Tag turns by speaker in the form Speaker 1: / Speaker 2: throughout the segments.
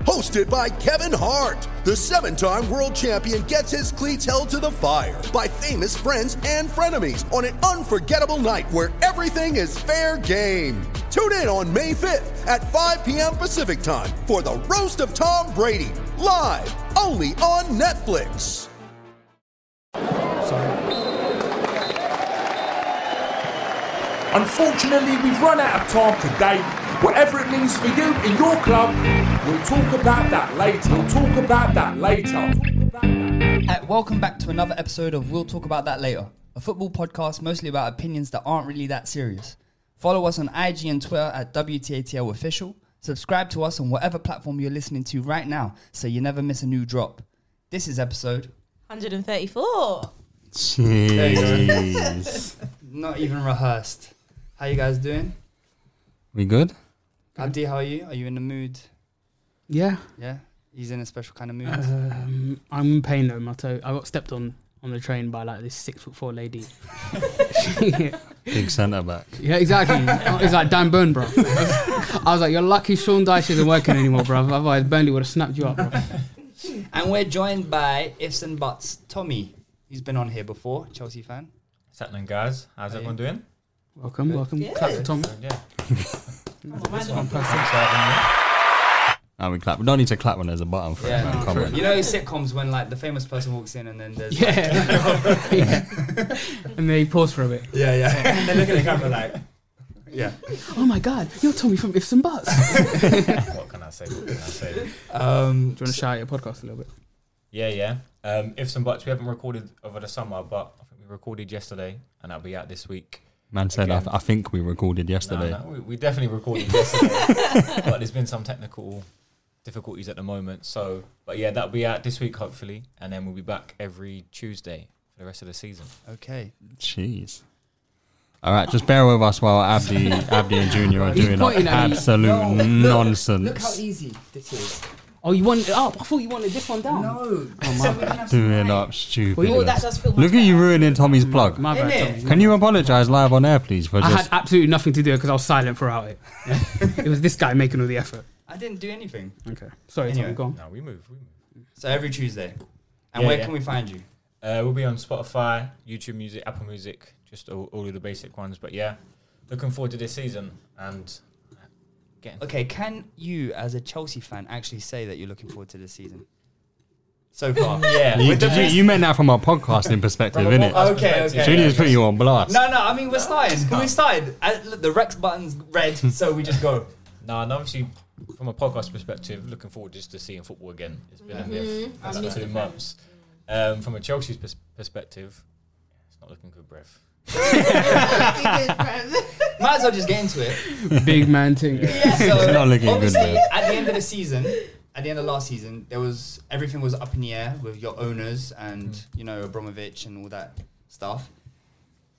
Speaker 1: Hosted by Kevin Hart, the seven time world champion gets his cleats held to the fire by famous friends and frenemies on an unforgettable night where everything is fair game. Tune in on May 5th at 5 p.m. Pacific time for the Roast of Tom Brady, live only on Netflix.
Speaker 2: Unfortunately, we've run out of time today. Whatever it means for you in your club, we'll talk about that later. We'll talk about that later.
Speaker 3: Uh, welcome back to another episode of We'll Talk About That Later, a football podcast mostly about opinions that aren't really that serious. Follow us on IG and Twitter at WTATL Official. Subscribe to us on whatever platform you're listening to right now so you never miss a new drop. This is episode
Speaker 1: Um,
Speaker 4: 134.
Speaker 3: not even rehearsed. How you guys doing?
Speaker 5: We good?
Speaker 3: Abdi, how are you? Are you in the mood?
Speaker 6: Yeah,
Speaker 3: Yeah? He's in a special kind of mood.
Speaker 6: um, I'm in pain though. My toe. I got stepped on on the train by like this six foot four lady.
Speaker 5: Big centre back.
Speaker 6: yeah, exactly. It's like Dan Burn, bro. I was like, you're lucky Sean Dyche isn't working anymore, bro. Otherwise, Burnley would have snapped you up, bro.
Speaker 3: and we're joined by Ifs and Buts. Tommy, he's been on here before, Chelsea fan.
Speaker 7: What's happening, guys? How's
Speaker 3: Hey.
Speaker 7: everyone doing?
Speaker 6: Welcome, welcome. Clap for Tom.
Speaker 7: Good, yeah.
Speaker 6: Fantastic.
Speaker 7: Thanks for having
Speaker 5: And we clap. We don't need to clap when there's a button for
Speaker 3: Yeah.
Speaker 5: it. man. Come on.
Speaker 3: You know his sitcoms when like the famous person walks in and then there's like,
Speaker 6: Yeah. yeah. And they pause for a bit.
Speaker 7: me. Yeah, yeah. and they look at the camera like, yeah.
Speaker 6: Oh my God, you're Tommy from Ifs and Buts. Do you
Speaker 7: What can I say? What can I say?
Speaker 3: um,
Speaker 6: want to shout out your podcast a little bit?
Speaker 7: Yeah, yeah. Um, ifs and buts. We haven't recorded over the summer, but I think we recorded yesterday, and that'll be out this week.
Speaker 5: Man said, I, th- I think we recorded
Speaker 7: No,
Speaker 5: yesterday.
Speaker 7: no, we, we definitely recorded yesterday, but there's been some technical difficulties at the moment. So, but yeah, that'll be out this week hopefully, and then we'll be back every Tuesday for the rest of the season.
Speaker 3: okay.
Speaker 5: Jeez. All right, just bear with us while Abdi, Abdi and Junior are
Speaker 6: He's
Speaker 5: doing like
Speaker 6: pointing at me.
Speaker 5: absolute
Speaker 3: Look how
Speaker 5: nonsense.
Speaker 3: easy this is.
Speaker 6: Oh, you wanted up? I thought you wanted this one down.
Speaker 7: Oh,
Speaker 3: No.
Speaker 5: doing up stupid.
Speaker 4: Oh, that does feel much
Speaker 5: Look at you ruining Tommy's plug.
Speaker 6: My bad. Tommy.
Speaker 5: Can you apologise live on air, please, for
Speaker 6: I
Speaker 5: just
Speaker 6: had absolutely nothing to do because I was silent throughout it. it was this guy making all the effort.
Speaker 3: I didn't do anything.
Speaker 6: Okay. Sorry,
Speaker 3: Anyway.
Speaker 6: Tommy, go on.
Speaker 7: No, we move. We move.
Speaker 3: So every Tuesday. And
Speaker 7: Yeah,
Speaker 3: where
Speaker 7: yeah.
Speaker 3: can we find you?
Speaker 7: Uh, we'll be on Spotify, YouTube Music, Apple Music, just all, all of the basic ones. But yeah, looking forward to this season and getting.
Speaker 3: Okay, can you as a Chelsea fan actually say that you're looking forward to this season? So far.
Speaker 7: Yeah.
Speaker 5: You, you, you meant that from a podcasting perspective,
Speaker 7: From a
Speaker 5: innit?
Speaker 7: podcast-
Speaker 3: Okay, okay.
Speaker 5: Junior's putting you on blast.
Speaker 3: No, no, I mean we're starting. We started. Uh, look, the Rex button's red, so we just go.
Speaker 7: No, and obviously from a podcast perspective, looking forward just to seeing football again. It's been
Speaker 6: Mm-hmm.
Speaker 7: a bit for the last two months. Um, from a Chelsea's pers- perspective, it's not looking good, breath.
Speaker 3: Might as well just get into it.
Speaker 6: Big man thing.
Speaker 3: So
Speaker 5: not looking good,
Speaker 3: obviously,
Speaker 5: man.
Speaker 3: At the end of the season, at the end of last season, there was everything was up in the air with your owners and
Speaker 5: Mm.
Speaker 3: you know Abramovich and all that stuff.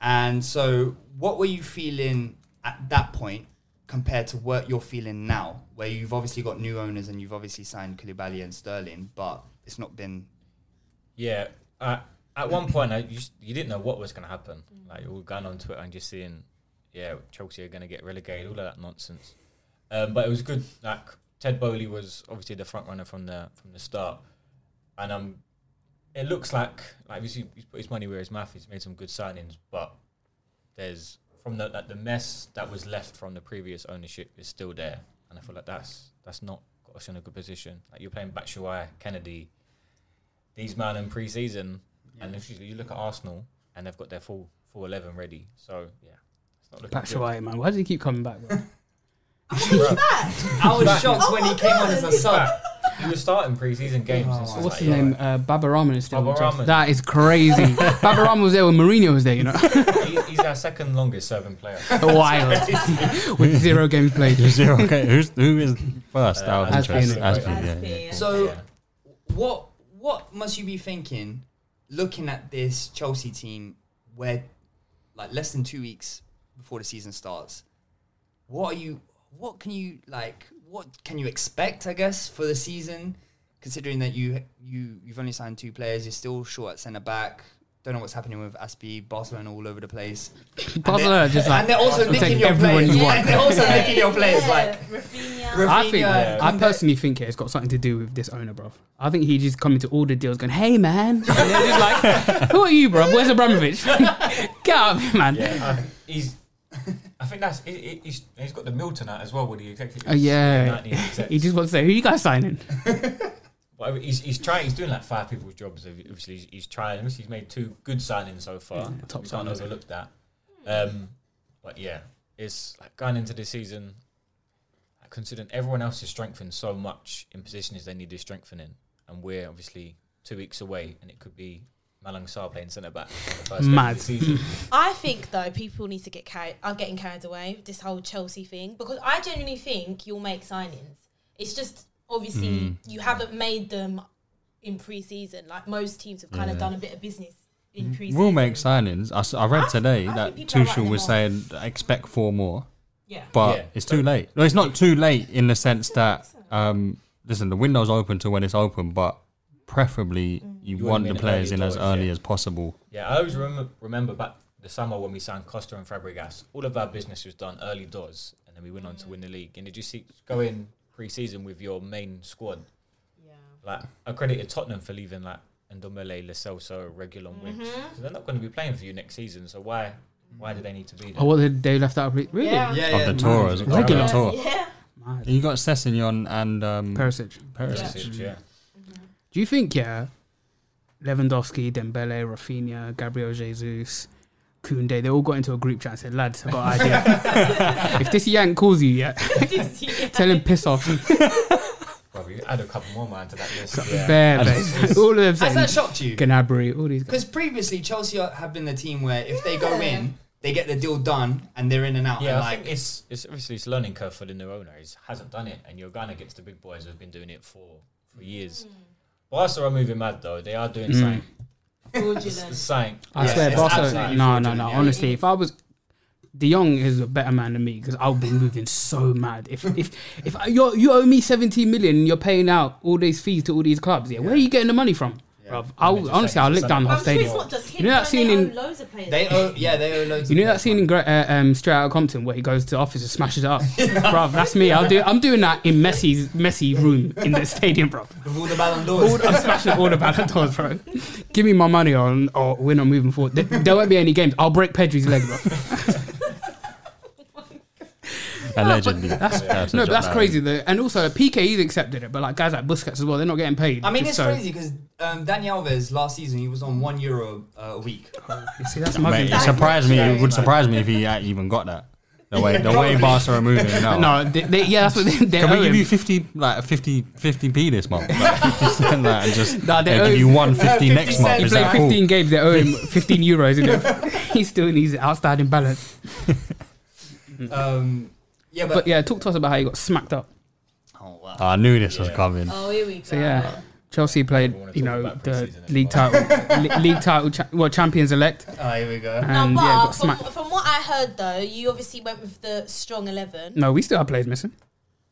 Speaker 3: And so, what were you feeling at that point compared to what you're feeling now, where you've obviously got new owners and you've obviously signed Koulibaly and Sterling, but it's not been
Speaker 7: Yeah. Uh, at one point, I, you, s- you didn't know what was going to happen. Like, you were going on Twitter and just seeing, yeah, Chelsea are going to get relegated, all of that nonsense. Um, but it was good. Like, Ted Bowley was obviously the front runner from the from the start. And um, it looks like, like he's, he's put his money where his mouth is, he's made some good signings, but they're- is from the like, the mess that was left from the previous ownership is still there, and I feel like that's that's not got us in a good position. Like you're playing Batshuayi, Kennedy, these men in pre-season, and if you, you look at Arsenal and they've got their full full eleven ready, so yeah, it's not looking
Speaker 6: Back
Speaker 7: good.
Speaker 6: away, man. Why does he keep coming back? Bro?
Speaker 3: I was
Speaker 7: Back.
Speaker 3: shocked when he came on as a sub. Oh,
Speaker 7: You were starting pre-season games. and it's
Speaker 6: What's
Speaker 7: like,
Speaker 6: his
Speaker 7: yeah,
Speaker 6: name? Uh, Babarama is still.
Speaker 7: Babarama.
Speaker 6: just- That is crazy. Babarama was there when Mourinho was there. You know,
Speaker 7: he- he's our second longest serving player.
Speaker 6: wild with zero games played.
Speaker 8: Zero. Okay, who's who is first?
Speaker 7: Uh,
Speaker 8: Out of
Speaker 6: Aspi,
Speaker 8: interest,
Speaker 6: innit?
Speaker 8: Aspi, yeah, yeah.
Speaker 3: So, what what must you be thinking, looking at this Chelsea team, where like less than two weeks before the season starts, what are you? What can you like? What can you expect? I guess for the season, considering that you you you've only signed two players, you're still short at centre back. Don't know what's happening with Aspie, Barcelona all over the place. And
Speaker 6: Barcelona
Speaker 3: they're-
Speaker 6: just like-
Speaker 3: and they're also
Speaker 6: Barcelona
Speaker 3: nicking
Speaker 6: take
Speaker 3: your
Speaker 6: everyone
Speaker 3: players.
Speaker 6: you want.
Speaker 3: And they're also uh, nicking your players. Like
Speaker 6: I think,
Speaker 3: Rafinha,
Speaker 6: I personally think it's got something to do with this owner, bro. I think he just coming to all the deals, going, "Hey, man," and they're just like, "Who are you, bro? Where's Abramovich? Get out of here, man."
Speaker 7: Yeah, I think he's. I think that's he- he, he's, he's got the Milton out as well with the executive.
Speaker 3: Uh,
Speaker 6: Oh, yeah, he just wants to say, "Who you guys signing?"
Speaker 7: Whatever, he's, he's trying. He's doing like five people's jobs. ob- Obviously, he's, he's trying. Obviously, he's made two good signings so far.
Speaker 6: Yeah, top
Speaker 7: we can't
Speaker 6: signings.
Speaker 7: overlook that. Um, but yeah, it's like going into the season. like, Considering everyone else is strengthened so much in positions they needed strengthening, and we're obviously two weeks away, and it could be Malang Sarr playing centre back. for the first game of
Speaker 6: Mad.
Speaker 7: the season.
Speaker 1: I think though people need to get carried are getting carried away with this whole Chelsea thing because I genuinely think you'll make signings. It's just obviously
Speaker 6: Hmm.
Speaker 9: Mm.
Speaker 1: you haven't made them in pre-season like most teams have kind of
Speaker 8: Yeah.
Speaker 1: done a bit of business in
Speaker 6: Mm.
Speaker 1: pre-season.
Speaker 8: We'll make signings. I s- I, read today that
Speaker 1: people are
Speaker 8: Tuchel
Speaker 1: writing
Speaker 8: was
Speaker 1: them
Speaker 8: saying expect four more.
Speaker 1: Yeah.
Speaker 8: But
Speaker 1: Yeah,
Speaker 8: it's too late. No, it's not too late in the sense that um, listen, the window's open to when it's open, but preferably you,
Speaker 7: You want
Speaker 8: want
Speaker 7: them
Speaker 8: the
Speaker 7: in
Speaker 8: players
Speaker 7: early
Speaker 8: in as
Speaker 7: doors,
Speaker 8: early
Speaker 7: yeah.
Speaker 8: as possible.
Speaker 7: Yeah, I always remember remember back the summer when we signed Costa and Fabregas. All of our business was done early doors, and then we went on to win the league. And did you see go in pre-season with your main squad? Yeah. Like I credited Tottenham for leaving like Ndombele, Lo Celso, Regulon, Winks.
Speaker 1: Mhm.
Speaker 7: So they're not going to be playing for you next season. So why why do they need to be there?
Speaker 6: Oh, what they, they left out? Re- really?
Speaker 1: Yeah. Yeah,
Speaker 8: of the tour as well.
Speaker 6: Regular.
Speaker 8: the tour.
Speaker 1: Yeah.
Speaker 8: You got Sessignon and um,
Speaker 6: Perisic.
Speaker 8: Perisic.
Speaker 7: Perisic, yeah.
Speaker 6: Do you think, yeah, Lewandowski, Dembele, Rafinha, Gabriel Jesus, Koundé, they all got into a group chat and said, lads, I've got an idea. if this Yank calls you, yeah, tell him piss off.
Speaker 7: Well, you add a couple more man to that list. yeah.
Speaker 6: Bare,
Speaker 7: And
Speaker 6: bare.
Speaker 7: it's- it's-
Speaker 6: all of them saying,
Speaker 3: Has that shocked you?
Speaker 6: Gnabry, all these guys.
Speaker 3: Because previously Chelsea are- have been the team where if they go in, they get the deal done and they're in and out.
Speaker 7: Yeah,
Speaker 3: and
Speaker 7: I
Speaker 3: like
Speaker 7: think it's it's obviously it's a learning curve for the new owner. He hasn't done it, and you're going against the big boys who've been doing it for for years. Barca are moving mad though. They are doing
Speaker 6: Mm.
Speaker 7: something. It's something.
Speaker 6: I
Speaker 7: Yeah,
Speaker 6: swear,
Speaker 7: it's
Speaker 6: Barca.
Speaker 7: absolutely
Speaker 6: No, no,
Speaker 7: fraudulent,
Speaker 6: no.
Speaker 7: yeah.
Speaker 6: Honestly, if I was, De Jong is a better man than me because I'll be moving so mad. If if if I- you're, you owe me 17 million, and you're paying out all these fees to all these clubs. Yeah, where are you getting the money from? Bruv, I'll, honestly, I'll lick down the whole stadium.
Speaker 1: just
Speaker 6: You know that scene in
Speaker 1: loads of players.
Speaker 3: they owe, yeah, they owe loads.
Speaker 6: you
Speaker 3: of
Speaker 6: know that scene in Gra- uh, um, Straight Outta Compton where he goes to the office and smashes it up, bruv. That's me. I'll do. I'm doing that in Messi's messy room in the stadium, bruv.
Speaker 3: With all the Ballon d'Ors.
Speaker 6: All, I'm smashing all the Ballon d'Ors, bro. Give me my money, or, or we're not moving forward. There, there won't be any games. I'll break Pedri's leg, bro.
Speaker 8: Allegedly.
Speaker 6: That's, no, but that's crazy though. And also PK's accepted it, but like guys like Busquets as well, they're not getting paid.
Speaker 3: I mean,
Speaker 6: Just
Speaker 3: it's
Speaker 6: so-
Speaker 3: crazy because um, Dani Alves last season he was on one euro uh, a week.
Speaker 6: See, that's
Speaker 8: Mate, it surprised me. It would surprise me if he uh, even got that. The way the way
Speaker 6: Probably.
Speaker 8: Barca are moving now.
Speaker 6: No, they, they, yeah, that's what they, they
Speaker 8: Can
Speaker 6: owe
Speaker 8: we give
Speaker 6: him.
Speaker 8: you 50, like 50, 50p this month? Like 50 cent that and just
Speaker 6: Nah, they
Speaker 8: they'll
Speaker 6: owe
Speaker 8: give you
Speaker 6: him-
Speaker 8: 150 next month.
Speaker 6: He
Speaker 8: Is
Speaker 6: played
Speaker 8: that cool?
Speaker 6: 15 games, they owe him 15 euros. Isn't it? he still needs it outstanding balance.
Speaker 3: Um, yeah,
Speaker 6: but,
Speaker 3: but,
Speaker 6: yeah, talk to us about how you got smacked up.
Speaker 3: Oh, wow.
Speaker 8: I knew this was coming.
Speaker 1: Oh, here we go.
Speaker 6: So yeah, Chelsea played, you know, the league title, li- league title, cha- well, champions elect.
Speaker 3: Oh, here we go.
Speaker 1: No,
Speaker 6: And
Speaker 1: but
Speaker 6: yeah, got
Speaker 1: from,
Speaker 6: smacked.
Speaker 1: from what I heard though, you obviously went with the strong eleven.
Speaker 6: No, we still have players missing.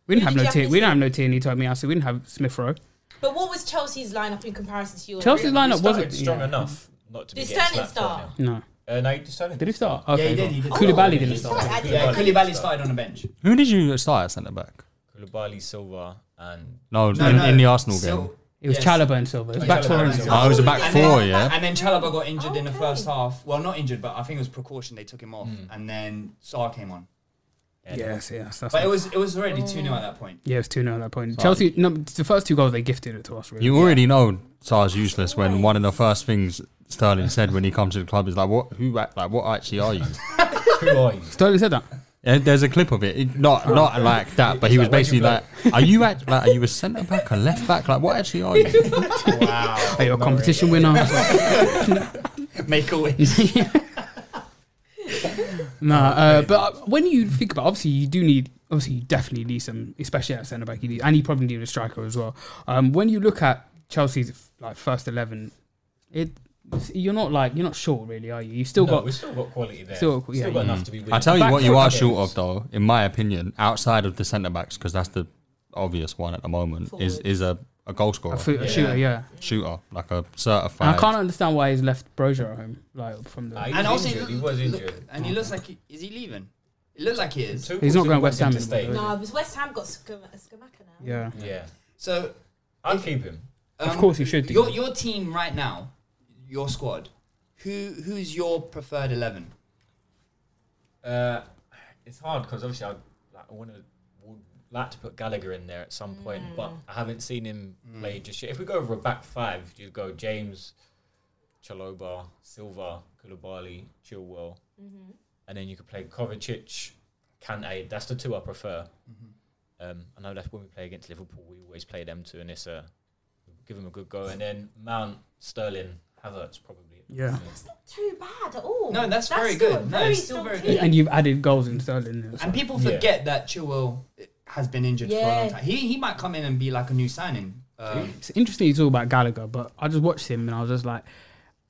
Speaker 6: We didn't
Speaker 1: Who
Speaker 6: have
Speaker 1: did you
Speaker 6: no
Speaker 1: have
Speaker 6: tier. We didn't
Speaker 1: missing?
Speaker 6: have no tierney. Told me, I said we didn't have Smith Rowe.
Speaker 1: But what was Chelsea's lineup in comparison to yours?
Speaker 6: Chelsea's
Speaker 7: We
Speaker 6: lineup
Speaker 7: started
Speaker 6: wasn't
Speaker 7: strong
Speaker 6: yeah.
Speaker 7: enough not to be
Speaker 1: Did
Speaker 7: getting
Speaker 1: Sterling
Speaker 7: slapped for
Speaker 1: start?
Speaker 7: it now.
Speaker 6: No.
Speaker 7: Uh, no, he did Sterling.
Speaker 6: Did he start?
Speaker 7: Yeah,
Speaker 6: Okay,
Speaker 7: he did, he
Speaker 6: cool.
Speaker 7: did.
Speaker 6: Kouliballi
Speaker 7: He
Speaker 6: didn't
Speaker 7: started.
Speaker 6: start.
Speaker 7: Yeah,
Speaker 3: yeah, Koulibaly started on the bench.
Speaker 8: Who did you start at centre back?
Speaker 7: Koulibaly, Silva, and
Speaker 8: No, Oh, in, in the Arsenal
Speaker 3: Sil-
Speaker 8: game.
Speaker 6: It was
Speaker 3: Yes.
Speaker 6: Chalobah and Silva. It was
Speaker 3: Yeah,
Speaker 6: back
Speaker 3: Chalobah
Speaker 6: four
Speaker 3: and
Speaker 6: and Silva.
Speaker 3: Silva. And then- And then Chalobah got injured in the first half. Well, not injured, but I think it was precaution. They took him off, and then Saar came on.
Speaker 6: Yeah. Yes, yes, that's
Speaker 3: but it
Speaker 6: it.
Speaker 3: was it was already two 0 at that point.
Speaker 6: Yeah, it was 2 0 at that point.
Speaker 1: So-
Speaker 6: Chelsea, no, the first two goals they gifted it to us, really.
Speaker 1: You already know Sar's useless when one of the first things Sterling said when he comes to the club is like, "What? Who? act- Like, what actually are you?"
Speaker 7: Who are you?
Speaker 6: Sterling said that.
Speaker 1: Yeah, there's a clip of it. it not not like that, but he was
Speaker 7: It's like,
Speaker 1: basically
Speaker 7: what
Speaker 1: like, "Are you act, like? Are you a centre back, a left back? Like, what actually are you?"
Speaker 3: wow.
Speaker 6: Are you a competition winner?
Speaker 3: Make a win.
Speaker 6: Nah, uh, but uh, when you think about, obviously you do need, obviously you definitely need some, especially at centre back, you need, and you probably need a striker as well. Um, when you look at Chelsea's f- like first eleven, it you're not like you're not short really, are you? You have still
Speaker 7: No,
Speaker 6: got
Speaker 7: we've still got quality there.
Speaker 6: Still, got- yeah,
Speaker 7: Still got
Speaker 6: you-
Speaker 7: enough to be winning.
Speaker 1: I tell you
Speaker 6: Back
Speaker 1: what, you
Speaker 6: foot
Speaker 1: are
Speaker 6: games.
Speaker 1: short of though, in my opinion, outside of the centre backs, because that's the obvious one at the moment. Is is a a goal scorer,
Speaker 6: A fo- a shooter, yeah.
Speaker 1: shooter, like a
Speaker 6: And
Speaker 1: certified.
Speaker 6: I can't understand why he's left Brozier at home, like from the.
Speaker 7: Ah, he
Speaker 3: and
Speaker 7: was
Speaker 3: also,
Speaker 7: injured. He
Speaker 3: look-
Speaker 7: was
Speaker 3: look-
Speaker 7: injured.
Speaker 3: and he looks like he, is he leaving? It looks like he is.
Speaker 6: He's not going West Ham
Speaker 7: to
Speaker 6: anymore,
Speaker 7: stay.
Speaker 6: though,
Speaker 10: No, because West Ham got Skam- Skamaka now.
Speaker 6: yeah,
Speaker 7: Yeah,
Speaker 3: So um,
Speaker 7: I'd keep him.
Speaker 6: Of course he should do.
Speaker 3: Your your team right now, your squad. Who who's your preferred eleven?
Speaker 7: Uh, it's hard because obviously I like, I want to would like to put Gallagher in there at some point, but
Speaker 10: Mm.
Speaker 7: I haven't seen him play just yet. If we go over a back five, you go James, Chaloba, Silva, Koulibaly, Chilwell,
Speaker 10: Mm-hmm.
Speaker 7: and then you could play Kovacic, Kante. That's the two I prefer. Um, I know that's when we play against Liverpool, we always play them two, and it's a give them a good go. And then Mount, Sterling, Havertz probably.
Speaker 6: Yeah.
Speaker 10: It's not too bad at all.
Speaker 3: No, that's very
Speaker 10: still a
Speaker 3: good. No,
Speaker 10: very
Speaker 3: it's still
Speaker 10: strong
Speaker 3: very
Speaker 10: team.
Speaker 6: and you've added goals in Sterling. there, so-
Speaker 3: And people
Speaker 7: Yeah.
Speaker 3: forget that Chilwell has been injured for a long
Speaker 10: Yeah.
Speaker 3: time. He he might come in and be like a new signing. Um,
Speaker 6: It's interesting you talk about Gallagher, but I just watched him and I was just like,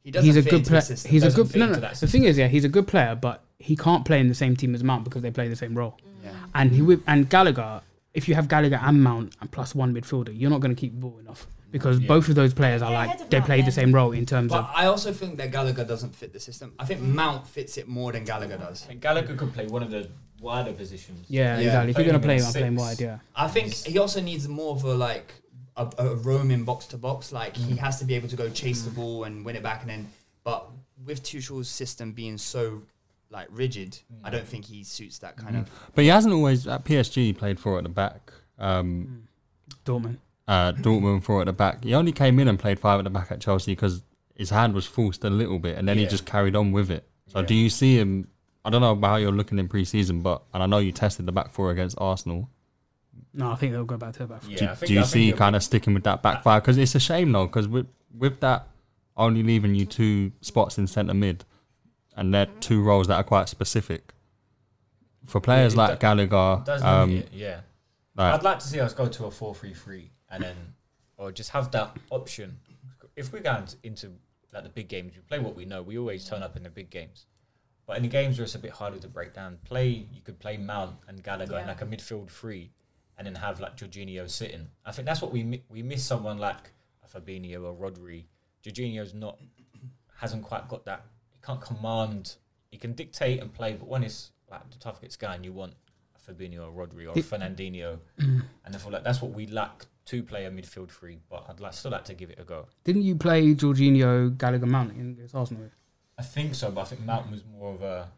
Speaker 3: he doesn't
Speaker 6: he's a
Speaker 3: fit
Speaker 6: good
Speaker 3: into
Speaker 6: player.
Speaker 3: the system.
Speaker 6: He's a
Speaker 7: Doesn't
Speaker 6: good.
Speaker 7: fit
Speaker 6: No,
Speaker 7: into
Speaker 6: no.
Speaker 7: that
Speaker 6: The
Speaker 7: system.
Speaker 6: thing is, yeah, he's a good player, but he can't play in the same team as Mount because they play the same role.
Speaker 3: Yeah.
Speaker 6: And he with and Gallagher. If you have Gallagher and Mount and plus one midfielder, you're not going to keep the ball enough because both of those players are
Speaker 10: They're ahead
Speaker 6: like
Speaker 10: of
Speaker 6: they
Speaker 10: Mount
Speaker 6: play the
Speaker 10: then.
Speaker 6: same role in terms
Speaker 3: But
Speaker 6: of.
Speaker 3: I also think that Gallagher doesn't fit the system. I think Mount fits it more than Gallagher does.
Speaker 7: I think Gallagher could play one of the wider positions.
Speaker 6: Yeah,
Speaker 3: Yeah,
Speaker 6: exactly. If you're
Speaker 7: playing
Speaker 6: going
Speaker 7: him
Speaker 6: to play
Speaker 7: in
Speaker 6: him, I'm playing
Speaker 7: six.
Speaker 6: wide. Yeah,
Speaker 3: I think he also needs more of a like a, a roaming box to box. Like he has to be able to go chase the ball and win it back, and then. But with Tuchel's system being so like rigid, I don't think he suits that kind of.
Speaker 1: but he hasn't always at PSG he played four at the back. Um,
Speaker 6: Dortmund.
Speaker 1: uh, Dortmund four at the back. He only came in and played five at the back at Chelsea because his hand was forced a little bit, and then he
Speaker 7: Yeah.
Speaker 1: just carried on with it. So do you see him? I don't know about how you're looking in pre-season, but and I know you tested the back four against Arsenal.
Speaker 6: No, I think they'll go back to the back.
Speaker 7: Yeah,
Speaker 1: Do,
Speaker 7: I think,
Speaker 1: do you
Speaker 7: I
Speaker 1: see
Speaker 7: think
Speaker 1: kind of sticking with that back five? Because it's a shame though, because with with that only leaving you two spots in centre mid, and they're two roles that are quite specific. For players
Speaker 7: it
Speaker 1: like Gallagher,
Speaker 7: does
Speaker 1: um,
Speaker 7: need it, yeah.
Speaker 1: like-
Speaker 7: I'd like to see us go to a four-three-three, and then or just have that option. If we're going to- into like the big games, we play what we know. We always turn up in the big games. But in the games where it's a bit harder to break down, play you could play Mount and Gallagher in like a midfield three, and then have like Jorginho sitting. I think that's what we mi- we miss someone like a Fabinho or Rodri. Jorginho's not hasn't quite got that. He can't command. He can dictate and play, but when it's like the tough gets going, you want a Fabinho or Rodri or Fernandinho, and I feel like that's what we lack. Two player midfield three, but I'd like, still like to give it a go.
Speaker 6: Didn't you play Jorginho, Gallagher, Mount in against Arsenal?
Speaker 7: I think so, but I think Mountain was more of a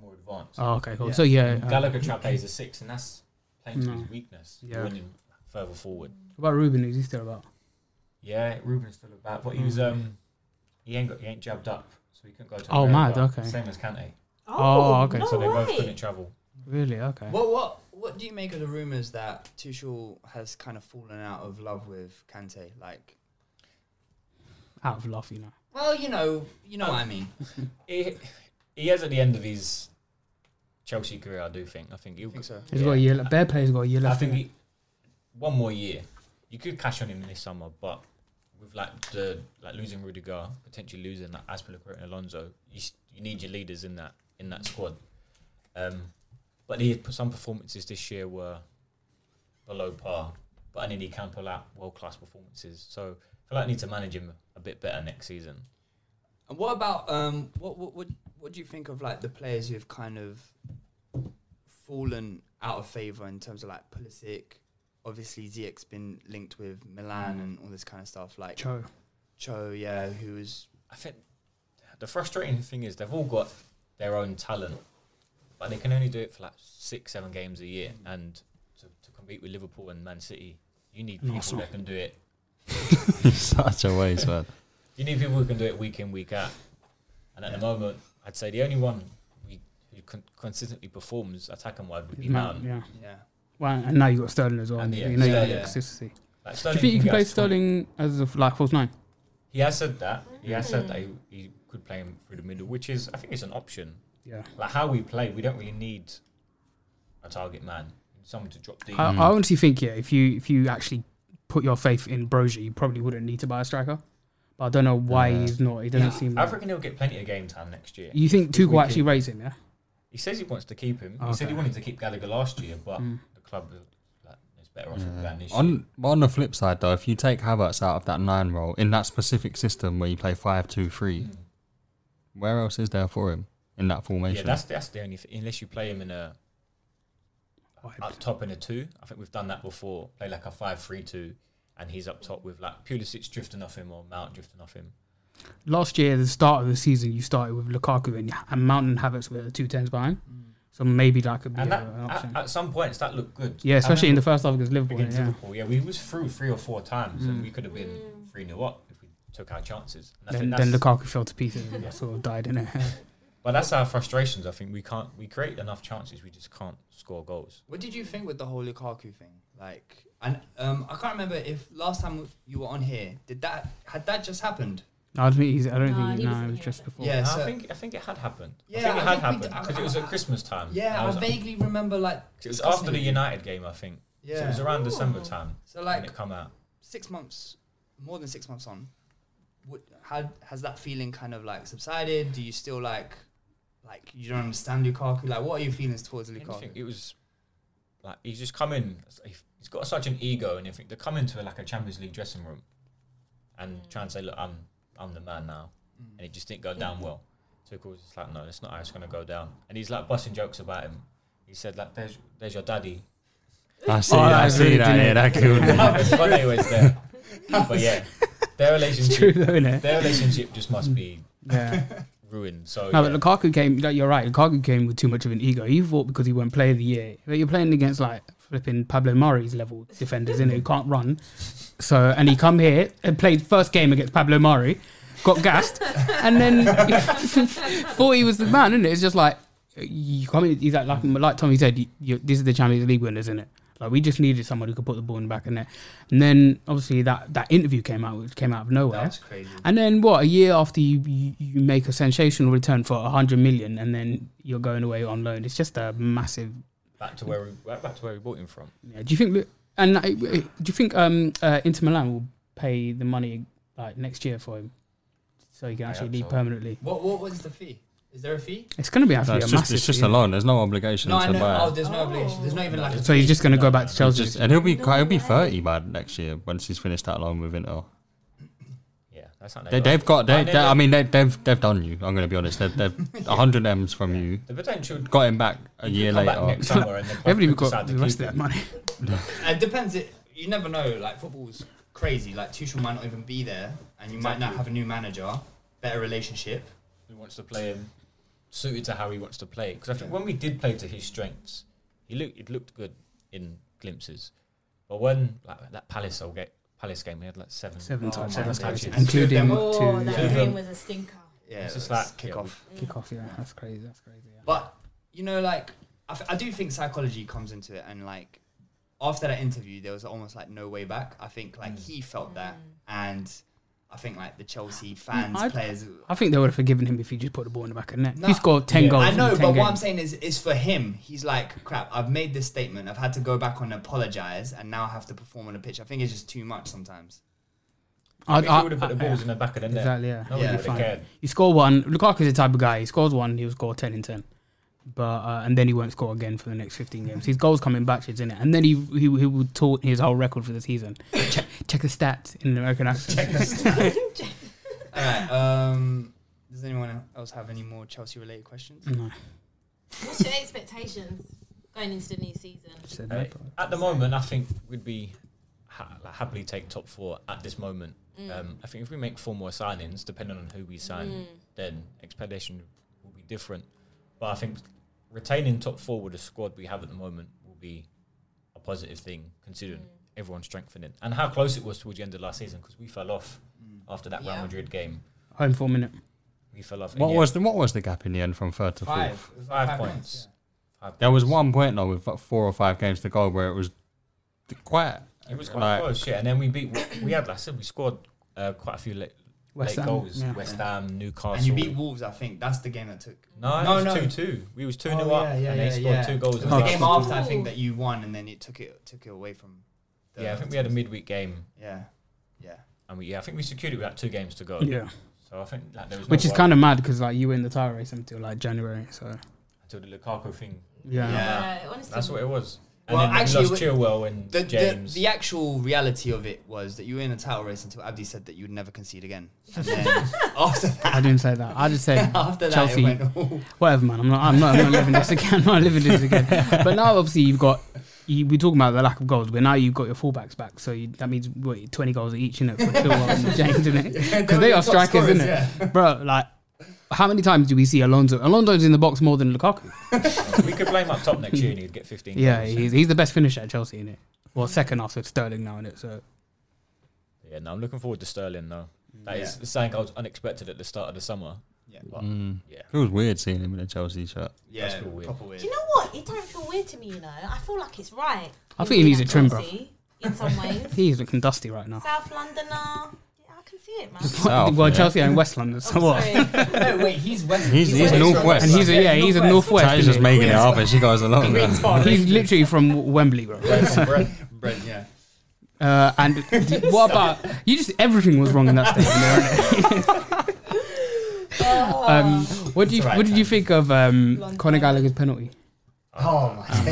Speaker 7: more advanced.
Speaker 6: Oh, okay, cool.
Speaker 7: Yeah.
Speaker 6: So yeah, uh,
Speaker 7: Mm. Gallagher Trappe is a six, and that's playing to
Speaker 6: No.
Speaker 7: his weakness.
Speaker 6: Yeah.
Speaker 7: Yeah. him further forward.
Speaker 6: what about Ruben? Is he still about?
Speaker 7: Yeah, Ruben's still about, but he was um, he ain't got, he ain't jabbed up, so he couldn't go to.
Speaker 6: Mm. Oh,
Speaker 7: America,
Speaker 6: mad, okay.
Speaker 7: Same as Kante,
Speaker 10: Oh,
Speaker 6: Oh, okay.
Speaker 10: No
Speaker 7: so they both
Speaker 10: way.
Speaker 7: couldn't travel.
Speaker 6: Really? Okay.
Speaker 3: What what what do you make of the rumors that Tuchel has kind of fallen out of love with Kante? Like,
Speaker 6: Out of love, you know.
Speaker 3: well, you know, you know what I mean.
Speaker 7: he, he is at the end of his Chelsea career. I do think. I think he'll.
Speaker 3: Think so.
Speaker 6: He's got a year. left- Bear player's got a year
Speaker 7: I
Speaker 6: left.
Speaker 7: think he, one more year, you could cash on him this summer, but with like the like losing Rudiger, potentially losing like Aspilicueta and Alonso, you s- you need your leaders in that in that squad. Um, but he had put some performances this year were below par, but I need he can pull out world class performances. So I feel like I need to manage him a bit better next season.
Speaker 3: And what about um, what what what what do you think of like the players who have kind of fallen out of favor in terms of like Pulisic, obviously Ziyech's been linked with Milan and all this kind of stuff. Like
Speaker 6: Cho.
Speaker 3: Cho, yeah, who was
Speaker 7: I think the frustrating thing is they've all got their own talent, but they can only do it for like six, seven games a year.
Speaker 6: Mm.
Speaker 7: And to, to compete with Liverpool and Man City, you need
Speaker 1: And
Speaker 6: Mm,
Speaker 7: people
Speaker 1: Arsenal.
Speaker 7: that can do it.
Speaker 1: Such a waste, man.
Speaker 7: You need people who can do it week in, week out. And at the moment, I'd say the only one we, who con- consistently performs attacking wide would be
Speaker 6: Mount,
Speaker 7: Mount.
Speaker 6: yeah. Well, Um, and now you have got Sterling as well.
Speaker 7: And yeah,
Speaker 6: you know you
Speaker 7: Sterling.
Speaker 6: got consistency.
Speaker 7: Like,
Speaker 6: Do you
Speaker 7: Sterling
Speaker 6: think you can
Speaker 7: can
Speaker 6: play
Speaker 7: get us twenty.
Speaker 6: Sterling as a f- like false nine?
Speaker 7: He has said that. He has said that he,
Speaker 6: Mm.
Speaker 7: he could play him through the middle, which is I think it's an option.
Speaker 6: Yeah.
Speaker 7: Like how we play, we don't really need a target man, someone to drop deep.
Speaker 6: I, I honestly think yeah, if you if you actually put your faith in Brozier, you probably wouldn't need to buy a striker. But I don't know why he's not. He doesn't
Speaker 7: Yeah.
Speaker 6: seem.
Speaker 7: I reckon he'll get plenty of game time next year.
Speaker 6: You think
Speaker 7: If we
Speaker 6: Tuchel actually
Speaker 7: keep-
Speaker 6: raise him? Yeah.
Speaker 7: He says he wants to keep him. He said
Speaker 6: Okay.
Speaker 7: he wanted to keep Gallagher last year, but
Speaker 6: Mm.
Speaker 7: the club like, is better off with that this year.
Speaker 1: On but on the flip side, though, if you take Havertz out of that nine role in that specific system where you play five two three, where else is there for him in that
Speaker 7: Yeah,
Speaker 1: formation?
Speaker 7: that's that's the only thing. Unless you play him in a up top in a two. I think we've done that before. Play like a five-three-two, and he's up top with like Pulisic drifting off him or Mount drifting off him.
Speaker 6: Last year, the start of the season, you started with Lukaku and, and Mount and Havertz were the two tens behind. So maybe Mm. that could be
Speaker 7: And
Speaker 6: a-
Speaker 7: that,
Speaker 6: an option.
Speaker 7: at, at some points that looked good.
Speaker 6: Yeah,
Speaker 7: I
Speaker 6: especially in the
Speaker 7: remember
Speaker 6: first half against Liverpool.
Speaker 7: against
Speaker 6: yeah.
Speaker 7: Liverpool, yeah, we was through three or four times,
Speaker 6: Mm.
Speaker 7: and we could have been three 0 up if we took our chances. And I
Speaker 6: Then,
Speaker 7: think
Speaker 6: then
Speaker 7: that's-
Speaker 6: Lukaku fell to pieces and sort of died in it.
Speaker 7: But that's our frustrations. I think we can't. We create enough chances. We just can't score goals.
Speaker 3: What did you think with the whole Lukaku thing? Like, and um, I can't remember if last time you were on here, did that had that just happened?
Speaker 6: I don't think he's. I don't
Speaker 3: No,
Speaker 6: think.
Speaker 3: he
Speaker 6: He, no,
Speaker 3: wasn't
Speaker 6: it was just before.
Speaker 3: Yeah,
Speaker 7: I
Speaker 3: so-
Speaker 7: think I think it had happened.
Speaker 3: Yeah,
Speaker 7: I think it
Speaker 3: I
Speaker 7: had
Speaker 3: think we d-
Speaker 7: happened because it was at Christmas time.
Speaker 3: Yeah,
Speaker 7: And
Speaker 3: I,
Speaker 7: was,
Speaker 3: vaguely remember like
Speaker 7: It was after the
Speaker 3: discussing
Speaker 7: United game, I think. Yeah. So it was around December time.
Speaker 3: So like
Speaker 7: when it come out.
Speaker 3: six months, more than six months on, what, how has that feeling kind of like subsided? Do you still like, like you don't understand Lukaku? Like, what are your feelings towards Lukaku?
Speaker 7: Anything. It was like he's just come in. He's got such an ego, and everything. To come into like a Champions League dressing room and try and say, "Look, I'm I'm the man now,"
Speaker 1: Mm.
Speaker 7: and it just didn't go down well. Tuchel was just like, "No, that's not how it's going to go down." And he's like busting jokes about him. He said, "Like, there's there's your daddy."
Speaker 1: I see Oh, that, I that was see rude, that, innit? yeah, that killed me.
Speaker 7: It's funny he was there. But yeah, their
Speaker 6: It's true
Speaker 7: relationship,
Speaker 6: though, innit?
Speaker 7: their relationship just must be
Speaker 6: Yeah.
Speaker 7: ruined. So
Speaker 6: no,
Speaker 7: Oh, yeah.
Speaker 6: but Lukaku came. Like, you're right. Lukaku came with too much of an ego. He thought because he won't play of the year. But you're playing against like flipping Pablo Mari's level defenders, innit? Who can't run. So and he come here and played first game against Pablo Mari, got gassed, and then thought he was the man, innit? It's just like you come in. He's like like, like Tommy said. You, you, this is the Champions League winners, innit? Like we just needed someone who could put the ball in the back of the net. And then obviously that, that interview came out, which came out of nowhere.
Speaker 3: That's crazy.
Speaker 6: And then what? A year after you, you, you make a sensational return for hundred million, and then you're going away on loan. It's just a massive.
Speaker 7: back to where we back to where we bought him from.
Speaker 6: Yeah, do you think? that- And uh, do you think um, uh, Inter Milan will pay the money like next year for him, so he can
Speaker 3: I
Speaker 6: actually
Speaker 3: hope
Speaker 6: leave
Speaker 3: so.
Speaker 6: permanently?
Speaker 3: What what was the fee? Is there a fee?
Speaker 6: It's going to be actually
Speaker 1: No, it's
Speaker 6: a
Speaker 1: just,
Speaker 6: massive.
Speaker 1: it's just
Speaker 6: fee,
Speaker 1: a loan. Oh, There's no obligation
Speaker 3: No, I
Speaker 1: to
Speaker 3: know.
Speaker 1: buy.
Speaker 3: Oh, there's no obligation. There's not even like. a
Speaker 6: So he's
Speaker 3: fee.
Speaker 6: just going to go back to
Speaker 1: It's
Speaker 6: Chelsea.
Speaker 1: just- and he'll be quite, he'll be thirty by next year once he's finished that loan with Inter.
Speaker 7: Yeah, that's not.
Speaker 1: They, they've got. They, they, I mean, they, they've they've done you. I'm going to be honest. They've, they've hundred m's from you.
Speaker 7: The potential-
Speaker 1: got him back a
Speaker 7: He could
Speaker 1: year
Speaker 7: come
Speaker 1: later.
Speaker 6: oh.
Speaker 7: back next summer and the club Everybody could got decide to the rest keep of that him. money.
Speaker 3: It depends. It you never know. Like football's crazy. Like Tuchel might not even be there, and you might now
Speaker 7: Exactly.
Speaker 3: have a new manager, better relationship.
Speaker 7: Who wants to play him suited to how he wants to play? Because I think when we did play to his strengths, he looked it looked good in glimpses. But when like, that Palace will get Palace game, we had like seven
Speaker 6: Seven times.
Speaker 7: Oh, seven
Speaker 6: Seven times.
Speaker 7: touches,
Speaker 6: Including
Speaker 7: Two of them-
Speaker 6: Oh,
Speaker 7: two-
Speaker 11: that
Speaker 7: two of
Speaker 11: game
Speaker 7: them.
Speaker 11: was a stinker.
Speaker 3: Yeah,
Speaker 7: it's just
Speaker 3: that's
Speaker 7: like kick off.
Speaker 6: Kick off. Yeah, that's crazy. That's crazy. Yeah.
Speaker 3: But you know, like I, th- I do think psychology comes into it, and like after that interview, there was almost like no way back. I think like he felt that, and I think like the Chelsea fans,
Speaker 6: I'd-
Speaker 3: players.
Speaker 6: I think they would have forgiven him if he just put the ball in the back of the net.
Speaker 3: No,
Speaker 6: he scored ten goals.
Speaker 3: I know,
Speaker 6: in
Speaker 3: but
Speaker 6: 10
Speaker 3: what I'm
Speaker 6: games.
Speaker 3: saying is, is for him, he's like, crap. I've made this statement. I've had to go back and apologize, and now I have to perform on a pitch. I think it's just too much sometimes.
Speaker 6: I-
Speaker 7: If
Speaker 6: I-
Speaker 7: he would have put the
Speaker 6: I-
Speaker 7: balls in the back of the net,
Speaker 6: Exactly, yeah.
Speaker 7: nobody would have cared.
Speaker 6: You score one. Lukaku's the type of guy. He scores one, he'll score ten in ten. But uh, and then he won't score again for the next fifteen games. His goals come in batches, innit? And then he he, he will taunt his whole record for the season. check, check the stats in an American accent.
Speaker 3: Check the stats. All right. Um, does anyone else have any more Chelsea related questions?
Speaker 6: No.
Speaker 11: What's your expectations?
Speaker 1: going into the new season.
Speaker 7: Uh, at the moment, I think we'd be ha- like, happily take top four at this moment.
Speaker 1: Mm.
Speaker 7: Um, I think if we make four more signings, depending on who we sign,
Speaker 1: Mm.
Speaker 7: then expedition will be different. But I think retaining top four with the squad we have at the moment will be a positive thing, considering
Speaker 1: Mm.
Speaker 7: everyone's strengthening and how close it was towards the end of last season because we fell off
Speaker 8: Mm.
Speaker 7: after that Real Madrid game.
Speaker 6: Home for a minute.
Speaker 7: We fell off. and
Speaker 8: What
Speaker 7: yeah,
Speaker 8: was the what was the gap in the end from third to
Speaker 7: Five.
Speaker 8: fourth?
Speaker 7: Five Five points. points, yeah. Five
Speaker 8: there was one point though with like, four or five games to go where it was d- quite.
Speaker 7: It was quite
Speaker 8: like-
Speaker 7: close, yeah. And then we beat. We had, like I said, we scored uh, quite a few late,
Speaker 6: West
Speaker 7: late
Speaker 6: Ham,
Speaker 7: goals.
Speaker 6: yeah.
Speaker 7: West Ham, Newcastle.
Speaker 3: And you beat Wolves, I think. That's the game that took.
Speaker 7: No, it was 2-2. We was 2-0 up,
Speaker 3: Oh, yeah, yeah,
Speaker 7: and they
Speaker 3: yeah,
Speaker 7: scored
Speaker 3: yeah.
Speaker 7: two goals
Speaker 3: It was
Speaker 7: in the
Speaker 3: the
Speaker 7: last
Speaker 3: game
Speaker 7: minute.
Speaker 3: after, I think, that you won, and then it took it took it away from. the-
Speaker 7: yeah, I think we had a midweek game.
Speaker 3: Yeah, yeah.
Speaker 7: And we, yeah, I think we secured it with like two games to go.
Speaker 6: Yeah.
Speaker 7: So I think like, there was.
Speaker 6: Which
Speaker 7: no
Speaker 6: is kind of mad because like you were in the title race until like January, so
Speaker 7: until the Lukaku thing.
Speaker 6: Yeah.
Speaker 3: Yeah, Uh, honestly.
Speaker 7: That's what it was. And then we lost
Speaker 3: it wa-
Speaker 7: Chilwell and
Speaker 3: the,
Speaker 7: James.
Speaker 3: The, the actual reality of it was that you were in a title race until Abdi said that you'd never concede again. And then after that,
Speaker 6: I didn't say that. I just said
Speaker 3: After that, it
Speaker 6: Chelsea.
Speaker 3: went, "Oh."
Speaker 6: whatever, man. I'm not. I'm not, I'm not living this again. I'm not living this again. But now, obviously, you've got. You, we talking about the lack of goals, but now you've got your fullbacks back, so you, that means what, 20 goals each, innit? For Chilwell and James, innit?
Speaker 3: Yeah,
Speaker 6: Because they
Speaker 3: they're
Speaker 6: are
Speaker 3: the top
Speaker 6: strikers,
Speaker 3: scorers,
Speaker 6: innit? Bro, like, how many times do we see Alonso? Alonso's in the box more than Lukaku.
Speaker 7: we could blame up top next year and he'd get 15
Speaker 6: Yeah,
Speaker 7: goals.
Speaker 6: he's, he's the best finisher at Chelsea, innit? Well, second after Sterling now, innit? So,
Speaker 7: Yeah, no, I'm looking forward to Sterling though. That is
Speaker 3: Yeah.
Speaker 7: something I was unexpected at the start of the summer. Yeah, but
Speaker 8: Mm.
Speaker 7: yeah,
Speaker 8: It was weird seeing him in a Chelsea shirt.
Speaker 7: Yeah, That's weird. proper
Speaker 1: Do you know what? It don't feel weird to me, you know. I feel like it's right.
Speaker 6: I think he needs a trim, bro.
Speaker 1: Chelsea, In some ways,
Speaker 6: He's looking dusty right now.
Speaker 1: South Londoner. Yeah, I can see it, man.
Speaker 6: South, well, Chelsea and West London, so what?
Speaker 1: sorry.
Speaker 3: No, wait, he's West.
Speaker 8: He's, he's, northwest,
Speaker 6: And he's a, yeah, he's a northwest.
Speaker 8: Ty's just making it up as she goes along.
Speaker 6: He's literally from Wembley, bro.
Speaker 3: Brent, yeah.
Speaker 6: Uh, and d- what about you? Just everything was wrong in that statement. There, um, what do you What did you think of um, Conor Gallagher's penalty?
Speaker 3: Oh my god.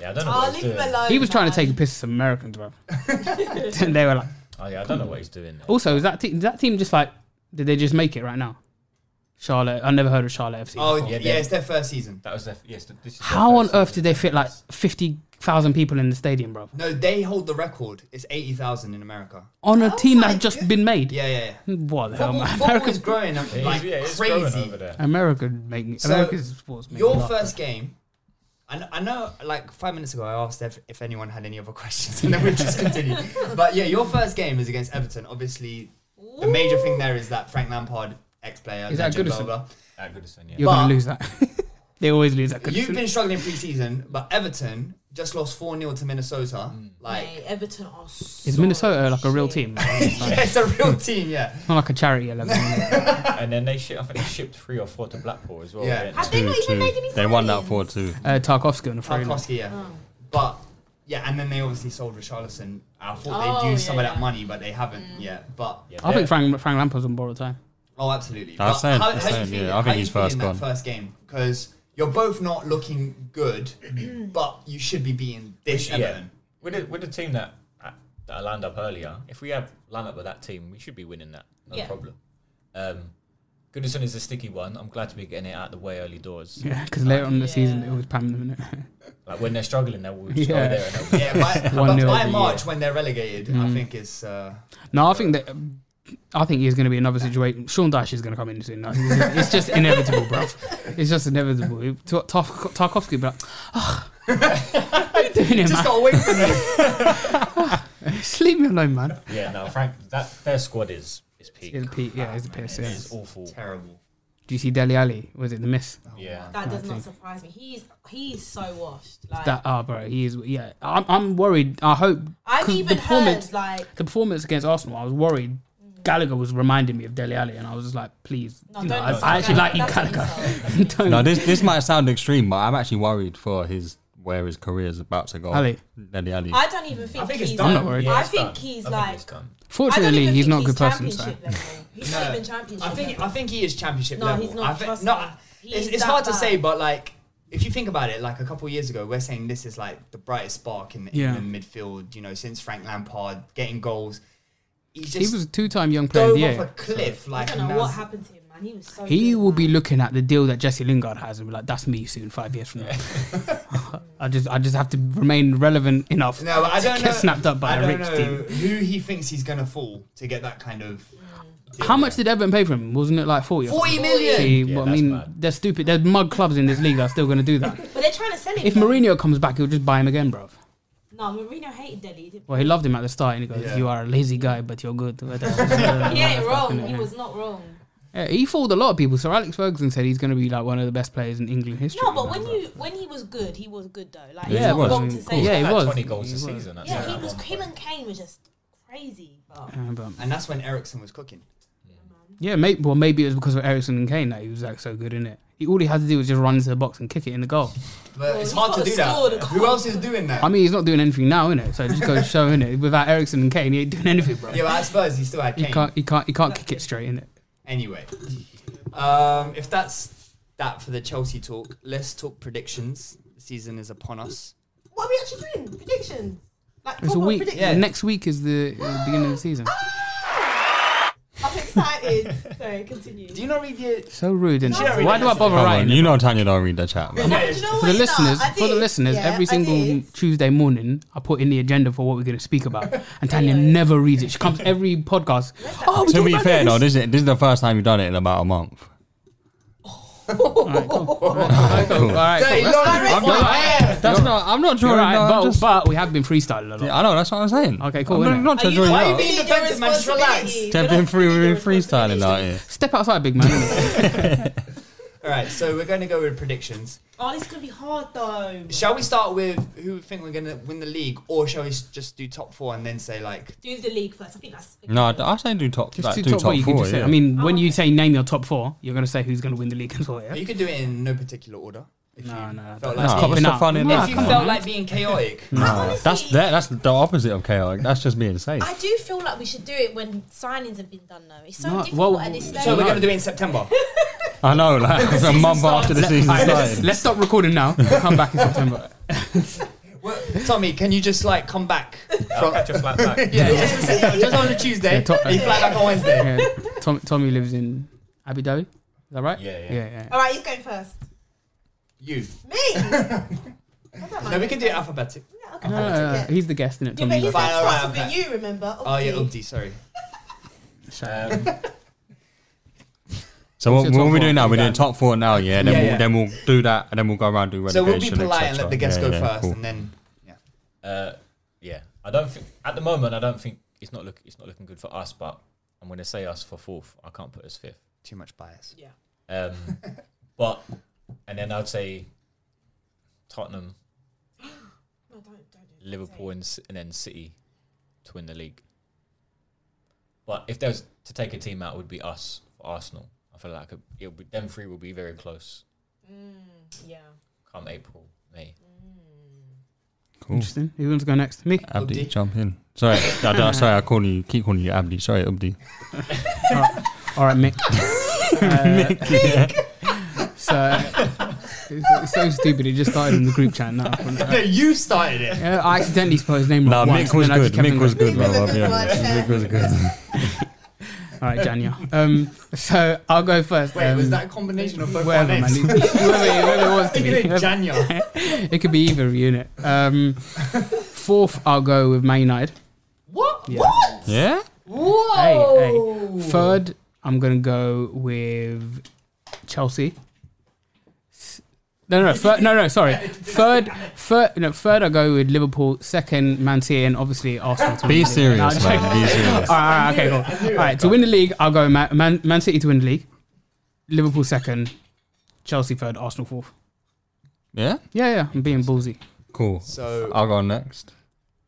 Speaker 7: yeah, I don't
Speaker 1: know what Oh, he's leave him doing. alone,
Speaker 6: He was trying to take a piss at some Americans, bro. and they were like,
Speaker 7: oh yeah, I don't know what he's doing.
Speaker 6: also, is that te- is that team just like? Did they just make it right now? Charlotte, I never heard of Charlotte FC.
Speaker 3: Oh,
Speaker 6: before.
Speaker 3: yeah, it's their first season.
Speaker 7: That was their yes. This is
Speaker 6: How on earth did they fit like fifty thousand people in the stadium, bro?
Speaker 3: No, they hold the record. It's eighty thousand in America.
Speaker 6: On a team that's just been made.
Speaker 3: Yeah, yeah, yeah.
Speaker 6: What the hell,
Speaker 3: Oh
Speaker 7: Um,
Speaker 3: Football,
Speaker 6: man?
Speaker 3: football is growing up
Speaker 7: Yeah,
Speaker 3: like
Speaker 7: yeah, it's growing
Speaker 3: crazy
Speaker 7: over there.
Speaker 6: America make me.
Speaker 3: So,
Speaker 6: America's sports make me
Speaker 3: your
Speaker 6: laugh.
Speaker 3: first game. I kn- I know, like five minutes ago, I asked if, if anyone had any other questions, and then we just continued. But yeah, your first game is against Everton. Obviously, the major thing there is that Frank Lampard, ex-player,
Speaker 6: Is that
Speaker 3: legend, blah,
Speaker 6: Goodison?
Speaker 3: blah, blah.
Speaker 7: At Goodison, yeah.
Speaker 6: You're
Speaker 3: But-
Speaker 6: gonna lose that. they always lose that.
Speaker 3: You've been struggling pre-season, but Everton just lost four 0 to Minnesota.
Speaker 7: Mm.
Speaker 3: Like
Speaker 1: Mate, Everton are so
Speaker 6: Is Minnesota like a real team?
Speaker 3: yeah, it's a real team, yeah.
Speaker 6: Not like a charity level.
Speaker 7: and then they shipped. I think they shipped three or four to Blackpool as well.
Speaker 3: Yeah.
Speaker 7: didn't
Speaker 1: Have
Speaker 7: they?
Speaker 1: they not even made any?
Speaker 8: They won that four two.
Speaker 6: uh, Tarkovsky on the free.
Speaker 3: Tarkovsky, yeah.
Speaker 1: Oh.
Speaker 3: But yeah, and then they obviously sold Richarlison. I thought
Speaker 1: Oh,
Speaker 3: they'd use some of
Speaker 1: yeah. Mm.
Speaker 3: that money, but they haven't yet. But
Speaker 6: I think Frank Frank Lampard's on borrowed time.
Speaker 3: oh, absolutely.
Speaker 8: I was
Speaker 3: But
Speaker 8: saying-
Speaker 3: how,
Speaker 8: I was
Speaker 3: how you
Speaker 8: saying, yeah,
Speaker 3: feeling-
Speaker 8: I
Speaker 3: how
Speaker 8: think
Speaker 3: you
Speaker 8: he's
Speaker 3: feeling
Speaker 8: first
Speaker 3: that
Speaker 8: gone.
Speaker 3: First game because you're both not looking good, but you should be beating this
Speaker 7: Yeah,
Speaker 3: Everton.
Speaker 7: with the, with the team that that I lined up earlier, if we have lined up with that team, we should be winning that. No
Speaker 1: Yeah.
Speaker 7: problem. Um, Goodison is a sticky one. I'm glad to be getting it out of the way early doors.
Speaker 6: Yeah, because later on in the season it was Pam them in it.
Speaker 7: Like when they're struggling, they will just
Speaker 6: Yeah.
Speaker 7: go there. And they'll-
Speaker 3: Yeah, by, but
Speaker 6: 1-0
Speaker 3: by
Speaker 6: every
Speaker 3: March
Speaker 6: year.
Speaker 3: when they're relegated, I think it's uh,
Speaker 6: No, I think that. um, I think he's going to be another situation. Sean Dash is going to come in soon. Like, it's it's just inevitable, bro. It's just inevitable. It- Tar- Tar- Tarkovsky, would be like, "Ah, what are you doing here,
Speaker 3: just
Speaker 6: man?
Speaker 3: got away from them.
Speaker 6: Just leave me alone, man.
Speaker 7: yeah, no, Frank, that their squad is is peak.
Speaker 6: It's a pe- yeah, it's a piss.
Speaker 7: It
Speaker 6: Yeah.
Speaker 7: is awful.
Speaker 3: Terrible.
Speaker 6: Do you see Deli Alley? Was it the miss?
Speaker 7: Yeah.
Speaker 1: That does not surprise me. He's he's so washed. Like
Speaker 6: That ah, bro, he is. Yeah, I'm. I'm worried. I hope.
Speaker 1: I've
Speaker 6: 'cause
Speaker 1: even heard like
Speaker 6: the performance against Arsenal, I was worried. Gallagher was reminding me of Deli Alley, and I was just like, please,
Speaker 1: No,
Speaker 6: you know,
Speaker 1: don't
Speaker 6: I,
Speaker 1: insult
Speaker 6: I actually like
Speaker 1: Gallagher.
Speaker 6: you,
Speaker 1: That's an
Speaker 6: Gallagher. don't.
Speaker 8: No, this this might sound extreme, but I'm actually worried for his where his career is about to go.
Speaker 6: Ali.
Speaker 8: Nelly Ali.
Speaker 1: I don't even think,
Speaker 7: think it's
Speaker 1: he's.
Speaker 7: done.
Speaker 6: I'm not worried.
Speaker 1: I
Speaker 7: it's
Speaker 1: think
Speaker 7: done.
Speaker 1: he's
Speaker 7: I think
Speaker 1: like.
Speaker 7: it's done.
Speaker 1: I don't
Speaker 6: Fortunately,
Speaker 1: even
Speaker 6: he's
Speaker 1: think
Speaker 6: not a
Speaker 1: he's
Speaker 6: good person. So.
Speaker 1: championship level. He's
Speaker 3: No.
Speaker 1: not even championship.
Speaker 3: I think
Speaker 1: level.
Speaker 3: I think he is championship
Speaker 1: No,
Speaker 3: level.
Speaker 1: he's not,
Speaker 3: I think,
Speaker 1: trust
Speaker 3: no,
Speaker 1: me.
Speaker 3: I-
Speaker 1: He's
Speaker 3: it's, it's
Speaker 1: that
Speaker 3: hard to
Speaker 1: bad.
Speaker 3: say, but like if you think about it, like a couple of years ago, we're saying this is like the brightest spark in the
Speaker 6: Yeah.
Speaker 3: England midfield. You know, since Frank Lampard getting goals, he's just
Speaker 6: He was a two-time Young Player of
Speaker 3: dove
Speaker 6: the
Speaker 3: off a
Speaker 6: Year.
Speaker 3: cliff.
Speaker 1: I
Speaker 3: Like
Speaker 1: don't
Speaker 3: and
Speaker 1: know
Speaker 3: that's-
Speaker 1: what happened to him, man. man. He was so.
Speaker 6: He
Speaker 1: good,
Speaker 6: will
Speaker 1: man.
Speaker 6: be looking at the deal that Jesse Lingard has and be like, "That's me soon, five years from now." I just, I just have to remain relevant enough
Speaker 3: No, but I
Speaker 6: to
Speaker 3: don't
Speaker 6: get
Speaker 3: know.
Speaker 6: snapped up by
Speaker 3: I
Speaker 6: a
Speaker 3: don't
Speaker 6: rich
Speaker 3: know
Speaker 6: team.
Speaker 3: who he thinks he's gonna fool to get that kind of.
Speaker 6: How much did Everton pay for him? Wasn't it like forty? or
Speaker 3: 40
Speaker 6: something?
Speaker 3: million?
Speaker 6: See,
Speaker 3: Yeah,
Speaker 6: what I
Speaker 3: that's
Speaker 6: mean, they're stupid. There's mug clubs in this league that are still going to do that.
Speaker 1: But they're trying to sell him.
Speaker 6: if Mourinho comes back, he'll just buy him again, bro.
Speaker 1: no, Mourinho hated Delhi. Didn't
Speaker 6: Well, he loved him at the start, and he goes, "You are a lazy guy, but uh, you're good."
Speaker 1: he? he
Speaker 6: yeah,
Speaker 1: ain't wrong. He was not wrong.
Speaker 6: Yeah, he fooled a lot of people. Sir Alex Ferguson said he's going to be like one of the best players in England history.
Speaker 1: No, but when you when he was good, he was good though. Like
Speaker 6: Yeah,
Speaker 1: yeah,
Speaker 6: he
Speaker 1: it's
Speaker 6: was.
Speaker 1: not wrong to
Speaker 6: Cool.
Speaker 1: say.
Speaker 6: Yeah, he
Speaker 1: that.
Speaker 6: was.
Speaker 12: Twenty goals
Speaker 6: He
Speaker 12: this
Speaker 6: was.
Speaker 12: season. That's
Speaker 1: Yeah,
Speaker 12: it.
Speaker 1: he was. Him and Kane were just crazy. But
Speaker 6: Yeah, but-
Speaker 3: And that's when Ericsson was cooking.
Speaker 6: yeah, maybe well, maybe it was because of Ericsson and Kane that he was like so good in it. He, all he had to do was just run into the box and kick it in the goal.
Speaker 3: But
Speaker 1: Well,
Speaker 3: it's
Speaker 1: he's
Speaker 3: hard to
Speaker 1: gotta
Speaker 3: do
Speaker 1: score the
Speaker 3: that. Who
Speaker 1: goal.
Speaker 3: else is doing that?
Speaker 6: I mean, he's not doing anything now, innit? So it just goes to show, innit? Without Ericsson and Kane, he ain't doing anything, bro.
Speaker 3: yeah, but at Spurs, he still had
Speaker 6: He
Speaker 3: Kane.
Speaker 6: can't, he can't, he can't kick it straight, innit?
Speaker 3: Anyway, um, if that's that for the Chelsea talk, let's talk predictions. The season is upon us.
Speaker 1: what are we actually doing? Predictions. Like
Speaker 6: It's a
Speaker 1: proper
Speaker 6: week.
Speaker 1: predictions.
Speaker 6: Next week is the, is the beginning of the season.
Speaker 1: I'm excited. Sorry, continue.
Speaker 3: Do you not read your?
Speaker 6: So rude, and
Speaker 1: No,
Speaker 6: why do I bother
Speaker 7: Come
Speaker 6: writing?
Speaker 7: on, you know Tanya don't read the chat, man.
Speaker 1: No, do you know what?
Speaker 6: for the
Speaker 1: No,
Speaker 6: listeners,
Speaker 1: I
Speaker 6: for the
Speaker 1: did.
Speaker 6: listeners,
Speaker 1: Yeah,
Speaker 6: every
Speaker 1: I did.
Speaker 6: single Tuesday morning, I put in the agenda for what we're going to speak about, and Tanya never reads it. She comes every podcast. Oh, we
Speaker 7: To
Speaker 6: talked
Speaker 7: be
Speaker 6: about
Speaker 7: fair
Speaker 6: this.
Speaker 7: though, this is this is the first time you've done it in about a month.
Speaker 6: All right, cool. That's-
Speaker 3: I'm
Speaker 6: not-
Speaker 7: That's not. I'm not
Speaker 6: you're
Speaker 7: drawing.
Speaker 6: right,
Speaker 7: no, I'm
Speaker 6: but,
Speaker 7: just-
Speaker 6: but we have been freestyling a lot.
Speaker 7: I know. That's what I'm saying.
Speaker 6: Okay, cool,
Speaker 7: I'm
Speaker 6: innit?
Speaker 7: not, not
Speaker 1: Are
Speaker 7: to
Speaker 1: you
Speaker 7: join
Speaker 1: not
Speaker 3: Why are you
Speaker 7: up.
Speaker 3: being
Speaker 1: taking
Speaker 3: defensive, man? Just relax.
Speaker 1: responsibility?
Speaker 7: They've
Speaker 1: You're
Speaker 7: been
Speaker 1: not
Speaker 7: free.
Speaker 1: taking
Speaker 7: We've
Speaker 1: your
Speaker 7: been freestyling out
Speaker 1: responsibility.
Speaker 7: here.
Speaker 6: Step outside, big man.
Speaker 3: All right, so we're going to go with predictions.
Speaker 1: Oh, this is gonna be hard though.
Speaker 3: Shall we start with who we think we're going to win the league, or shall we s- just do top four and then say like?
Speaker 1: Do the league first. I think that's.
Speaker 7: No, I- I say do top.
Speaker 6: Just
Speaker 7: like,
Speaker 6: do
Speaker 7: do
Speaker 6: top,
Speaker 7: top
Speaker 6: four. You can
Speaker 7: four.
Speaker 6: just say.
Speaker 7: yeah.
Speaker 6: I mean,
Speaker 1: Oh.
Speaker 6: when you say name your top four, you're going to say who's going to win the league as well. Yeah.
Speaker 3: You could do it in no particular order. If
Speaker 6: No,
Speaker 3: you
Speaker 6: no,
Speaker 3: felt like
Speaker 6: that's
Speaker 7: No,
Speaker 3: being-
Speaker 7: what's
Speaker 6: Keeping
Speaker 7: the
Speaker 6: up.
Speaker 7: fun in
Speaker 6: No,
Speaker 3: if
Speaker 7: that?
Speaker 3: you
Speaker 6: come on,
Speaker 3: felt
Speaker 6: man.
Speaker 3: like being chaotic,
Speaker 1: No.
Speaker 7: That's that. That's the opposite of chaotic. That's just being safe.
Speaker 1: I do feel like we should do it when signings have been done though. It's so
Speaker 6: No,
Speaker 1: difficult
Speaker 6: well,
Speaker 1: at this stage.
Speaker 3: so we're going to do it in September.
Speaker 7: I know. Like it's a month after the season
Speaker 6: All right, let's,
Speaker 7: started.
Speaker 6: let's stop recording now. We'll come back in September.
Speaker 3: Well, Tommy, can you just like come back? From,
Speaker 12: Catch us like that.
Speaker 3: yeah, just in September, just on a Tuesday.
Speaker 6: Yeah, top-
Speaker 3: and you fly back on Wednesday.
Speaker 6: Yeah. Tom, Tommy lives in Abu Dhabi. Is that right?
Speaker 12: Yeah, yeah.
Speaker 6: yeah. yeah.
Speaker 1: All right, he's going first.
Speaker 3: You.
Speaker 1: Me. I don't mind.
Speaker 3: No, we can do it alphabetic.
Speaker 1: Yeah, okay.
Speaker 6: No, no, no, he's the guest, is it?
Speaker 1: Yeah, but he's
Speaker 3: Fine,
Speaker 1: going
Speaker 3: alright,
Speaker 1: first
Speaker 3: okay.
Speaker 1: for you. Remember?
Speaker 3: Oh yeah,
Speaker 1: Umpty.
Speaker 3: Umpty, sorry.
Speaker 12: Um,
Speaker 7: So what,
Speaker 6: your
Speaker 7: what
Speaker 6: top
Speaker 7: are we doing
Speaker 6: four?
Speaker 7: now? We're doing top four now. Yeah. Then
Speaker 3: Yeah,
Speaker 7: we'll
Speaker 3: yeah.
Speaker 7: then we'll do that, and then we'll go around and do
Speaker 3: So we'll
Speaker 7: relegation.
Speaker 3: be polite and
Speaker 7: etc.
Speaker 3: let the guests
Speaker 7: Yeah,
Speaker 3: go
Speaker 7: yeah,
Speaker 3: first,
Speaker 7: cool.
Speaker 3: and then
Speaker 12: uh, yeah, I don't think at the moment. I don't think it's not look. It's not looking good for us. But I'm going to say us for fourth. I can't put us fifth.
Speaker 3: too much bias.
Speaker 1: Yeah.
Speaker 12: Um, but and then I'd say Tottenham,
Speaker 1: No, don't, don't do that.
Speaker 12: Liverpool, and, C- and then City to win the league. But if there was to take a team out, it would be us for Arsenal. I feel like it it'll be, them three will be very close
Speaker 1: Mm, Yeah.
Speaker 12: come April, May.
Speaker 7: Cool.
Speaker 6: Interesting. Who wants to go next? Me.
Speaker 7: Abdi,
Speaker 3: Abdi.
Speaker 7: jump in. Sorry, I, I, sorry. I call you. Keep calling you Abdi. Sorry, Abdi.
Speaker 6: All right, Mick. Uh, so it's so stupid. It just started in the group chat now.
Speaker 3: No, you started it.
Speaker 6: Yeah, I accidentally spelled his name
Speaker 7: Nah,
Speaker 6: wrong. once,
Speaker 7: Mick
Speaker 6: and
Speaker 7: was
Speaker 6: then I just
Speaker 7: good.
Speaker 6: kept on
Speaker 7: Mick was
Speaker 6: going.
Speaker 7: good, bro.
Speaker 1: Mick was a
Speaker 7: I'll be
Speaker 1: good
Speaker 7: honest.
Speaker 1: one, yeah.
Speaker 7: Mick was good.
Speaker 6: All right, Janya. Um, so I'll go first.
Speaker 3: Wait,
Speaker 6: um,
Speaker 3: was that a combination of both our
Speaker 6: whatever, man?
Speaker 3: names?
Speaker 6: Whoever, whoever it was to
Speaker 3: You
Speaker 6: be.
Speaker 3: did
Speaker 6: Whoever-
Speaker 3: Janya.
Speaker 6: It could be either unit. Um, fourth, I'll go with Man United.
Speaker 3: What?
Speaker 6: Yeah.
Speaker 1: What?
Speaker 7: Yeah.
Speaker 6: Hey, hey. Third, I'm gonna go with Chelsea. S- No, no, no, third, no, no. Sorry, third, third, no, third. I go with Liverpool. Second, Man City, and obviously Arsenal. To win
Speaker 7: Be
Speaker 6: the league.
Speaker 7: serious,
Speaker 6: No, I'm
Speaker 7: man.
Speaker 6: joking.
Speaker 7: Be serious.
Speaker 6: All right, all right, okay, cool. All right, to win the league, I'll go Man, Man, Man City to win the league. Liverpool second, Chelsea third, Arsenal fourth.
Speaker 7: Yeah.
Speaker 6: Yeah, yeah, I'm being ballsy.
Speaker 7: Cool.
Speaker 3: So-
Speaker 7: I'll go next.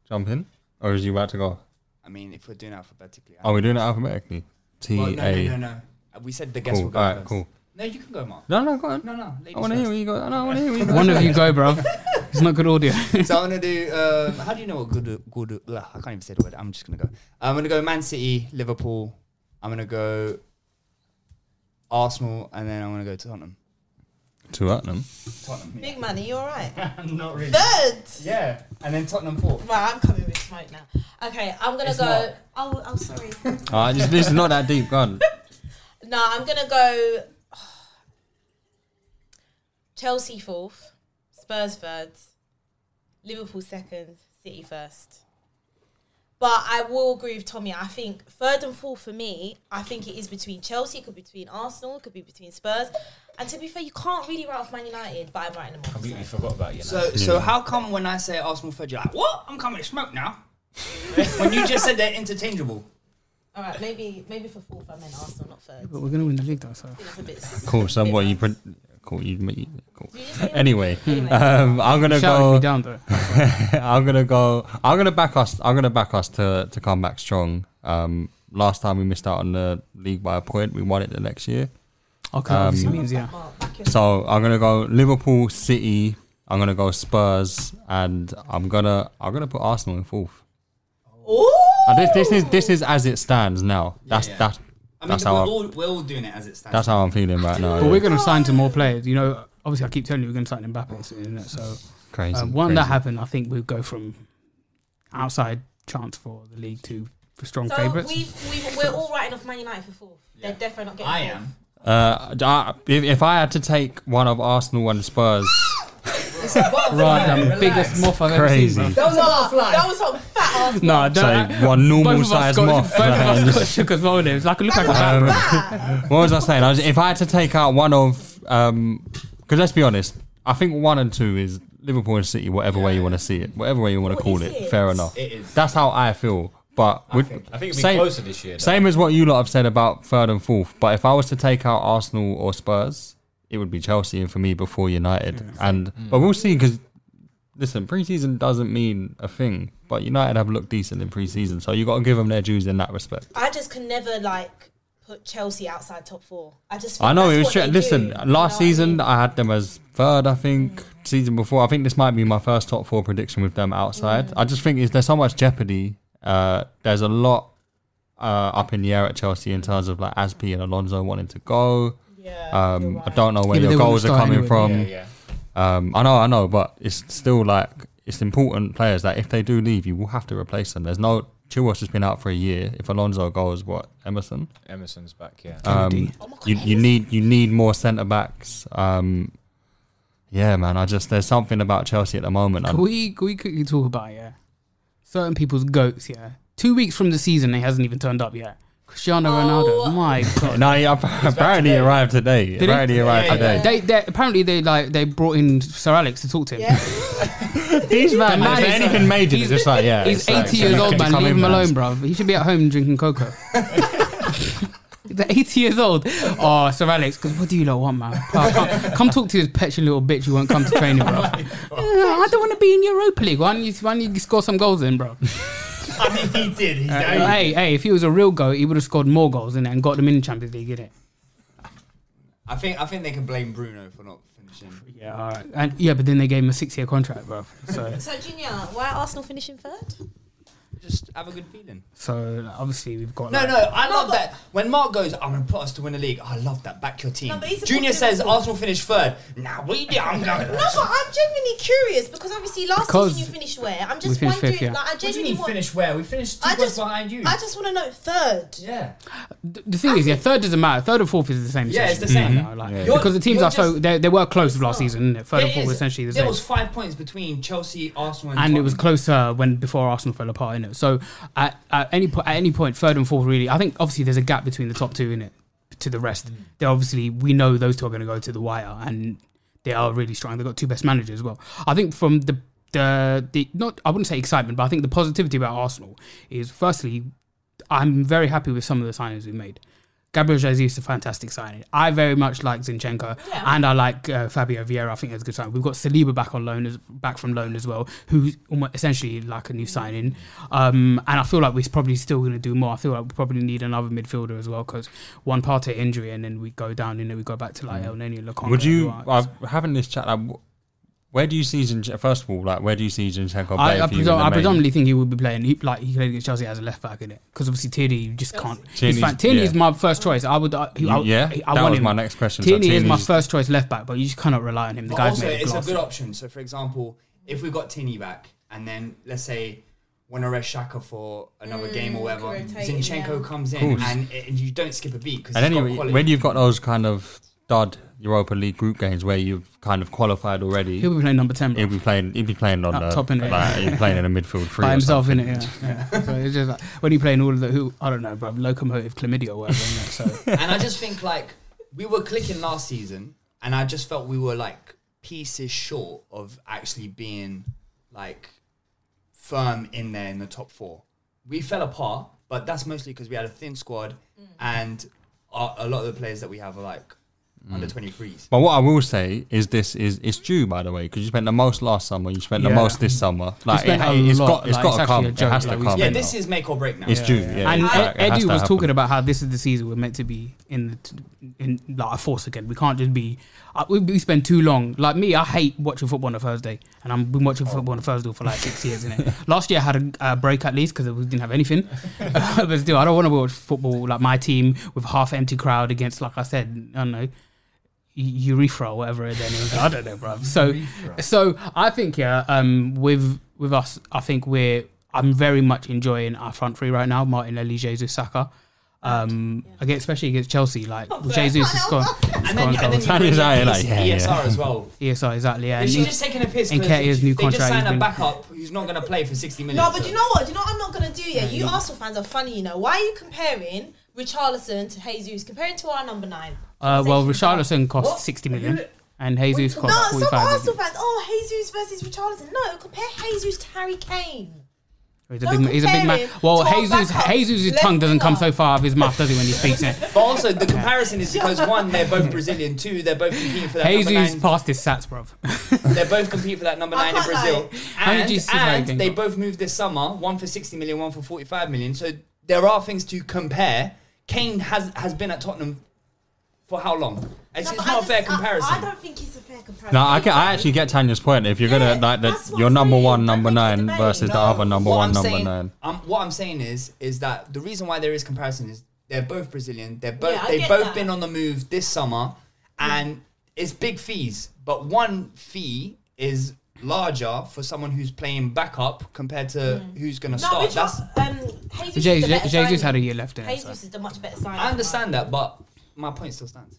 Speaker 7: Jump in, or is you about to go?
Speaker 3: I mean, if we're doing alphabetically. I-
Speaker 7: Are we doing it alphabetically? T
Speaker 3: Well,
Speaker 7: A.
Speaker 3: no, no, no, no. Uh, We said the guests
Speaker 7: Cool,
Speaker 3: will go
Speaker 7: alright,
Speaker 3: first.
Speaker 7: cool.
Speaker 3: No, you can go, Mark.
Speaker 7: No, no, go on.
Speaker 3: No, no.
Speaker 7: I
Speaker 3: Ladies
Speaker 7: want to hear where you go. No, I want to hear where you go.
Speaker 6: One of you go, bruv. It's not good audio.
Speaker 3: first. So I'm gonna do. Um, how do you know what good? Good. blah, I can't even say the word. I'm just gonna go. I'm gonna go Man City, Liverpool. I'm gonna go Arsenal, and then I'm gonna go Tottenham.
Speaker 7: Tottenham.
Speaker 3: Tottenham.
Speaker 1: Big man, are you all right?
Speaker 3: Not really.
Speaker 1: Third.
Speaker 3: Yeah, and then Tottenham four.
Speaker 1: Right, I'm coming with smoke now. Okay, I'm gonna
Speaker 3: It's
Speaker 1: go.
Speaker 3: not.
Speaker 1: Oh, oh, sorry.
Speaker 7: All right, this, this is not that deep. Go on.
Speaker 1: No, I'm gonna go. Chelsea fourth, Spurs third, Liverpool second, City first. But I will agree with Tommy. I think third and fourth for me, I think it is between Chelsea, it could be between Arsenal, it could be between Spurs. And to be fair, you can't really write off Man United, but I'm writing them off.
Speaker 12: Completely forgot about you.
Speaker 3: So, so how come when I say Arsenal third, you're like, what? I'm coming to smoke now. when you just said they're interchangeable.
Speaker 1: All right, maybe maybe for fourth I meant Arsenal, not third.
Speaker 6: But we're going to win the league, though, so.
Speaker 1: It's a bit
Speaker 7: Cool. So what you pre- cool? You, you cool.
Speaker 1: Yeah.
Speaker 7: Anyway,
Speaker 1: Anyway.
Speaker 7: um, I'm gonna
Speaker 6: You shouted
Speaker 7: go.
Speaker 6: me down, though.
Speaker 7: I'm gonna go. I'm gonna back us. I'm gonna back us to to come back strong. Um, last time we missed out on the league by a point. We won it the next year.
Speaker 6: Okay,
Speaker 7: um,
Speaker 6: obviously means, yeah.
Speaker 7: So uh, I'm gonna go Liverpool, City. I'm gonna go Spurs, and I'm gonna I'm gonna put Arsenal in fourth. And this, this is this is as it stands now. That's
Speaker 3: yeah.
Speaker 7: that.
Speaker 3: I mean,
Speaker 7: That's
Speaker 3: we're
Speaker 7: how I,
Speaker 3: all, we're all doing it as it stands.
Speaker 7: that's how I'm feeling right now.
Speaker 6: But we're going to sign some more players. You know, obviously, I keep telling you we're going to sign Mbappe soon, isn't it? So,
Speaker 7: Crazy,
Speaker 6: uh, one that
Speaker 7: crazy.
Speaker 6: happened, I think we'll go from outside chance for the league to for strong
Speaker 1: So
Speaker 6: favourites.
Speaker 1: we've, we've, we're all writing off Man United for fourth. They're definitely not getting
Speaker 3: I
Speaker 1: fourth.
Speaker 3: am.
Speaker 7: Uh, I- if, if I had to take one of Arsenal and Spurs,
Speaker 6: Right, I'm the biggest moth I've
Speaker 7: Crazy.
Speaker 6: ever seen.
Speaker 1: That was fly. That was some fat ass.
Speaker 6: No, I don't.
Speaker 7: Say, one normal
Speaker 6: both of us
Speaker 7: size
Speaker 6: got,
Speaker 7: moth.
Speaker 6: Both of us got shook as well. Names. Like, look like a
Speaker 7: Um,
Speaker 6: bat.
Speaker 7: what was I saying? I was, if I had to take out one of, because let's be honest, I think one and two is Liverpool and City, whatever way you want to see it, whatever way you want to call
Speaker 1: is
Speaker 7: it,
Speaker 1: it?
Speaker 7: Fair enough.
Speaker 3: It is.
Speaker 7: That's how I feel. But I
Speaker 12: think- I think it'd be closer this year, though.
Speaker 7: Same as what you lot have said about third and fourth. But if I was to take out Arsenal or Spurs, it would be Chelsea in for me before United. And
Speaker 12: Mm.
Speaker 7: but we'll see because listen, preseason doesn't mean a thing. But United have looked decent in preseason, so you got to give them their dues in that respect.
Speaker 1: I just can never like put Chelsea outside top four. I just. Think
Speaker 7: I know
Speaker 1: that's
Speaker 7: it was.
Speaker 1: what
Speaker 7: True.
Speaker 1: they
Speaker 7: Listen,
Speaker 1: do, you know what
Speaker 7: last
Speaker 1: I
Speaker 7: season
Speaker 1: mean?
Speaker 7: I had them as third. I think season before. I think this might be my first top four prediction with them outside. I just think is there's so much jeopardy. Uh, there's a lot uh, up in the air at Chelsea in terms of like Aspi and Alonso wanting to go.
Speaker 1: Yeah,
Speaker 7: Um,
Speaker 1: you're
Speaker 7: I don't know where
Speaker 6: Yeah, but they wouldn't
Speaker 7: your goals are
Speaker 6: start
Speaker 7: coming
Speaker 6: anyway.
Speaker 7: from.
Speaker 12: yeah.
Speaker 7: Um, I know, I know, but it's still like it's important players that if they do leave, you will have to replace them. There's no Chilwell's just been out for a year. If Alonso goes, what Emerson?
Speaker 12: Emerson's back. Yeah.
Speaker 7: Um,
Speaker 1: Oh
Speaker 7: you, you need you need more centre backs. Um, yeah, man. I just there's something about Chelsea at the moment.
Speaker 6: Can
Speaker 7: I'm,
Speaker 6: we, can we quickly talk about, yeah? Certain people's goats, yeah? Two weeks from the season, he hasn't even turned up yet. Cristiano Ronaldo, my God.
Speaker 7: no, he app- apparently he arrived today.
Speaker 6: he?
Speaker 7: apparently he arrived today.
Speaker 6: They, they apparently they like they brought in Sir Alex to talk to him.
Speaker 7: He's man.
Speaker 6: man
Speaker 7: if
Speaker 6: is-
Speaker 7: anything major, it's
Speaker 6: he's-
Speaker 7: just like yeah.
Speaker 6: He's
Speaker 7: it's like,
Speaker 6: 80 years
Speaker 7: can
Speaker 6: old,
Speaker 7: you
Speaker 6: man.
Speaker 7: come
Speaker 6: Leave
Speaker 7: in,
Speaker 6: him
Speaker 7: man?
Speaker 6: alone, bruv. He should be at home drinking cocoa. They're 80 years old. Oh, Sir Alex, because what do you lot want, man? Bruv, come, come talk to this petulant little bitch who won't come to training,
Speaker 7: Oh
Speaker 6: bro. I don't want to be in Europa League. Why don't you, why don't you score some goals then, bro?
Speaker 3: I mean, he did. He
Speaker 7: Uh,
Speaker 3: did.
Speaker 6: hey, hey, if he was a real goat, he would have scored more goals in it and got them in the Champions League, innit?
Speaker 3: I think I think they can blame Bruno for not finishing.
Speaker 6: Yeah, all right. And, yeah, but then they gave him a six year contract, bro. So,
Speaker 1: So Junior, why are Arsenal finishing third?
Speaker 3: Just have a good feeling.
Speaker 6: so like, obviously, we've got.
Speaker 3: No,
Speaker 6: like,
Speaker 3: no, I love
Speaker 1: but-
Speaker 3: that. When Mark goes, I'm gonna put us to win the league. I love that. Back your team.
Speaker 1: No, but he's supporting
Speaker 3: Junior says
Speaker 1: Liverpool.
Speaker 3: Arsenal finished third. Now we do. I'm going.
Speaker 1: No, but I'm genuinely curious because obviously last
Speaker 6: Because
Speaker 1: season you finished where? I'm
Speaker 6: we
Speaker 1: just
Speaker 6: finished
Speaker 1: wondering.
Speaker 6: fifth, yeah.
Speaker 1: Like I
Speaker 3: What do you
Speaker 1: genuinely
Speaker 3: mean
Speaker 1: want.
Speaker 3: finish where? We finished two
Speaker 1: I
Speaker 3: points
Speaker 1: just
Speaker 3: behind you.
Speaker 1: I just want to know third.
Speaker 3: yeah.
Speaker 6: The thing is, yeah, third doesn't matter. Third and fourth is the same.
Speaker 3: Yeah, it's
Speaker 6: essentially.
Speaker 3: the same.
Speaker 6: No, like-
Speaker 3: Yeah.
Speaker 6: Because the teams
Speaker 3: You're
Speaker 6: are so
Speaker 3: just-
Speaker 6: they, they were close last season, is Third
Speaker 3: It
Speaker 6: and fourth
Speaker 3: is.
Speaker 6: was essentially the
Speaker 3: there
Speaker 6: same.
Speaker 3: was five points between Chelsea, Arsenal, and,
Speaker 6: and it was
Speaker 3: Tottenham.
Speaker 6: closer when before Arsenal fell apart in it. So at, at any po- at any point, third and fourth really. I think obviously there's a gap between the top two in it to the rest.
Speaker 3: Mm.
Speaker 6: They obviously we know those two are going to go to the wire, and they are really strong. They've got two best managers as well. I think from the the, the not I wouldn't say excitement, but I think the positivity about Arsenal is firstly, I'm very happy with some of the signings we made. Gabriel Jesus is a fantastic signing. I very much like Zinchenko, and I like uh, Fabio Vieira. I think that's a good sign. We've got Saliba back on loan, as, back from loan as well, who's almost essentially like a new signing. Um, and I feel like we're probably still going to do more. I feel like we probably need another midfielder as well because one part of injury, and then we go down, and then we go back to like El Neni Lukaku.
Speaker 7: Would you?
Speaker 6: Right.
Speaker 7: I'm having this chat. Like, wh- where do you see Zinchenko? First of all, like where do you see Zinchenko play?
Speaker 6: I, I,
Speaker 7: for you in
Speaker 6: presu-
Speaker 7: the
Speaker 6: I
Speaker 7: main-
Speaker 6: predominantly think he will be playing. He, like he played against Chelsea as a left back in it because obviously Tierney you just can't.
Speaker 7: Tierney's-
Speaker 6: He's fan- Tierney
Speaker 7: yeah.
Speaker 6: is my first choice. I would. I, he- I,
Speaker 7: yeah,
Speaker 6: he- I
Speaker 7: that
Speaker 6: want
Speaker 7: was
Speaker 6: him.
Speaker 7: my next question. So
Speaker 6: Tierney, is my
Speaker 7: Tierney's-
Speaker 6: first choice left back, but you just cannot rely on him. The
Speaker 3: But
Speaker 6: guy's
Speaker 3: also,
Speaker 6: made a
Speaker 3: it's a
Speaker 6: blast.
Speaker 3: good option. So, for example, if we got Tini back, and then let's say Wanore Shaka for another
Speaker 1: Mm,
Speaker 3: game or whatever.
Speaker 1: rotating,
Speaker 3: Zinchenko
Speaker 1: yeah.
Speaker 3: comes in
Speaker 7: Cool.
Speaker 3: and, and you don't skip a beat because
Speaker 7: And anyway,
Speaker 3: got quality.
Speaker 7: when you've got those kind of dud Europa League group games where you've kind of qualified already,
Speaker 6: He'll be playing number ten. bro.
Speaker 7: he'll be playing. He'll be playing on
Speaker 6: Up
Speaker 7: the,
Speaker 6: top, innit?
Speaker 7: like, he'll be playing in a midfield three
Speaker 6: by
Speaker 7: or
Speaker 6: himself in
Speaker 7: something.
Speaker 6: it. Yeah. yeah. so it's just like when you playing all of the who I don't know, bro, locomotive chlamydia or whatever. innit? So
Speaker 3: and I just think like we were clicking last season, and I just felt we were like pieces short of actually being like firm in there in the top four. We fell apart, but that's mostly because we had a thin squad,
Speaker 1: Mm.
Speaker 3: and a a lot of the players that we have are like
Speaker 6: Mm.
Speaker 3: under twenty threes.
Speaker 7: But what I will say is this is it's due by the way because you spent the most last summer, you spent the
Speaker 3: Yeah.
Speaker 7: most this summer.
Speaker 3: We
Speaker 7: Like it,
Speaker 6: spent a
Speaker 7: has
Speaker 6: lot,
Speaker 7: got it's
Speaker 6: like,
Speaker 7: got
Speaker 6: it's
Speaker 7: to
Speaker 6: actually
Speaker 7: come.
Speaker 6: a
Speaker 7: It
Speaker 6: joke,
Speaker 7: has
Speaker 6: like,
Speaker 7: to
Speaker 6: we
Speaker 7: come.
Speaker 3: Yeah, this is make or break now.
Speaker 7: It's due. Yeah,
Speaker 6: and
Speaker 7: like, it
Speaker 6: Ed-
Speaker 7: has
Speaker 6: Edu
Speaker 7: to
Speaker 6: was
Speaker 7: happen.
Speaker 6: talking about how this is the season we're meant to be in, the t- in like a force again. We can't just be. Uh, we, we spend too long. Like me, I hate watching football on a Thursday, and I've been watching football on a Thursday for like six years. Innit? Last year I had a, uh break at least because we didn't have anything. but still, I don't want to watch football like my team with half empty crowd against, like I said, I don't know. U- urethra or whatever it then is. I don't know, bro. So, so I think yeah, um, with with us, I think we're. I'm very much enjoying our front three right now. Martinelli, Jesus, Saka. Um, again, especially against Chelsea, like Jesus has gone.
Speaker 3: And then- and then you bring in ES- ESR as well.
Speaker 6: ESR exactly. Yeah.
Speaker 3: Which
Speaker 6: And
Speaker 3: is just taking a piss. 'cause
Speaker 6: Nketiah's new
Speaker 3: They just
Speaker 6: contract. he's
Speaker 3: signed a
Speaker 6: been-
Speaker 3: backup who's not going to play for sixty minutes.
Speaker 1: No, but you know what? You know what I'm not gonna do yeah. You
Speaker 3: you-
Speaker 1: Arsenal fans are funny, you know. Why are you comparing Richarlison to Jesus? Comparing to our number nine.
Speaker 6: Uh, well, Richarlison cost
Speaker 1: What?
Speaker 6: 60 million, and Jesus cost
Speaker 1: no, some
Speaker 6: 45
Speaker 1: Arsenal
Speaker 6: million.
Speaker 1: fans. Oh, Jesus versus Richarlison. No, compare Jesus to Harry Kane.
Speaker 6: Oh, He's a
Speaker 1: Don't
Speaker 6: big, ma- he's a big
Speaker 1: compare
Speaker 6: man.
Speaker 1: him
Speaker 6: Well,
Speaker 1: to our
Speaker 6: Jesus,
Speaker 1: backup
Speaker 6: Jesus'
Speaker 1: left
Speaker 6: tongue doesn't come so far out of his mouth, does it, when he speaks it?
Speaker 3: But also the comparison is because one, they're both Brazilian. Two, they're both competing for that number
Speaker 6: Jesus
Speaker 3: nine.
Speaker 6: passed his sats, bro.
Speaker 3: They're both competing for that number nine in Brazil.
Speaker 6: How many
Speaker 3: And,
Speaker 6: GCs have
Speaker 3: and
Speaker 6: Hurricane
Speaker 3: they
Speaker 6: got?
Speaker 3: both moved this summer, one for 60 million, one for 45 million. So there are things to compare. Kane has, has been at Tottenham for how long? It's, it's
Speaker 1: No, but
Speaker 3: not
Speaker 1: I
Speaker 3: a fair
Speaker 1: just- I-
Speaker 3: comparison.
Speaker 1: I don't think it's a fair comparison.
Speaker 7: No, I, can, I actually get Tanya's point. If you're gonna like the, your number one, number nine versus the other number
Speaker 3: What
Speaker 7: one,
Speaker 3: I'm
Speaker 7: number
Speaker 3: saying-
Speaker 7: nine.
Speaker 3: Um, what I'm saying is, is that the reason why there is comparison is they're both Brazilian. They're both
Speaker 1: Yeah, I
Speaker 3: they've
Speaker 1: get
Speaker 3: both
Speaker 1: that.
Speaker 3: been on the move this summer, and it's big fees. But one fee is larger for someone who's playing backup compared to who's going to
Speaker 1: Hmm. No,
Speaker 3: start.
Speaker 1: Richar-
Speaker 3: That's
Speaker 1: um, Jesus, is
Speaker 6: Jesus-
Speaker 1: the better
Speaker 6: Jesus
Speaker 1: signing.
Speaker 6: had a year left in it,
Speaker 1: Jesus
Speaker 6: so.
Speaker 1: is the much better signing.
Speaker 3: I understand that, but my point still stands.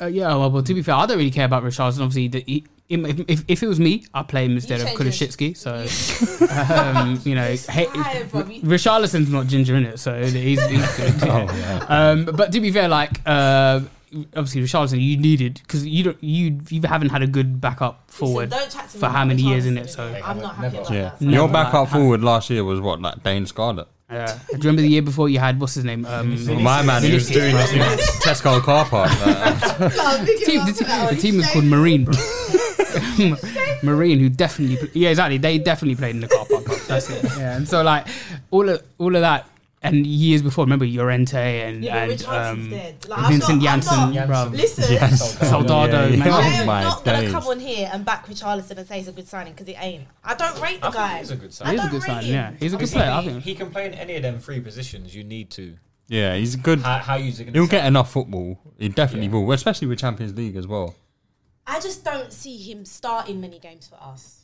Speaker 6: Uh, yeah, well, but to be fair, I don't really care about Richarlison. Obviously, the, he, if, if, if it was me, I'd play him instead of
Speaker 1: change
Speaker 6: Kulishitsky. So, um, you know, hey,
Speaker 1: tired, bro. You-
Speaker 6: Richarlison's not ginger in it, so he's, he's good. um, but to be fair, like uh, obviously Richarlison, you needed because you don't you you haven't had a good backup forward
Speaker 1: don't chat to me
Speaker 6: for
Speaker 1: about
Speaker 6: how many years in
Speaker 1: Richarlison
Speaker 6: it. So
Speaker 1: again. I'm not happy about
Speaker 7: Yeah,
Speaker 1: that.
Speaker 7: your
Speaker 6: Never
Speaker 7: backup
Speaker 6: like-
Speaker 7: forward last year was what like Dane Scarlett.
Speaker 6: Yeah. Do you remember the year before you had what's his name? Um,
Speaker 7: My man, he
Speaker 6: Vinicius,
Speaker 7: was doing
Speaker 6: bro.
Speaker 7: this in Tesco car park. like,
Speaker 6: the team, the, team, the team was called Marine, bro. Marine, who definitely, pl- yeah, exactly. They definitely played in the car park. bro. That's it. Yeah, and so like all of all of that, and years before, remember Llorente and
Speaker 1: Oh, Yeah, but
Speaker 6: and
Speaker 1: Richarlison's
Speaker 6: um,
Speaker 1: dead. Like, I'm
Speaker 6: Vincent
Speaker 1: not- I'm
Speaker 6: Janssen,
Speaker 1: not-
Speaker 6: bro.
Speaker 1: Listen. Yes.
Speaker 6: Soldado,
Speaker 7: Yeah, yeah,
Speaker 6: man.
Speaker 7: yeah.
Speaker 1: I am
Speaker 7: Oh my
Speaker 1: not going
Speaker 7: days.
Speaker 1: to come on here and back Richarlison and say he's a good signing because it ain't. I don't rate the
Speaker 12: I think
Speaker 1: guy.
Speaker 12: he's a good
Speaker 1: I
Speaker 12: signing.
Speaker 6: He's a
Speaker 1: don't
Speaker 6: good
Speaker 1: rate
Speaker 6: sign.
Speaker 1: him.
Speaker 6: Yeah, he's a good
Speaker 12: Obviously,
Speaker 6: player. I
Speaker 12: He,
Speaker 6: think.
Speaker 12: he can play in any of them three positions. You need to.
Speaker 7: yeah, he's a good.
Speaker 12: How, how you going
Speaker 7: He'll get enough football. He definitely will, especially with Champions League as well.
Speaker 1: I just don't see him starting many games for us.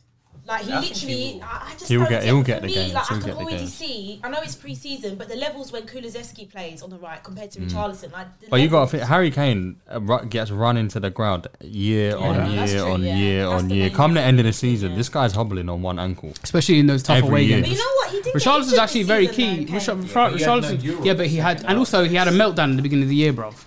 Speaker 1: Like he
Speaker 7: I think
Speaker 1: literally,
Speaker 7: he will.
Speaker 1: I, I just
Speaker 7: He'll
Speaker 1: don't
Speaker 7: get-
Speaker 1: see-
Speaker 7: he'll
Speaker 1: for
Speaker 7: get the
Speaker 1: me,
Speaker 7: games,
Speaker 1: Like,
Speaker 7: he'll
Speaker 1: I
Speaker 7: get
Speaker 1: can
Speaker 7: the
Speaker 1: already
Speaker 7: games.
Speaker 1: see. I know it's pre-season, but the levels when Kulizeski plays on the right compared to
Speaker 7: Mm.
Speaker 1: Richarlison, like. the
Speaker 7: But you got to
Speaker 1: levels-
Speaker 7: think Harry Kane uh, ru- gets run into the ground year on
Speaker 6: Yeah, that's
Speaker 7: year
Speaker 6: true,
Speaker 7: on
Speaker 6: yeah.
Speaker 7: year
Speaker 6: That's
Speaker 7: on
Speaker 6: the
Speaker 7: year.
Speaker 6: main
Speaker 7: Come the end of the season, this guy's hobbling on one ankle,
Speaker 6: especially in those tough
Speaker 7: Every
Speaker 6: away
Speaker 7: year.
Speaker 6: games.
Speaker 7: But you
Speaker 1: know what? He did get
Speaker 6: Richarlison's
Speaker 1: injured
Speaker 6: actually
Speaker 1: this
Speaker 6: very
Speaker 1: season,
Speaker 6: key.
Speaker 1: though,
Speaker 6: Richar- Fra-
Speaker 1: Kane. Yeah, but he had no
Speaker 6: Richarlison,
Speaker 1: Euros
Speaker 6: yeah, but he had, and also he had a meltdown at the beginning of the year, bro.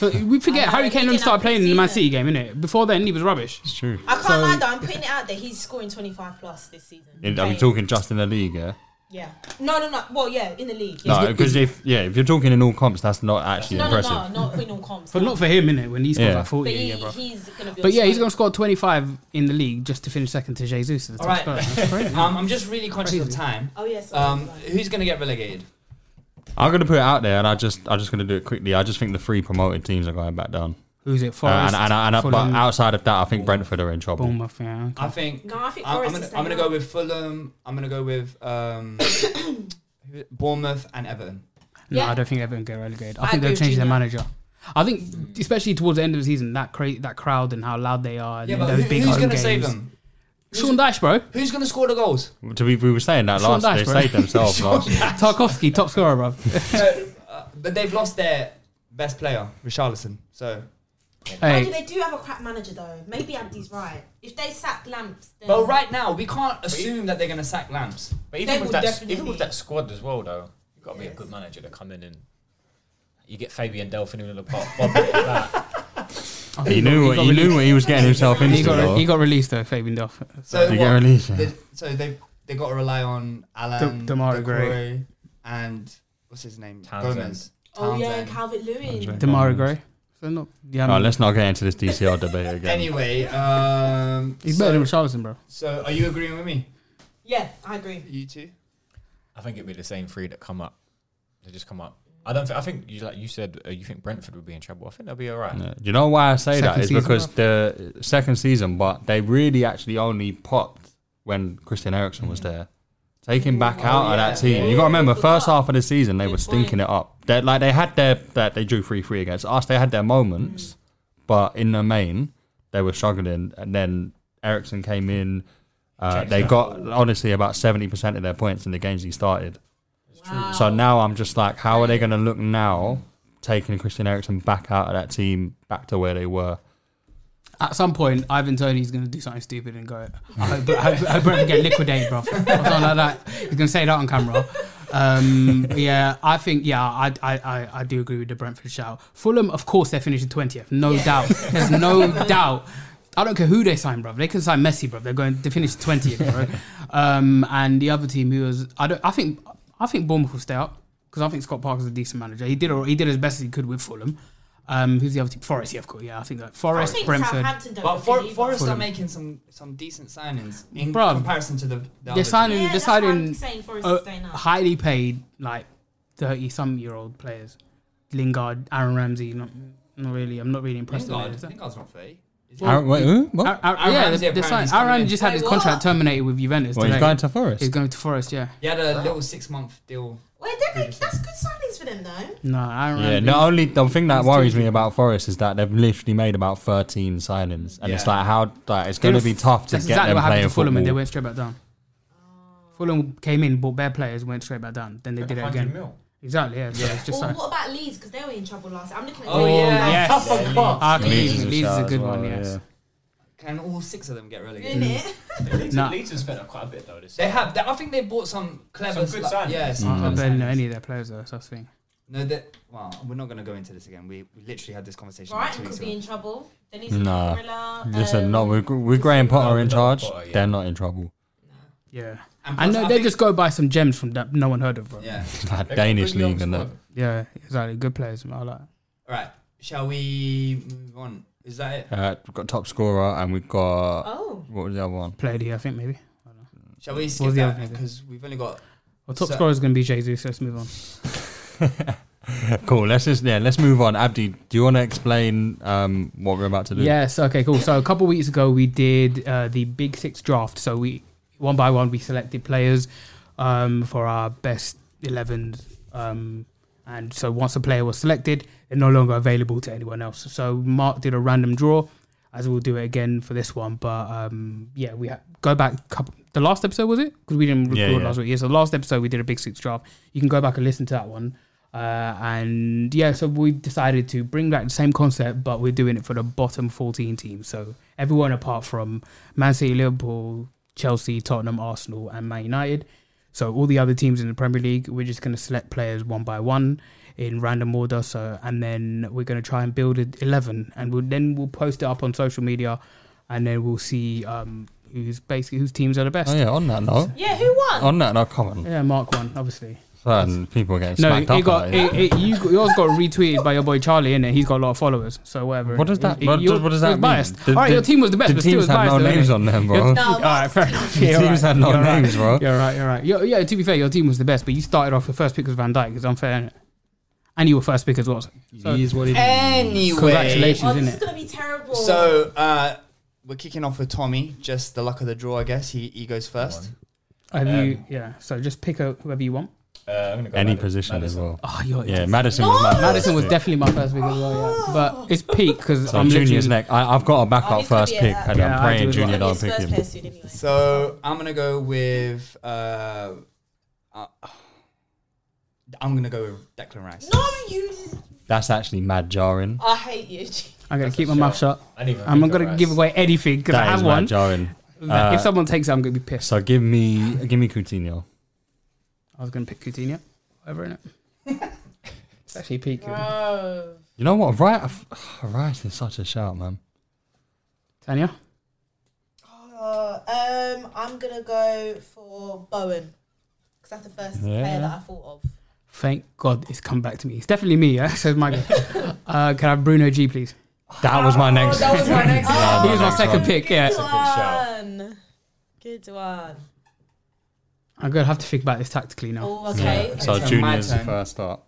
Speaker 6: But we forget Harry Kane only started playing in the Man City game, innit? Before then, he was rubbish. It's
Speaker 7: true.
Speaker 1: I can't
Speaker 6: So-
Speaker 1: lie though. I'm putting it out there. He's scoring 25 plus this season.
Speaker 7: In- I'm talking just in the league, yeah.
Speaker 1: Yeah. No, no, no. Well, yeah, in the league. Yeah.
Speaker 7: No, because if yeah, if you're talking in all comps, that's not actually
Speaker 1: no, no,
Speaker 7: impressive.
Speaker 1: no, not win all comps.
Speaker 6: But not for him, innit? When he scores
Speaker 7: Yeah.
Speaker 6: like 40
Speaker 1: But
Speaker 6: a
Speaker 1: he,
Speaker 6: year, bro.
Speaker 1: he's gonna be.
Speaker 6: But
Speaker 1: on
Speaker 6: yeah, he's
Speaker 1: smoke.
Speaker 6: going to score 25 in the league just to finish second to Jesus. At the
Speaker 3: All
Speaker 6: top
Speaker 3: right,
Speaker 6: spot. That's crazy.
Speaker 3: um, I'm just really conscious of
Speaker 6: Crazy.
Speaker 3: time.
Speaker 1: Oh yes.
Speaker 3: Um, who's going to get relegated?
Speaker 7: I'm gonna put it out there, and I just I'm just gonna do it quickly. I just think the three promoted teams are going back down.
Speaker 6: Who's it?
Speaker 7: Uh,
Speaker 6: Forest,
Speaker 7: and and, and, but
Speaker 6: Oh, Fulham,
Speaker 7: outside of that, I think Brentford are in trouble.
Speaker 6: Bournemouth, yeah.
Speaker 3: I think.
Speaker 1: No, I think
Speaker 3: I'm,
Speaker 1: Forest
Speaker 3: I'm gonna,
Speaker 1: is
Speaker 3: I'm gonna
Speaker 1: staying
Speaker 3: go with Fulham. I'm gonna go with um, who- Bournemouth and Everton.
Speaker 6: No,
Speaker 3: Yeah.
Speaker 6: I don't think Everton get relegated. I,
Speaker 3: I
Speaker 6: think
Speaker 3: agree
Speaker 6: they'll
Speaker 3: with
Speaker 6: change
Speaker 3: you,
Speaker 6: their
Speaker 3: yeah.
Speaker 6: manager. I think, especially towards the end of the season, that cra- that crowd and how loud they are, and
Speaker 3: Yeah,
Speaker 6: then
Speaker 3: but
Speaker 6: those
Speaker 3: who-
Speaker 6: big
Speaker 3: who's
Speaker 6: home
Speaker 3: gonna
Speaker 6: games.
Speaker 3: save them?
Speaker 6: Sean Dyche, bro.
Speaker 3: Who's going to score the goals?
Speaker 7: To be, we were saying that
Speaker 6: Sean
Speaker 7: last.
Speaker 6: Dyche,
Speaker 7: they
Speaker 6: bro.
Speaker 7: saved themselves
Speaker 6: Sean
Speaker 7: last.
Speaker 6: Dyche. Tarkovsky, top scorer, bro.
Speaker 3: Uh, but they've lost their best player, Richarlison. So,
Speaker 1: Mind you, they do have a crap manager though. Maybe Andy's right. If they sack Lamps, then
Speaker 3: but right now we can't assume that they're going to sack Lamps.
Speaker 12: But
Speaker 1: They
Speaker 12: even with
Speaker 1: will
Speaker 12: that,
Speaker 1: definitely-
Speaker 12: even with that squad as well, though, you've got to be a good manager to come in and you get Fabian Delphin in the pot. Bob, that.
Speaker 7: He knew what he knew what he was getting himself into.
Speaker 6: He got,
Speaker 7: though.
Speaker 6: he got released though, Fabian Duff.
Speaker 3: So
Speaker 7: Did he
Speaker 3: what?
Speaker 7: get released?
Speaker 3: They- so they they got to rely on Alan,
Speaker 6: De- Demarai
Speaker 3: De
Speaker 6: Gray.
Speaker 3: Croy, and what's his name?
Speaker 12: Townsend.
Speaker 3: Gomez.
Speaker 1: Oh yeah,
Speaker 3: Townsend.
Speaker 1: Calvert Lewin.
Speaker 6: Demara Gray. So not. Yeah, I
Speaker 7: Oh,
Speaker 6: mean,
Speaker 7: let's not get into this DCL debate again.
Speaker 3: Anyway, um,
Speaker 6: he's
Speaker 3: so,
Speaker 6: better than Richarlison, bro.
Speaker 3: so are you agreeing with me?
Speaker 1: Yeah, I agree.
Speaker 3: You two?
Speaker 12: I think it'd be the same three that come up. They just come up. I don't. Think, I think you like you said. Uh, you think Brentford would be in trouble. I think they'll be all right.
Speaker 7: Do you know why I say that?
Speaker 6: Second
Speaker 7: Is
Speaker 6: season,
Speaker 7: because the second season, but they really actually only popped when Christian Eriksen was there. Take him
Speaker 1: Oh,
Speaker 7: back out of that team. You got to remember, first half of the season they were stinking it up. They like they had their that they drew three three against us. They had their
Speaker 1: Mm.
Speaker 7: moments, but in the main they were struggling. And then Eriksen came in. Uh, they got honestly about seventy percent of their points in the games he started. So now I'm just like, how are they going to look now, taking Christian Eriksen back out of that team, back to where they were?
Speaker 6: At some point, Ivan Tony's going to do something stupid and go, I hope, I hope, I hope Brentford get liquidated, bro. Or something like that. He's going to say that on camera. Um, yeah, I think, yeah, I, I, I, I do agree with the Brentford shout. Fulham, of course, they're finishing 20th. No doubt. There's no doubt. I don't care who they sign, bro. They can sign Messi, bro. They're going to finish 20th, bro. um, and the other team who was, I don't, I think, I think Bournemouth will stay up because I think Scott Parker's a decent manager. He did, all- he did as best as he could with Fulham. Um, who's the other team? Forest, yeah, of course. Yeah, I think that
Speaker 1: I
Speaker 6: Forest,
Speaker 1: think
Speaker 6: Brentford.
Speaker 1: Southampton don't.
Speaker 3: But
Speaker 1: look
Speaker 3: for,
Speaker 1: good either.
Speaker 3: Forest are
Speaker 6: Fulham.
Speaker 3: making some some decent signings in
Speaker 6: Bruv,
Speaker 3: comparison to the, the other
Speaker 6: They're signing,
Speaker 1: Yeah,
Speaker 6: they're
Speaker 1: that's why I'm
Speaker 6: signing
Speaker 1: saying Forest
Speaker 6: uh,
Speaker 1: is staying up.
Speaker 6: highly paid, like thirty some year old players. Lingard, Aaron Ramsey, not, not really. I'm not really
Speaker 3: team.
Speaker 6: impressed.
Speaker 3: Lingard,
Speaker 6: with it.
Speaker 3: Lingard's not thirty. is he?
Speaker 7: Aaron, wait, who? what?
Speaker 6: Ar- Ar-
Speaker 3: Aaron
Speaker 6: yeah,
Speaker 3: Ramsey
Speaker 6: they're- they're
Speaker 3: apparently
Speaker 6: signing-
Speaker 3: is
Speaker 6: Aaron
Speaker 3: coming
Speaker 6: Ramsey
Speaker 3: in.
Speaker 6: just had
Speaker 1: Wait,
Speaker 6: his
Speaker 1: what?
Speaker 6: contract terminated with Juventus.
Speaker 7: Well, he's
Speaker 6: today.
Speaker 7: going to Forest.
Speaker 6: He's going to Forest. Yeah.
Speaker 3: He had a little six month deal.
Speaker 1: Well, they're like- that's good signings for them though.
Speaker 6: No, Aaron.
Speaker 7: Yeah,
Speaker 6: Ramsey-
Speaker 7: the only the thing that
Speaker 6: he's
Speaker 7: worries
Speaker 6: doing-
Speaker 7: me about Forest is that they've literally made about 13 signings, and it's
Speaker 3: Yeah.
Speaker 7: like how like, it's
Speaker 6: they
Speaker 7: going to
Speaker 6: were-
Speaker 7: be tough to
Speaker 6: That's
Speaker 7: get
Speaker 6: exactly
Speaker 7: them
Speaker 6: what happened
Speaker 7: playing
Speaker 6: to Fulham, and they
Speaker 7: football.
Speaker 6: went straight back down. Fulham came in, bought bare players, went straight back down. Then they did it
Speaker 12: 100
Speaker 6: again.
Speaker 12: mil.
Speaker 6: Exactly. Yeah. So it's just
Speaker 1: Or
Speaker 6: like.
Speaker 1: what about Leeds? Because they were in trouble last. I'm looking at.
Speaker 3: Oh,
Speaker 1: Leeds.
Speaker 3: yeah, I forgot.
Speaker 6: Ah,
Speaker 7: Leeds is
Speaker 6: Leeds
Speaker 7: a
Speaker 6: Leeds is
Speaker 7: shout
Speaker 6: a
Speaker 7: as
Speaker 6: good
Speaker 7: well,
Speaker 6: one. Yes.
Speaker 3: Can all six of them get relegated?
Speaker 1: Innit?
Speaker 12: Leeds,
Speaker 6: Nah.
Speaker 12: Leeds have spent up quite a bit though. This
Speaker 3: They have. They, I think they bought some clever.
Speaker 12: Some good
Speaker 3: sli-
Speaker 12: signings.
Speaker 3: Yeah, some
Speaker 6: I don't
Speaker 3: clever
Speaker 6: know
Speaker 3: signings.
Speaker 6: Mm, any of their players though. So I think.
Speaker 3: No, that. Well, we're not going to go into this again. We, we literally had this conversation. like two
Speaker 1: Brighton
Speaker 3: weeks
Speaker 1: could
Speaker 3: ago.
Speaker 1: be in trouble. Then he's
Speaker 7: Nah.
Speaker 1: Gorilla,
Speaker 7: Listen,
Speaker 1: um,
Speaker 7: no, we're, we're Graham Potter in
Speaker 12: no,
Speaker 7: charge.
Speaker 12: Oh, Potter, yeah.
Speaker 7: They're not in trouble.
Speaker 6: Yeah.
Speaker 3: And
Speaker 6: I
Speaker 3: plus,
Speaker 6: know
Speaker 3: I
Speaker 6: they
Speaker 3: think-
Speaker 6: just go by some gems from that no one heard of, bro. Yeah,
Speaker 3: Yeah.
Speaker 7: Like Danish league and that.
Speaker 6: exactly. Good players. man. I like.
Speaker 3: All right. Shall we move on? Is that it?
Speaker 7: Uh, we've got top scorer, and we've got
Speaker 1: Oh,
Speaker 7: what was the other one?
Speaker 6: Played here, I think maybe.
Speaker 3: Shall we
Speaker 6: What
Speaker 3: skip
Speaker 6: was the other
Speaker 3: that
Speaker 6: thing?
Speaker 3: because we've only got.
Speaker 6: Well, top
Speaker 3: So-
Speaker 6: scorer is going to be Jesus. So let's move on.
Speaker 7: Cool. Let's just yeah. Let's move on. Abdi, do you want to explain um, what we're about to do?
Speaker 6: Yes. Okay. Cool. So a couple weeks ago we did uh, the Big Six draft. So we one by one we selected players um, for our best 11s. Um, and so once a player was selected, they're no longer available to anyone else. So Mark did a random draw, as we'll do it again for this one. But um, yeah, we ha- go back. a Couple, the last episode was it? Because we didn't record
Speaker 7: Yeah, yeah.
Speaker 6: last week. Yeah. So last episode we did a Big Six draft. You can go back and listen to that one. Uh, and yeah, so we've decided to bring back the same concept, but we're doing it for the bottom 14 teams. So everyone apart from Man City, Liverpool, Chelsea, Tottenham, Arsenal, and Man United. So all the other teams in the Premier League, we're just going to select players one by one in random order. So and then we're going to try and build an 11, and we'll, then we'll post it up on social media, and then we'll see um, who's basically whose teams are the best.
Speaker 7: Oh yeah. On that note.
Speaker 1: yeah. Who won?
Speaker 7: On that note, come on.
Speaker 6: yeah, Mark one obviously.
Speaker 7: Certain people are getting
Speaker 6: No, it
Speaker 7: smacked up.
Speaker 6: got
Speaker 7: about it.
Speaker 6: it, it, you, got- yours got retweeted by your boy Charlie, innit? He's got a lot of followers, so whatever.
Speaker 7: What does that?
Speaker 6: It-
Speaker 7: what,
Speaker 6: you're-
Speaker 7: what does
Speaker 6: it
Speaker 7: that
Speaker 6: was
Speaker 7: mean?
Speaker 6: Biased.
Speaker 7: The-
Speaker 6: All right,
Speaker 7: the-
Speaker 6: your team was the best,
Speaker 7: the
Speaker 6: but still,
Speaker 7: teams
Speaker 6: it's
Speaker 7: had
Speaker 6: biased.
Speaker 7: no
Speaker 6: though,
Speaker 7: names
Speaker 6: innit?
Speaker 7: on them, bro.
Speaker 6: Your-
Speaker 1: No,
Speaker 6: all right, fair enough. Yeah,
Speaker 7: The
Speaker 6: all
Speaker 7: teams
Speaker 6: right.
Speaker 7: had no
Speaker 6: You're right.
Speaker 7: names, bro.
Speaker 6: You're right. You're right. You're, yeah, to be fair, your team was the best, but you started off with first pick was Van Dyke. It's unfair, innit? and you were first pick as well. So
Speaker 3: Anyway.
Speaker 6: Hmm. congratulations,
Speaker 1: Oh, this is
Speaker 6: innit?
Speaker 1: gonna be terrible.
Speaker 3: So uh, we're kicking off with Tommy. Just the luck of the draw, I guess. He he goes first.
Speaker 7: Um,
Speaker 6: Have you? Yeah. So just pick a, whoever you want.
Speaker 12: Uh, I'm gonna go
Speaker 7: Any
Speaker 12: Madison.
Speaker 7: position
Speaker 12: Madison.
Speaker 7: as well.
Speaker 12: Oh,
Speaker 6: you're-
Speaker 7: yeah, Madison was my
Speaker 6: Madison was
Speaker 7: first pick.
Speaker 6: definitely my first pick as well, yeah. But it's peak because
Speaker 7: So
Speaker 6: I'm
Speaker 7: Junior's
Speaker 6: literally-
Speaker 7: next. I, I've got a backup
Speaker 6: he's gonna
Speaker 7: first
Speaker 6: be
Speaker 7: pick,
Speaker 6: at-
Speaker 7: and
Speaker 6: Yeah,
Speaker 7: I'm
Speaker 6: I do
Speaker 7: praying
Speaker 6: as
Speaker 7: Junior
Speaker 6: well.
Speaker 7: don't pick him.
Speaker 3: So I'm gonna go with. Uh, uh, I'm gonna go with Declan Rice.
Speaker 1: No, you. Ah.
Speaker 7: That's actually mad jarring.
Speaker 1: I hate you.
Speaker 6: I'm gonna keep my mouth shut.
Speaker 12: I didn't even
Speaker 6: I'm not
Speaker 12: think of
Speaker 6: gonna give
Speaker 12: Rice.
Speaker 6: away anything because I
Speaker 7: That is
Speaker 6: have
Speaker 7: mad
Speaker 6: one.
Speaker 7: jarring.
Speaker 6: That-
Speaker 7: Uh,
Speaker 6: if someone takes it, I'm gonna be pissed.
Speaker 7: So give me, give me Coutinho.
Speaker 6: I was gonna pick Coutinho, whatever in it. it's actually peak.
Speaker 1: Bro.
Speaker 7: You know what? Right, right is such a shout, man.
Speaker 6: Tanya,
Speaker 1: Uh, um, I'm gonna go for Bowen because that's the first
Speaker 6: Yeah.
Speaker 1: player that I thought of.
Speaker 6: thank God it's come back to me. It's definitely me. Yeah, says my. uh, can I have Bruno G, please?
Speaker 7: That was my next.
Speaker 1: Oh, that was my next
Speaker 6: he was my
Speaker 7: one.
Speaker 6: second pick.
Speaker 1: Good
Speaker 6: Yeah,
Speaker 1: one. Good one.
Speaker 6: I'm gonna have to think about this tactically now.
Speaker 1: Oh, okay. Yeah,
Speaker 7: so
Speaker 3: my
Speaker 7: Junior's the
Speaker 3: turn.
Speaker 7: first start.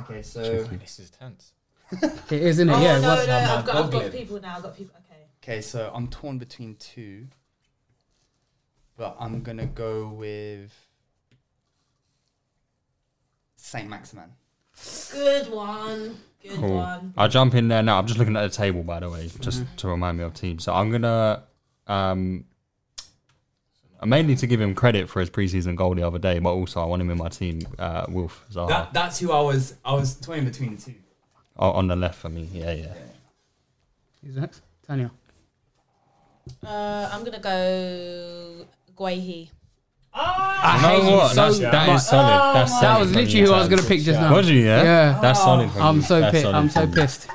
Speaker 3: Okay, so
Speaker 12: This is tense.
Speaker 6: It is, isn't it?
Speaker 1: Oh
Speaker 6: yeah, it
Speaker 1: no,
Speaker 6: was.
Speaker 1: no, I've got, I've
Speaker 3: Goblin.
Speaker 1: got people now. I've got people. Okay.
Speaker 3: okay, so I'm torn between two, but I'm gonna go with Saint Maximan.
Speaker 1: Good one. Good one.
Speaker 7: I'll jump in there now. I'm just looking at the table, by the way, just
Speaker 12: Mm-hmm.
Speaker 7: to remind me of teams. So I'm gonna, um, mainly to give him credit for his preseason goal the other day, but also I want him in my team. Uh, Wolf Zaha
Speaker 3: That, that's who I was. I was torn between the two.
Speaker 7: Oh, on the left for me. Yeah, yeah.
Speaker 6: Who's next? Tanya.
Speaker 1: Uh, I'm gonna go Guahi.
Speaker 6: I
Speaker 7: You
Speaker 6: hate
Speaker 7: know
Speaker 6: you
Speaker 7: what?
Speaker 6: so
Speaker 7: That's, that
Speaker 6: much.
Speaker 7: is Oh solid. That's solid
Speaker 6: That was
Speaker 7: from you,
Speaker 6: literally who I was
Speaker 7: Tan.
Speaker 6: gonna pick just now.
Speaker 7: Was you? Yeah.
Speaker 6: Yeah.
Speaker 7: That's solid. From
Speaker 6: I'm
Speaker 7: you.
Speaker 6: so
Speaker 7: That's
Speaker 6: pissed.
Speaker 7: solid
Speaker 6: I'm so
Speaker 7: from you.
Speaker 6: pissed.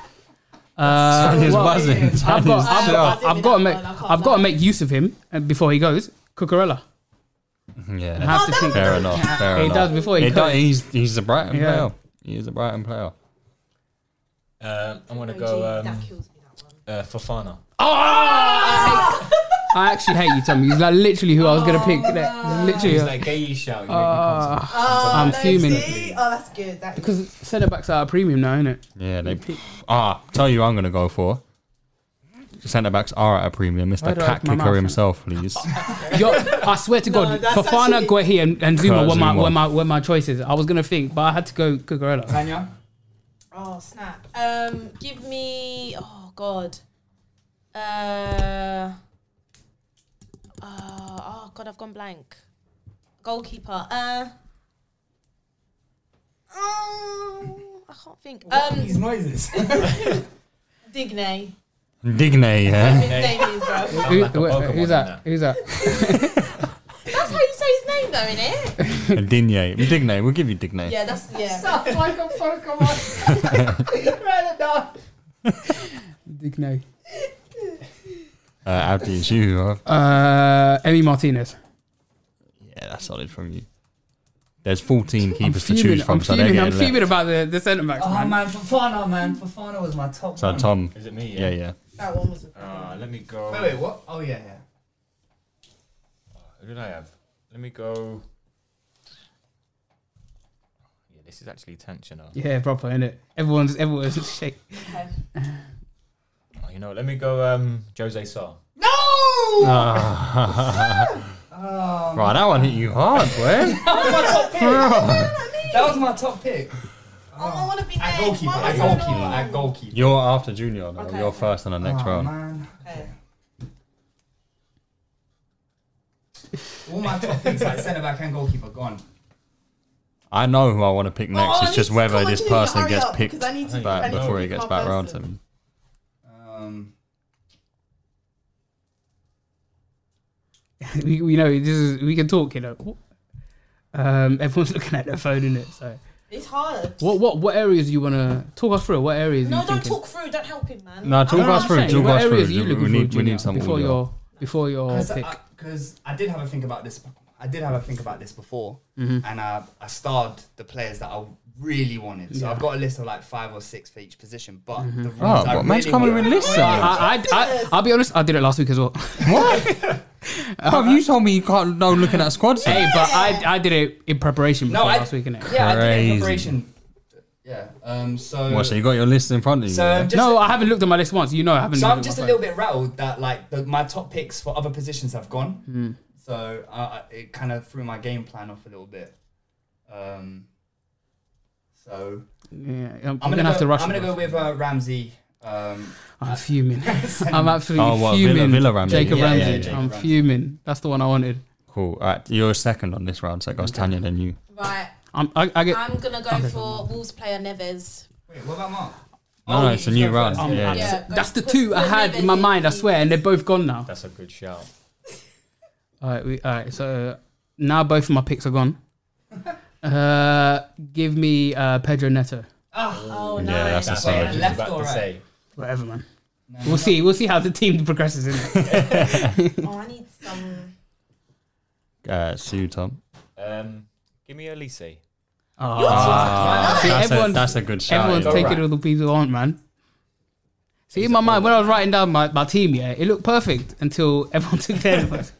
Speaker 6: Uh,
Speaker 7: Tan is
Speaker 6: well,
Speaker 7: buzzing. Tan
Speaker 6: I've got,
Speaker 7: is
Speaker 6: I've,
Speaker 7: shocked.
Speaker 6: got, I've got to make, I've got to make use of him uh, before he goes. Cucurella.
Speaker 7: Yeah.
Speaker 6: I have to think.
Speaker 7: Fair enough. Fair
Speaker 6: He
Speaker 7: enough.
Speaker 6: does before he
Speaker 7: He does-
Speaker 6: goes.
Speaker 7: He's he's a Brighton
Speaker 6: Yeah.
Speaker 7: player. He is a Brighton player.
Speaker 12: Um, I'm gonna
Speaker 1: OG,
Speaker 12: go um,
Speaker 1: that kills me.
Speaker 12: uh, Fofana.
Speaker 6: I actually hate you, Tommy. He's like literally who I was gonna pick. Like, literally,
Speaker 12: He's like gay you shout. You make
Speaker 6: Ah.
Speaker 12: me come
Speaker 1: Oh,
Speaker 6: I'm
Speaker 1: no,
Speaker 6: fuming.
Speaker 1: see? Oh, that's good. That is.
Speaker 6: because centre backs are a premium now, isn't it?
Speaker 7: Yeah, they. Ah, tell you, who I'm going to go for. Centre backs are at a premium. Mr.
Speaker 6: Why do I
Speaker 7: Cat
Speaker 6: open my
Speaker 7: Kicker
Speaker 6: mouth?
Speaker 7: himself, please.
Speaker 6: Yo, I swear to God,
Speaker 1: that's
Speaker 6: Fafana,
Speaker 1: actually-
Speaker 6: Guehi, and, and Zuma
Speaker 7: Kurt
Speaker 6: were my,
Speaker 7: Zuma.
Speaker 6: were my were my choices. I was gonna think, but I had to go Cucurella.
Speaker 3: Tanya.
Speaker 1: Oh snap. Um, give me. Oh god. Uh. uh, oh god, I've gone blank. Goalkeeper. Uh. Um, I can't think. Um,
Speaker 3: These noises.
Speaker 1: Digne.
Speaker 7: Digne, yeah.
Speaker 1: His name is, bro.
Speaker 6: Who,
Speaker 12: like a
Speaker 6: who-
Speaker 12: Pokemon
Speaker 6: who's
Speaker 12: in
Speaker 6: that?
Speaker 12: there.
Speaker 6: Who's that?
Speaker 1: That's how you say his name, though, innit?
Speaker 7: Digne. Digne. We'll give you Digne.
Speaker 1: Yeah, that's yeah.
Speaker 3: like a Pokemon. Write it down.
Speaker 6: Digne.
Speaker 7: Uh, after it's you. huh?
Speaker 6: Uh, Emmy Martinez.
Speaker 7: Yeah, that's solid from you. There's 14 keepers to
Speaker 6: fuming,
Speaker 7: choose from,
Speaker 6: I'm
Speaker 7: so they're
Speaker 6: fuming, I'm
Speaker 7: getting
Speaker 6: fuming
Speaker 7: left.
Speaker 6: about the, the centre backs.
Speaker 3: Oh
Speaker 6: man.
Speaker 3: man, Fofana, man, Fofana was my top.
Speaker 7: So
Speaker 3: one.
Speaker 7: Tom.
Speaker 12: Is it me?
Speaker 7: Yeah, yeah.
Speaker 1: That one was. A
Speaker 12: Uh, let me go.
Speaker 3: Wait, wait, what? Oh yeah, yeah.
Speaker 12: Who did I have? Let me go. Yeah, this is actually tense, you know.
Speaker 6: Yeah, proper, innit? Everyone's everyone's shake.
Speaker 12: Oh, you know, let me go. Um, Jose Sarr.
Speaker 7: Ah.
Speaker 1: Oh.
Speaker 7: Right, that one hit you hard, boy.
Speaker 3: That was my top pick.
Speaker 1: Oh, I want to be
Speaker 3: At
Speaker 1: named.
Speaker 3: goalkeeper,
Speaker 1: Why
Speaker 3: at
Speaker 1: was I
Speaker 3: goalkeeper,
Speaker 1: not?
Speaker 3: at goalkeeper.
Speaker 7: You're after Junior, though.
Speaker 1: Okay.
Speaker 7: You're first in the next
Speaker 3: Oh,
Speaker 7: round.
Speaker 3: man.
Speaker 1: Okay.
Speaker 3: All my top picks like centre back and goalkeeper gone.
Speaker 7: I know who I want to pick next.
Speaker 1: Oh, I
Speaker 7: it's just
Speaker 1: need to-
Speaker 7: whether
Speaker 1: come on,
Speaker 7: this
Speaker 1: Junior,
Speaker 7: person
Speaker 1: hurry
Speaker 7: gets
Speaker 1: up,
Speaker 7: picked
Speaker 1: because I need to- I
Speaker 7: back
Speaker 1: need to
Speaker 7: before he
Speaker 1: pick
Speaker 7: gets
Speaker 1: my
Speaker 7: back round to
Speaker 1: person.
Speaker 7: me.
Speaker 3: Um,
Speaker 6: we, we know this is we can talk, you know. Um, everyone's looking at their phone, innit? So,
Speaker 1: It's hard.
Speaker 6: what what what areas you wanna talk us through? What areas?
Speaker 1: No,
Speaker 6: you
Speaker 1: don't
Speaker 6: thinking?
Speaker 1: talk through. Don't help him, man.
Speaker 7: No, talk
Speaker 6: No, no,
Speaker 7: us
Speaker 6: I'm
Speaker 7: through.
Speaker 6: saying,
Speaker 7: Talk
Speaker 6: what
Speaker 7: us
Speaker 6: areas are
Speaker 7: through.
Speaker 6: you
Speaker 7: We
Speaker 6: looking
Speaker 7: need,
Speaker 6: for
Speaker 7: we
Speaker 6: Junior,
Speaker 7: need some
Speaker 6: before
Speaker 7: audio.
Speaker 6: your before your pick?
Speaker 3: because I, did have a think about this. I did have a think about this before,
Speaker 6: Mm-hmm.
Speaker 3: and I, I starred the players that I really wanted. So I've got a list of like five or six for each position. But
Speaker 6: Mm-hmm.
Speaker 3: the
Speaker 6: Oh,
Speaker 3: ones I
Speaker 7: what, man's
Speaker 3: really
Speaker 7: coming
Speaker 3: wanted-
Speaker 7: with lists
Speaker 6: I,
Speaker 7: then?
Speaker 6: I, I, I'll be honest, I did it last week as well.
Speaker 7: Have you told me you can't know looking at squads?
Speaker 6: hey, but I, I did it in preparation
Speaker 3: No,
Speaker 6: before
Speaker 3: I-
Speaker 6: last week, innit?
Speaker 3: Yeah, I did it in
Speaker 7: Crazy.
Speaker 3: preparation. Yeah. Um. So.
Speaker 7: What, so you got your list in front of you?
Speaker 3: So
Speaker 7: yeah?
Speaker 3: I'm just
Speaker 6: No, I haven't looked at my list once. You know, I haven't.
Speaker 3: So I'm
Speaker 6: looked at
Speaker 3: just
Speaker 6: my
Speaker 3: a little bit rattled that like the, my top picks for
Speaker 6: Hmm.
Speaker 3: other positions have gone. So uh, it kind of threw my game plan off a little bit. Um, so
Speaker 6: Yeah, I'm-
Speaker 3: I'm
Speaker 6: I'm gonna have
Speaker 3: go-
Speaker 6: to rush
Speaker 3: I'm
Speaker 6: it,
Speaker 3: gonna go with uh, Ramsey. Um,
Speaker 6: I'm fuming. I'm
Speaker 3: Send-
Speaker 6: absolutely
Speaker 7: Oh, what, Villa-
Speaker 6: fuming.
Speaker 7: Villa Ramsey?
Speaker 6: Jacob
Speaker 7: Yeah, yeah,
Speaker 6: Ramsey.
Speaker 7: yeah, Jacob
Speaker 6: I'm
Speaker 7: Ramsey.
Speaker 6: fuming. That's the one I wanted.
Speaker 7: Cool. All right, you're second on this round, so it goes Tanya then
Speaker 12: Oh,
Speaker 7: you.
Speaker 1: Right.
Speaker 7: I'm- I- I get-
Speaker 1: I'm gonna go
Speaker 7: Okay.
Speaker 1: for Wolves player Neves.
Speaker 3: Wait, what about Mark?
Speaker 7: No, no, it's a new round.
Speaker 6: I'm
Speaker 7: yeah,
Speaker 6: abs-
Speaker 7: yeah.
Speaker 6: that's the two I had in my mind. I swear, and they're both gone now.
Speaker 12: That's a good shout.
Speaker 6: All right, we, all right. So now both of my picks are gone. Uh, give me uh, Pedro Neto.
Speaker 1: Oh,
Speaker 12: Yeah, nice. that's the
Speaker 6: That's
Speaker 12: same.
Speaker 6: what I was
Speaker 12: Left
Speaker 6: about
Speaker 12: or
Speaker 6: to
Speaker 12: right?
Speaker 6: say. Whatever, man. we'll see. We'll see how the team progresses. In
Speaker 1: oh, I need some.
Speaker 7: Uh, Sue Tom.
Speaker 12: Um, give me Elise.
Speaker 6: Ah,
Speaker 12: Your team's
Speaker 7: Ah,
Speaker 6: see,
Speaker 7: that's a-
Speaker 6: everyone's-
Speaker 7: that's a good shout,
Speaker 6: Everyone's
Speaker 7: yeah.
Speaker 6: taking
Speaker 7: Alright.
Speaker 6: all the people on, man. See, in my mind, when I was writing down my, my team, yeah, it looked perfect until everyone took theirs.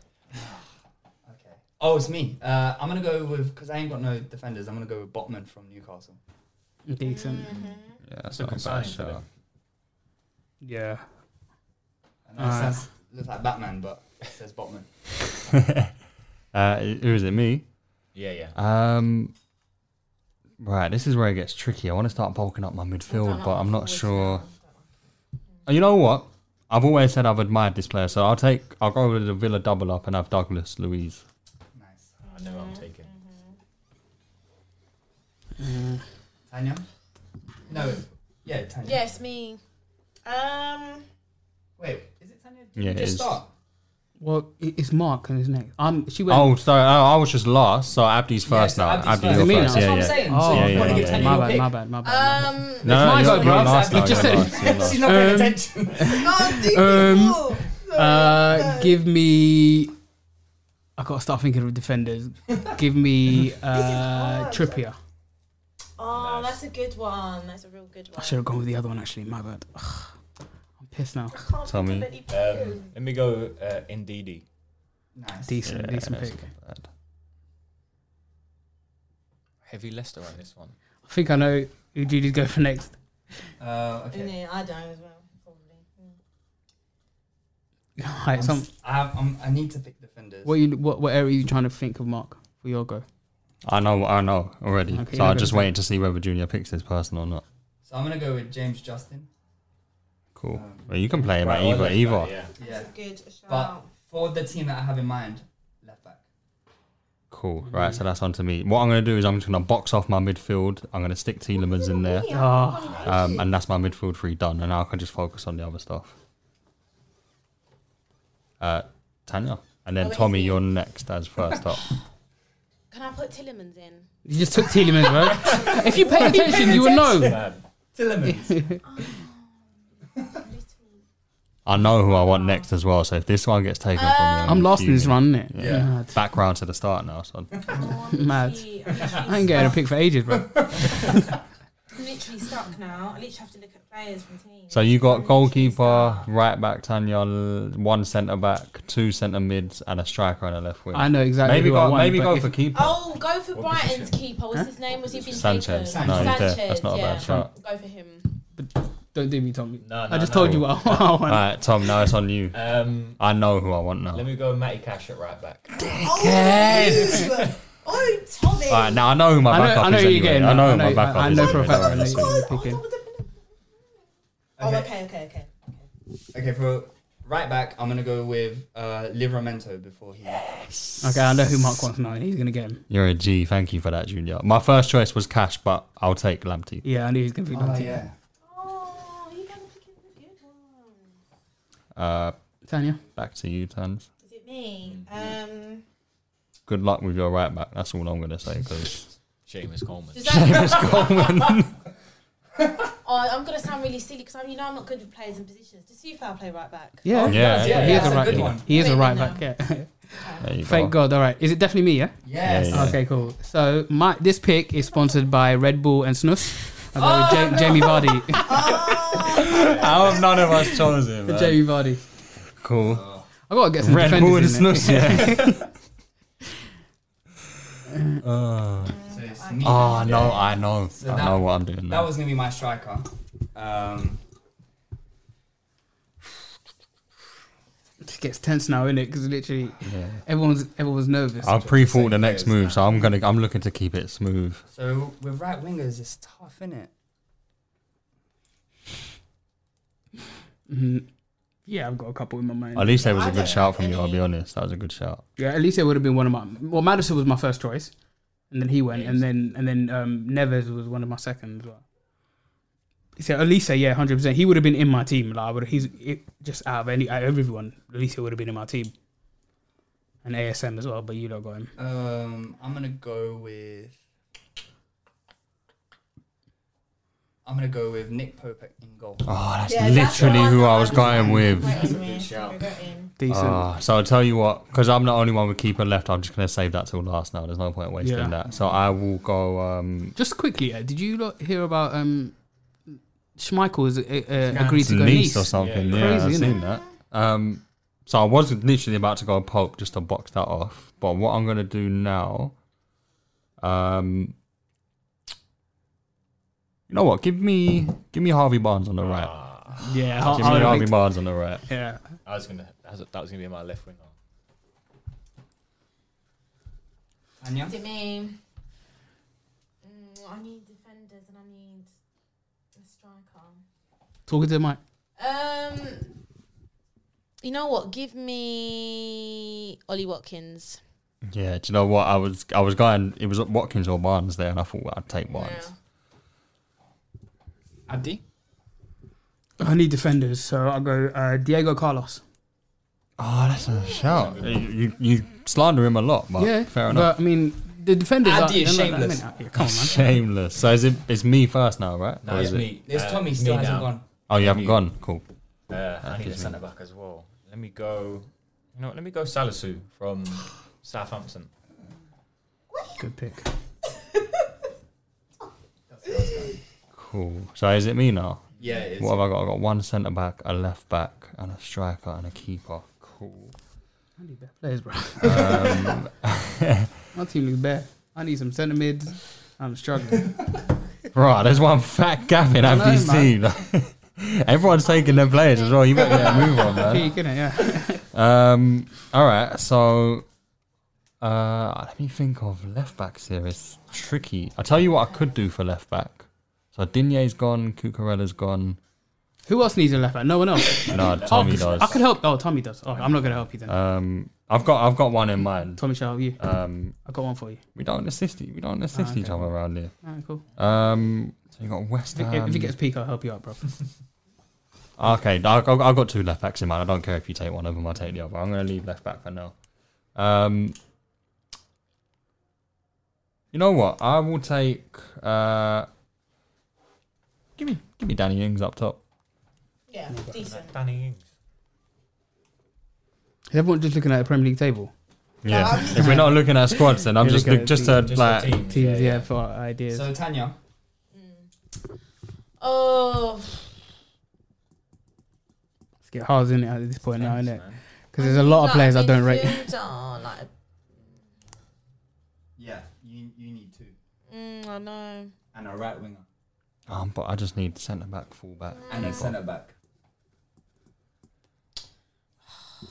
Speaker 3: Oh, it's me. Uh, I'm gonna go with because I ain't got no defenders. I'm gonna go with Botman from Newcastle.
Speaker 6: Decent.
Speaker 7: Yeah, that's not a bad shout.
Speaker 6: Yeah.
Speaker 3: And that
Speaker 7: Alright.
Speaker 3: sounds, looks like Batman, but it says Botman.
Speaker 7: Uh, who is it? Me.
Speaker 3: Yeah, yeah.
Speaker 7: Um. Right, this is where it gets tricky. I want to start bulking up my midfield, but I'm not sure. Oh, You know what? I've always said I've admired this player, so I'll take. I'll go with the Villa double up and have Douglas Louise.
Speaker 12: I know I'm taking.
Speaker 3: Tanya. No. Yeah, Tanya.
Speaker 1: Yes, me. Um.
Speaker 3: Wait, is it Tanya?
Speaker 7: Yeah, it
Speaker 3: Just
Speaker 7: is.
Speaker 3: start.
Speaker 6: Well, it- it's Mark and his next. Um, she went.
Speaker 7: Oh, sorry, I, I was just last, so Abdi's first
Speaker 6: so
Speaker 7: now.
Speaker 6: Abdi's
Speaker 7: Abdi,
Speaker 6: first.
Speaker 7: you're
Speaker 6: Me now. Oh,
Speaker 7: first.
Speaker 6: That's
Speaker 7: yeah,
Speaker 6: what I'm
Speaker 7: yeah.
Speaker 6: saying, so
Speaker 7: yeah,
Speaker 6: you wanna
Speaker 7: yeah,
Speaker 6: give
Speaker 7: yeah,
Speaker 6: Tanya
Speaker 7: yeah.
Speaker 6: your My bad, pick. my bad, my bad, my
Speaker 1: Um.
Speaker 6: bad.
Speaker 7: No,
Speaker 6: It's
Speaker 7: no,
Speaker 6: my
Speaker 7: you're,
Speaker 6: go,
Speaker 7: you're
Speaker 6: bro.
Speaker 7: last.
Speaker 6: You
Speaker 7: now,
Speaker 6: just
Speaker 7: you're
Speaker 6: said-
Speaker 7: last, you're last.
Speaker 6: She's not paying Um, attention. um, uh, give me. I gotta start thinking of defenders. give me uh, Trippier.
Speaker 1: Oh, that's a good one. That's a real good one.
Speaker 6: I should have gone with the other one actually. My bad. Ugh, I'm pissed now.
Speaker 7: Tommy.
Speaker 12: Um, let me go uh, Ndidi.
Speaker 6: Decent,
Speaker 12: Yeah,
Speaker 6: decent
Speaker 12: that's
Speaker 6: pick.
Speaker 12: Heavy Leicester on this one.
Speaker 6: I think I know who Judy's go for next.
Speaker 3: Uh, okay.
Speaker 1: Yeah, I don't as well.
Speaker 6: Alright,
Speaker 3: I'm
Speaker 6: some-
Speaker 3: s- I, have, I'm, I need to pick defenders.
Speaker 6: what you what what area are you trying to think of, Mark, for your go?
Speaker 7: I know, I know already.
Speaker 6: Okay,
Speaker 7: so
Speaker 6: you're
Speaker 7: I'm just
Speaker 6: gonna-
Speaker 7: waiting to see whether Junior picks this person or not.
Speaker 3: So I'm gonna go with James Justin.
Speaker 7: Cool.
Speaker 6: Um,
Speaker 7: well, you can play him
Speaker 12: right,
Speaker 7: at
Speaker 12: or
Speaker 7: either,
Speaker 12: left
Speaker 7: either.
Speaker 12: back, yeah.
Speaker 3: Yeah.
Speaker 1: good
Speaker 3: But for the team that I have in mind, left back.
Speaker 7: Cool. Right, so that's on to me. What I'm going to do is I'm just going to box off my midfield. I'm going to stick Tielemans in there.
Speaker 6: Oh.
Speaker 7: Um, and that's my midfield three done. And now I can just focus on the other stuff. Uh, Tanya. And
Speaker 1: Oh,
Speaker 7: then
Speaker 1: wait,
Speaker 7: Tommy,
Speaker 1: it's me.
Speaker 7: you're next as first up.
Speaker 1: Can I put Tillemans in?
Speaker 6: You just took Tielemans, bro. if you paid attention, you would know.
Speaker 1: Tillemans.
Speaker 7: I know who I want next as well. So if this one gets taken from me,
Speaker 6: Um, I'm lost in this
Speaker 7: fuming.
Speaker 6: run, innit?
Speaker 7: Yeah.
Speaker 6: Mad.
Speaker 7: Back round to the start now. So
Speaker 6: Mad. I ain't getting a pick for ages, bro.
Speaker 1: I'm literally stuck now. I literally have to look at players from teams.
Speaker 7: So you got goalkeeper, right back Tanya, l- one centre back, two centre mids, and a striker and a left wing.
Speaker 6: I know exactly
Speaker 7: Maybe
Speaker 6: who
Speaker 7: go,
Speaker 6: I want,
Speaker 7: maybe
Speaker 6: but
Speaker 7: go
Speaker 6: if-
Speaker 7: for keeper.
Speaker 1: Oh, go for Brighton's keeper. What's his name? Was he been
Speaker 7: Sanchez.
Speaker 1: taken?
Speaker 7: No, he's there.
Speaker 1: Sanchez.
Speaker 7: That's not a
Speaker 1: yeah.
Speaker 7: bad shot.
Speaker 1: Go for him.
Speaker 6: Don't do me, Tommy.
Speaker 12: No, no,
Speaker 6: I just
Speaker 12: no.
Speaker 6: told you what I what I want.
Speaker 7: All right, Tom. Now it's on you.
Speaker 12: Um,
Speaker 7: I know who I want now.
Speaker 12: Let me go Matty Cash at right back.
Speaker 7: Dickhead.
Speaker 1: Oh, Tommy.
Speaker 7: All right, now I know who my
Speaker 6: I know-
Speaker 7: backup
Speaker 6: I know
Speaker 7: is.
Speaker 6: who you're
Speaker 7: anyway.
Speaker 6: getting,
Speaker 7: I know
Speaker 6: I
Speaker 7: who my
Speaker 6: know-
Speaker 7: backup
Speaker 6: I
Speaker 7: is.
Speaker 6: know for a
Speaker 7: anyway.
Speaker 6: fact
Speaker 7: Don't
Speaker 6: I know
Speaker 7: worry.
Speaker 6: who you're picking.
Speaker 1: Oh, okay, okay, okay.
Speaker 3: Okay, for right back, I'm gonna go with uh, Livramento before he.
Speaker 6: Okay, I know who Mark wants now, and he's gonna get him.
Speaker 7: You're a G. Thank you for that, Junior. My first choice was Cash, but I'll take Lamptey.
Speaker 6: Yeah, I knew he was gonna be
Speaker 3: Oh,
Speaker 6: Lamptey.
Speaker 3: yeah.
Speaker 1: Oh, you guys are picking a good one.
Speaker 7: Uh,
Speaker 6: Tanya.
Speaker 7: Back to you, Tans.
Speaker 1: Is it me? Um,
Speaker 7: Good luck with your right back. That's all I'm gonna say. Because
Speaker 12: Seamus Coleman.
Speaker 1: does that?
Speaker 7: Coleman.
Speaker 1: oh, I'm gonna sound really silly because you know I'm not good with players and positions. Does Sufal play right back?
Speaker 6: Yeah,
Speaker 7: Oh, yeah, yeah,
Speaker 6: he is
Speaker 7: that's
Speaker 6: a
Speaker 7: a
Speaker 6: right
Speaker 7: good
Speaker 6: back.
Speaker 7: one.
Speaker 6: He is a
Speaker 1: Wait,
Speaker 6: right
Speaker 1: no.
Speaker 6: back. Yeah.
Speaker 7: There you
Speaker 6: Thank
Speaker 7: go.
Speaker 6: God. All right, is it definitely me? Yeah.
Speaker 3: Yes.
Speaker 7: Yeah, yeah.
Speaker 6: Okay, cool. So my this pick is sponsored by Red Bull and Snus. I go with Ja- Jamie Vardy.
Speaker 7: How have none of us chosen? man?
Speaker 6: Jamie Vardy.
Speaker 7: Cool.
Speaker 6: I gotta get some
Speaker 7: Red
Speaker 6: defenders
Speaker 7: Bull and
Speaker 6: in there.
Speaker 7: Snus, yeah.
Speaker 3: So it's me.
Speaker 7: Oh, I know, I know.
Speaker 3: So
Speaker 7: I
Speaker 3: that-
Speaker 7: know what I'm doing
Speaker 3: That
Speaker 7: now.
Speaker 3: was gonna be my striker. Um,
Speaker 6: It gets tense now, innit? Because literally, everyone's everyone's nervous.
Speaker 7: I pre-thought the next move, so I'm gonna. I'm looking to keep it smooth.
Speaker 3: So with right wingers, it's tough, isn't it?
Speaker 6: Mhm. Yeah, I've got a couple in my mind.
Speaker 7: At least that was a good shout from you. I'll be honest. That was a good shout.
Speaker 6: Yeah, at least it would have been one of my. Well, Madison was my first choice, and then he went, and then and then um, Neves was one of my seconds. as well. So Elise, yeah, hundred percent. He would have been in my team. Like, I would, he's it, just out of any out of everyone. Elise would have been in my team, and ASM as well. But you lot got him.
Speaker 3: Um, I'm gonna go with. I'm gonna go with Nick Pope in goal.
Speaker 7: Oh, that's literally who I was going with.
Speaker 3: That's a good shout.
Speaker 7: Ah, so I'll tell you what, because I'm the only one with keeper left. I'm just gonna save that till last now. There's no point wasting
Speaker 6: Yeah.
Speaker 7: that. So I will go. Um,
Speaker 6: Just quickly, uh, did you lot hear about um, Schmeichel has uh, uh, agreed
Speaker 7: Nice
Speaker 6: to go Nice
Speaker 7: or something. Yeah,
Speaker 6: Crazy,
Speaker 7: I've
Speaker 6: isn't
Speaker 7: seen
Speaker 6: it?
Speaker 7: that. Um, so I was literally about to go Pope just to box that off. But what I'm gonna do now, um, you know what? Give me, give me Harvey Barnes on the right.
Speaker 6: Yeah,
Speaker 7: give me Harvey Barnes on the right.
Speaker 6: Yeah,
Speaker 12: I was gonna. That was, that was gonna be my left winger.
Speaker 3: Anya?
Speaker 1: To me, mm, I need defenders and I need a striker.
Speaker 6: talking to the mic.
Speaker 1: Um, you know what? Give me Ollie Watkins.
Speaker 7: Yeah, do you know what? I was I was going. It was Watkins or Barnes there, and I thought well, I'd take Barnes.
Speaker 3: Abdi.
Speaker 6: I need defenders, so I'll go uh, Diego Carlos.
Speaker 7: Oh, that's a shout. You, you, you slander him a lot, but
Speaker 6: yeah,
Speaker 7: fair enough.
Speaker 6: But I mean, the defenders. are-
Speaker 3: Abdi is
Speaker 6: they're not that
Speaker 3: shameless.
Speaker 6: many out here, Come on, man.
Speaker 7: Shameless. So is it? It's me first now, right?
Speaker 12: No,
Speaker 7: Or
Speaker 12: it's
Speaker 7: is it-
Speaker 12: me.
Speaker 3: There's
Speaker 12: Uh,
Speaker 3: Tommy
Speaker 12: me
Speaker 3: still hasn't
Speaker 12: now.
Speaker 3: gone.
Speaker 7: Oh, you haven't gone. Cool.
Speaker 12: Uh, I need a
Speaker 7: gives me-
Speaker 12: centre back as well. Let me go. You know, what, let me go Salisu from Southampton.
Speaker 6: Good pick.
Speaker 7: Cool. So is it me now?
Speaker 3: Yeah, it is.
Speaker 7: What have I got? I got one centre back, a left back, and a striker and a keeper. Cool.
Speaker 6: I need better players, bro.
Speaker 7: Um,
Speaker 6: My team looks bad. I need some centre mids. I'm struggling.
Speaker 7: right, there's one fat gap in
Speaker 6: I know,
Speaker 7: Abdi's team. Everyone's taking their players as well. You better get a move on, man.
Speaker 6: Peak, innit? Yeah.
Speaker 7: Um. All right. So, uh, let me think of left backs here. It's tricky. I tell you what, I could do for left back. So Dinier's gone. Cucurella's gone.
Speaker 6: Who else needs a left back? No one else.
Speaker 7: No, Tommy
Speaker 6: oh,
Speaker 7: does.
Speaker 6: I could help. Oh, Tommy does. All right, I'm not gonna help you then.
Speaker 7: Um, I've got I've got one in mind.
Speaker 6: Tommy shall help you.
Speaker 7: Um,
Speaker 6: I got one for you.
Speaker 7: we don't assist e- we don't assist each
Speaker 6: Ah, okay.
Speaker 7: other around here.
Speaker 6: All right, cool.
Speaker 7: Um, so you got West
Speaker 6: If, if-
Speaker 7: Ham.
Speaker 6: if he gets peak, I'll help you out, bro.
Speaker 7: Okay, I- I've I've got two left backs in mind. I don't care if you take one of them, I take the other. I'm going to leave left back for now. Um, you know what? I will take. Uh, give me, give me Danny Ings up top.
Speaker 1: Yeah, decent.
Speaker 12: Danny Ings.
Speaker 6: Is everyone just looking at the Premier League table?
Speaker 7: Yeah. if we're not looking at squads, then I'm
Speaker 6: Here we
Speaker 7: just
Speaker 6: go,
Speaker 7: look, just
Speaker 6: team,
Speaker 7: to
Speaker 12: Just
Speaker 7: like.
Speaker 12: the teams.
Speaker 6: Teams, yeah,
Speaker 12: yeah, yeah.
Speaker 6: for ideas.
Speaker 3: So Tanya,
Speaker 1: Oh,
Speaker 6: Let's get hard, in it at this point now, innit?
Speaker 12: man.
Speaker 6: Because there's a lot of
Speaker 1: like
Speaker 6: players I don't rate.
Speaker 1: midfielder, Oh, like,
Speaker 3: yeah, you you need two
Speaker 1: mm, I know. Mm.
Speaker 3: and a right winger
Speaker 7: Um, but I just need centre back, full back.
Speaker 3: and a centre back.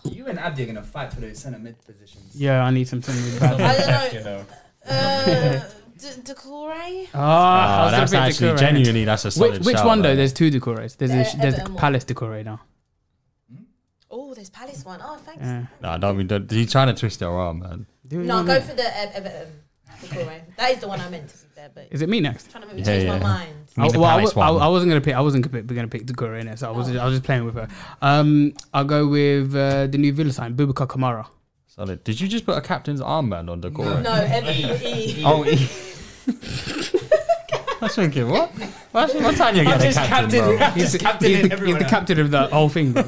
Speaker 3: You and Abdi are gonna fight for those centre mid positions.
Speaker 6: Yeah, I need some something bad.
Speaker 1: I don't
Speaker 12: You
Speaker 1: know.
Speaker 12: know,
Speaker 1: Uh, D- Decore?
Speaker 7: Ah,
Speaker 6: Ah,
Speaker 7: that's actually genuinely that's a solid
Speaker 6: Which, which
Speaker 7: shout,
Speaker 6: one though?
Speaker 7: man.
Speaker 6: There's two decores. There's
Speaker 1: Uh,
Speaker 6: a, there's the
Speaker 1: Everton one.
Speaker 6: palace decore now.
Speaker 1: Oh, there's Palace one. Oh, thanks.
Speaker 6: Yeah.
Speaker 7: Nah, don't be. don't- He's trying to twist your arm, man.
Speaker 6: Do
Speaker 1: No,
Speaker 6: you-
Speaker 1: go for the uh, Everton. Decore. that is the one I meant to be there, but
Speaker 6: Is it me next?
Speaker 1: trying to make me
Speaker 7: Yeah,
Speaker 1: change
Speaker 7: yeah.
Speaker 1: my mind.
Speaker 7: Need the
Speaker 6: I, well, I,
Speaker 7: Palace
Speaker 6: wa- I-
Speaker 7: one.
Speaker 6: I wasn't gonna pick. I wasn't gonna pick, gonna pick Decore in it, so I was I was just playing with her. Um, I'll go with uh, the new Villa sign, Bubakar Kamara.
Speaker 7: Solid. Did you just put a captain's armband on the goal?
Speaker 1: No, Everton.
Speaker 7: Oh, he- I was thinking, what? Why should Tanya get a captain, bro?
Speaker 6: He's, the-
Speaker 3: captain
Speaker 6: he's
Speaker 3: in
Speaker 6: the, he's
Speaker 3: everywhere.
Speaker 6: the captain of the whole thing. Bro.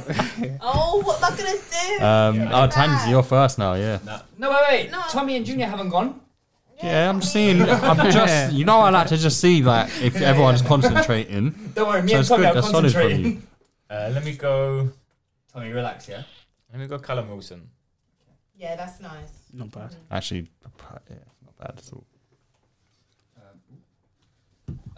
Speaker 1: Oh, what am I gonna do?
Speaker 7: Um, oh, Tanya's you're first now, yeah.
Speaker 3: No, wait, wait.
Speaker 1: No.
Speaker 3: Tommy and Junior haven't gone.
Speaker 7: Yeah, I'm seeing. I'm just. You know, I like to just see like if everyone's concentrating.
Speaker 3: Don't worry, me
Speaker 7: So
Speaker 3: and
Speaker 7: it's
Speaker 3: Tommy
Speaker 7: good.
Speaker 3: are
Speaker 7: That's solid for
Speaker 3: concentrating.
Speaker 7: you.
Speaker 12: uh, let me go.
Speaker 3: Tommy, relax, yeah.
Speaker 12: Let me go Callum Wilson.
Speaker 1: Yeah, that's nice.
Speaker 6: Not bad.
Speaker 7: Actually, yeah, not bad at all.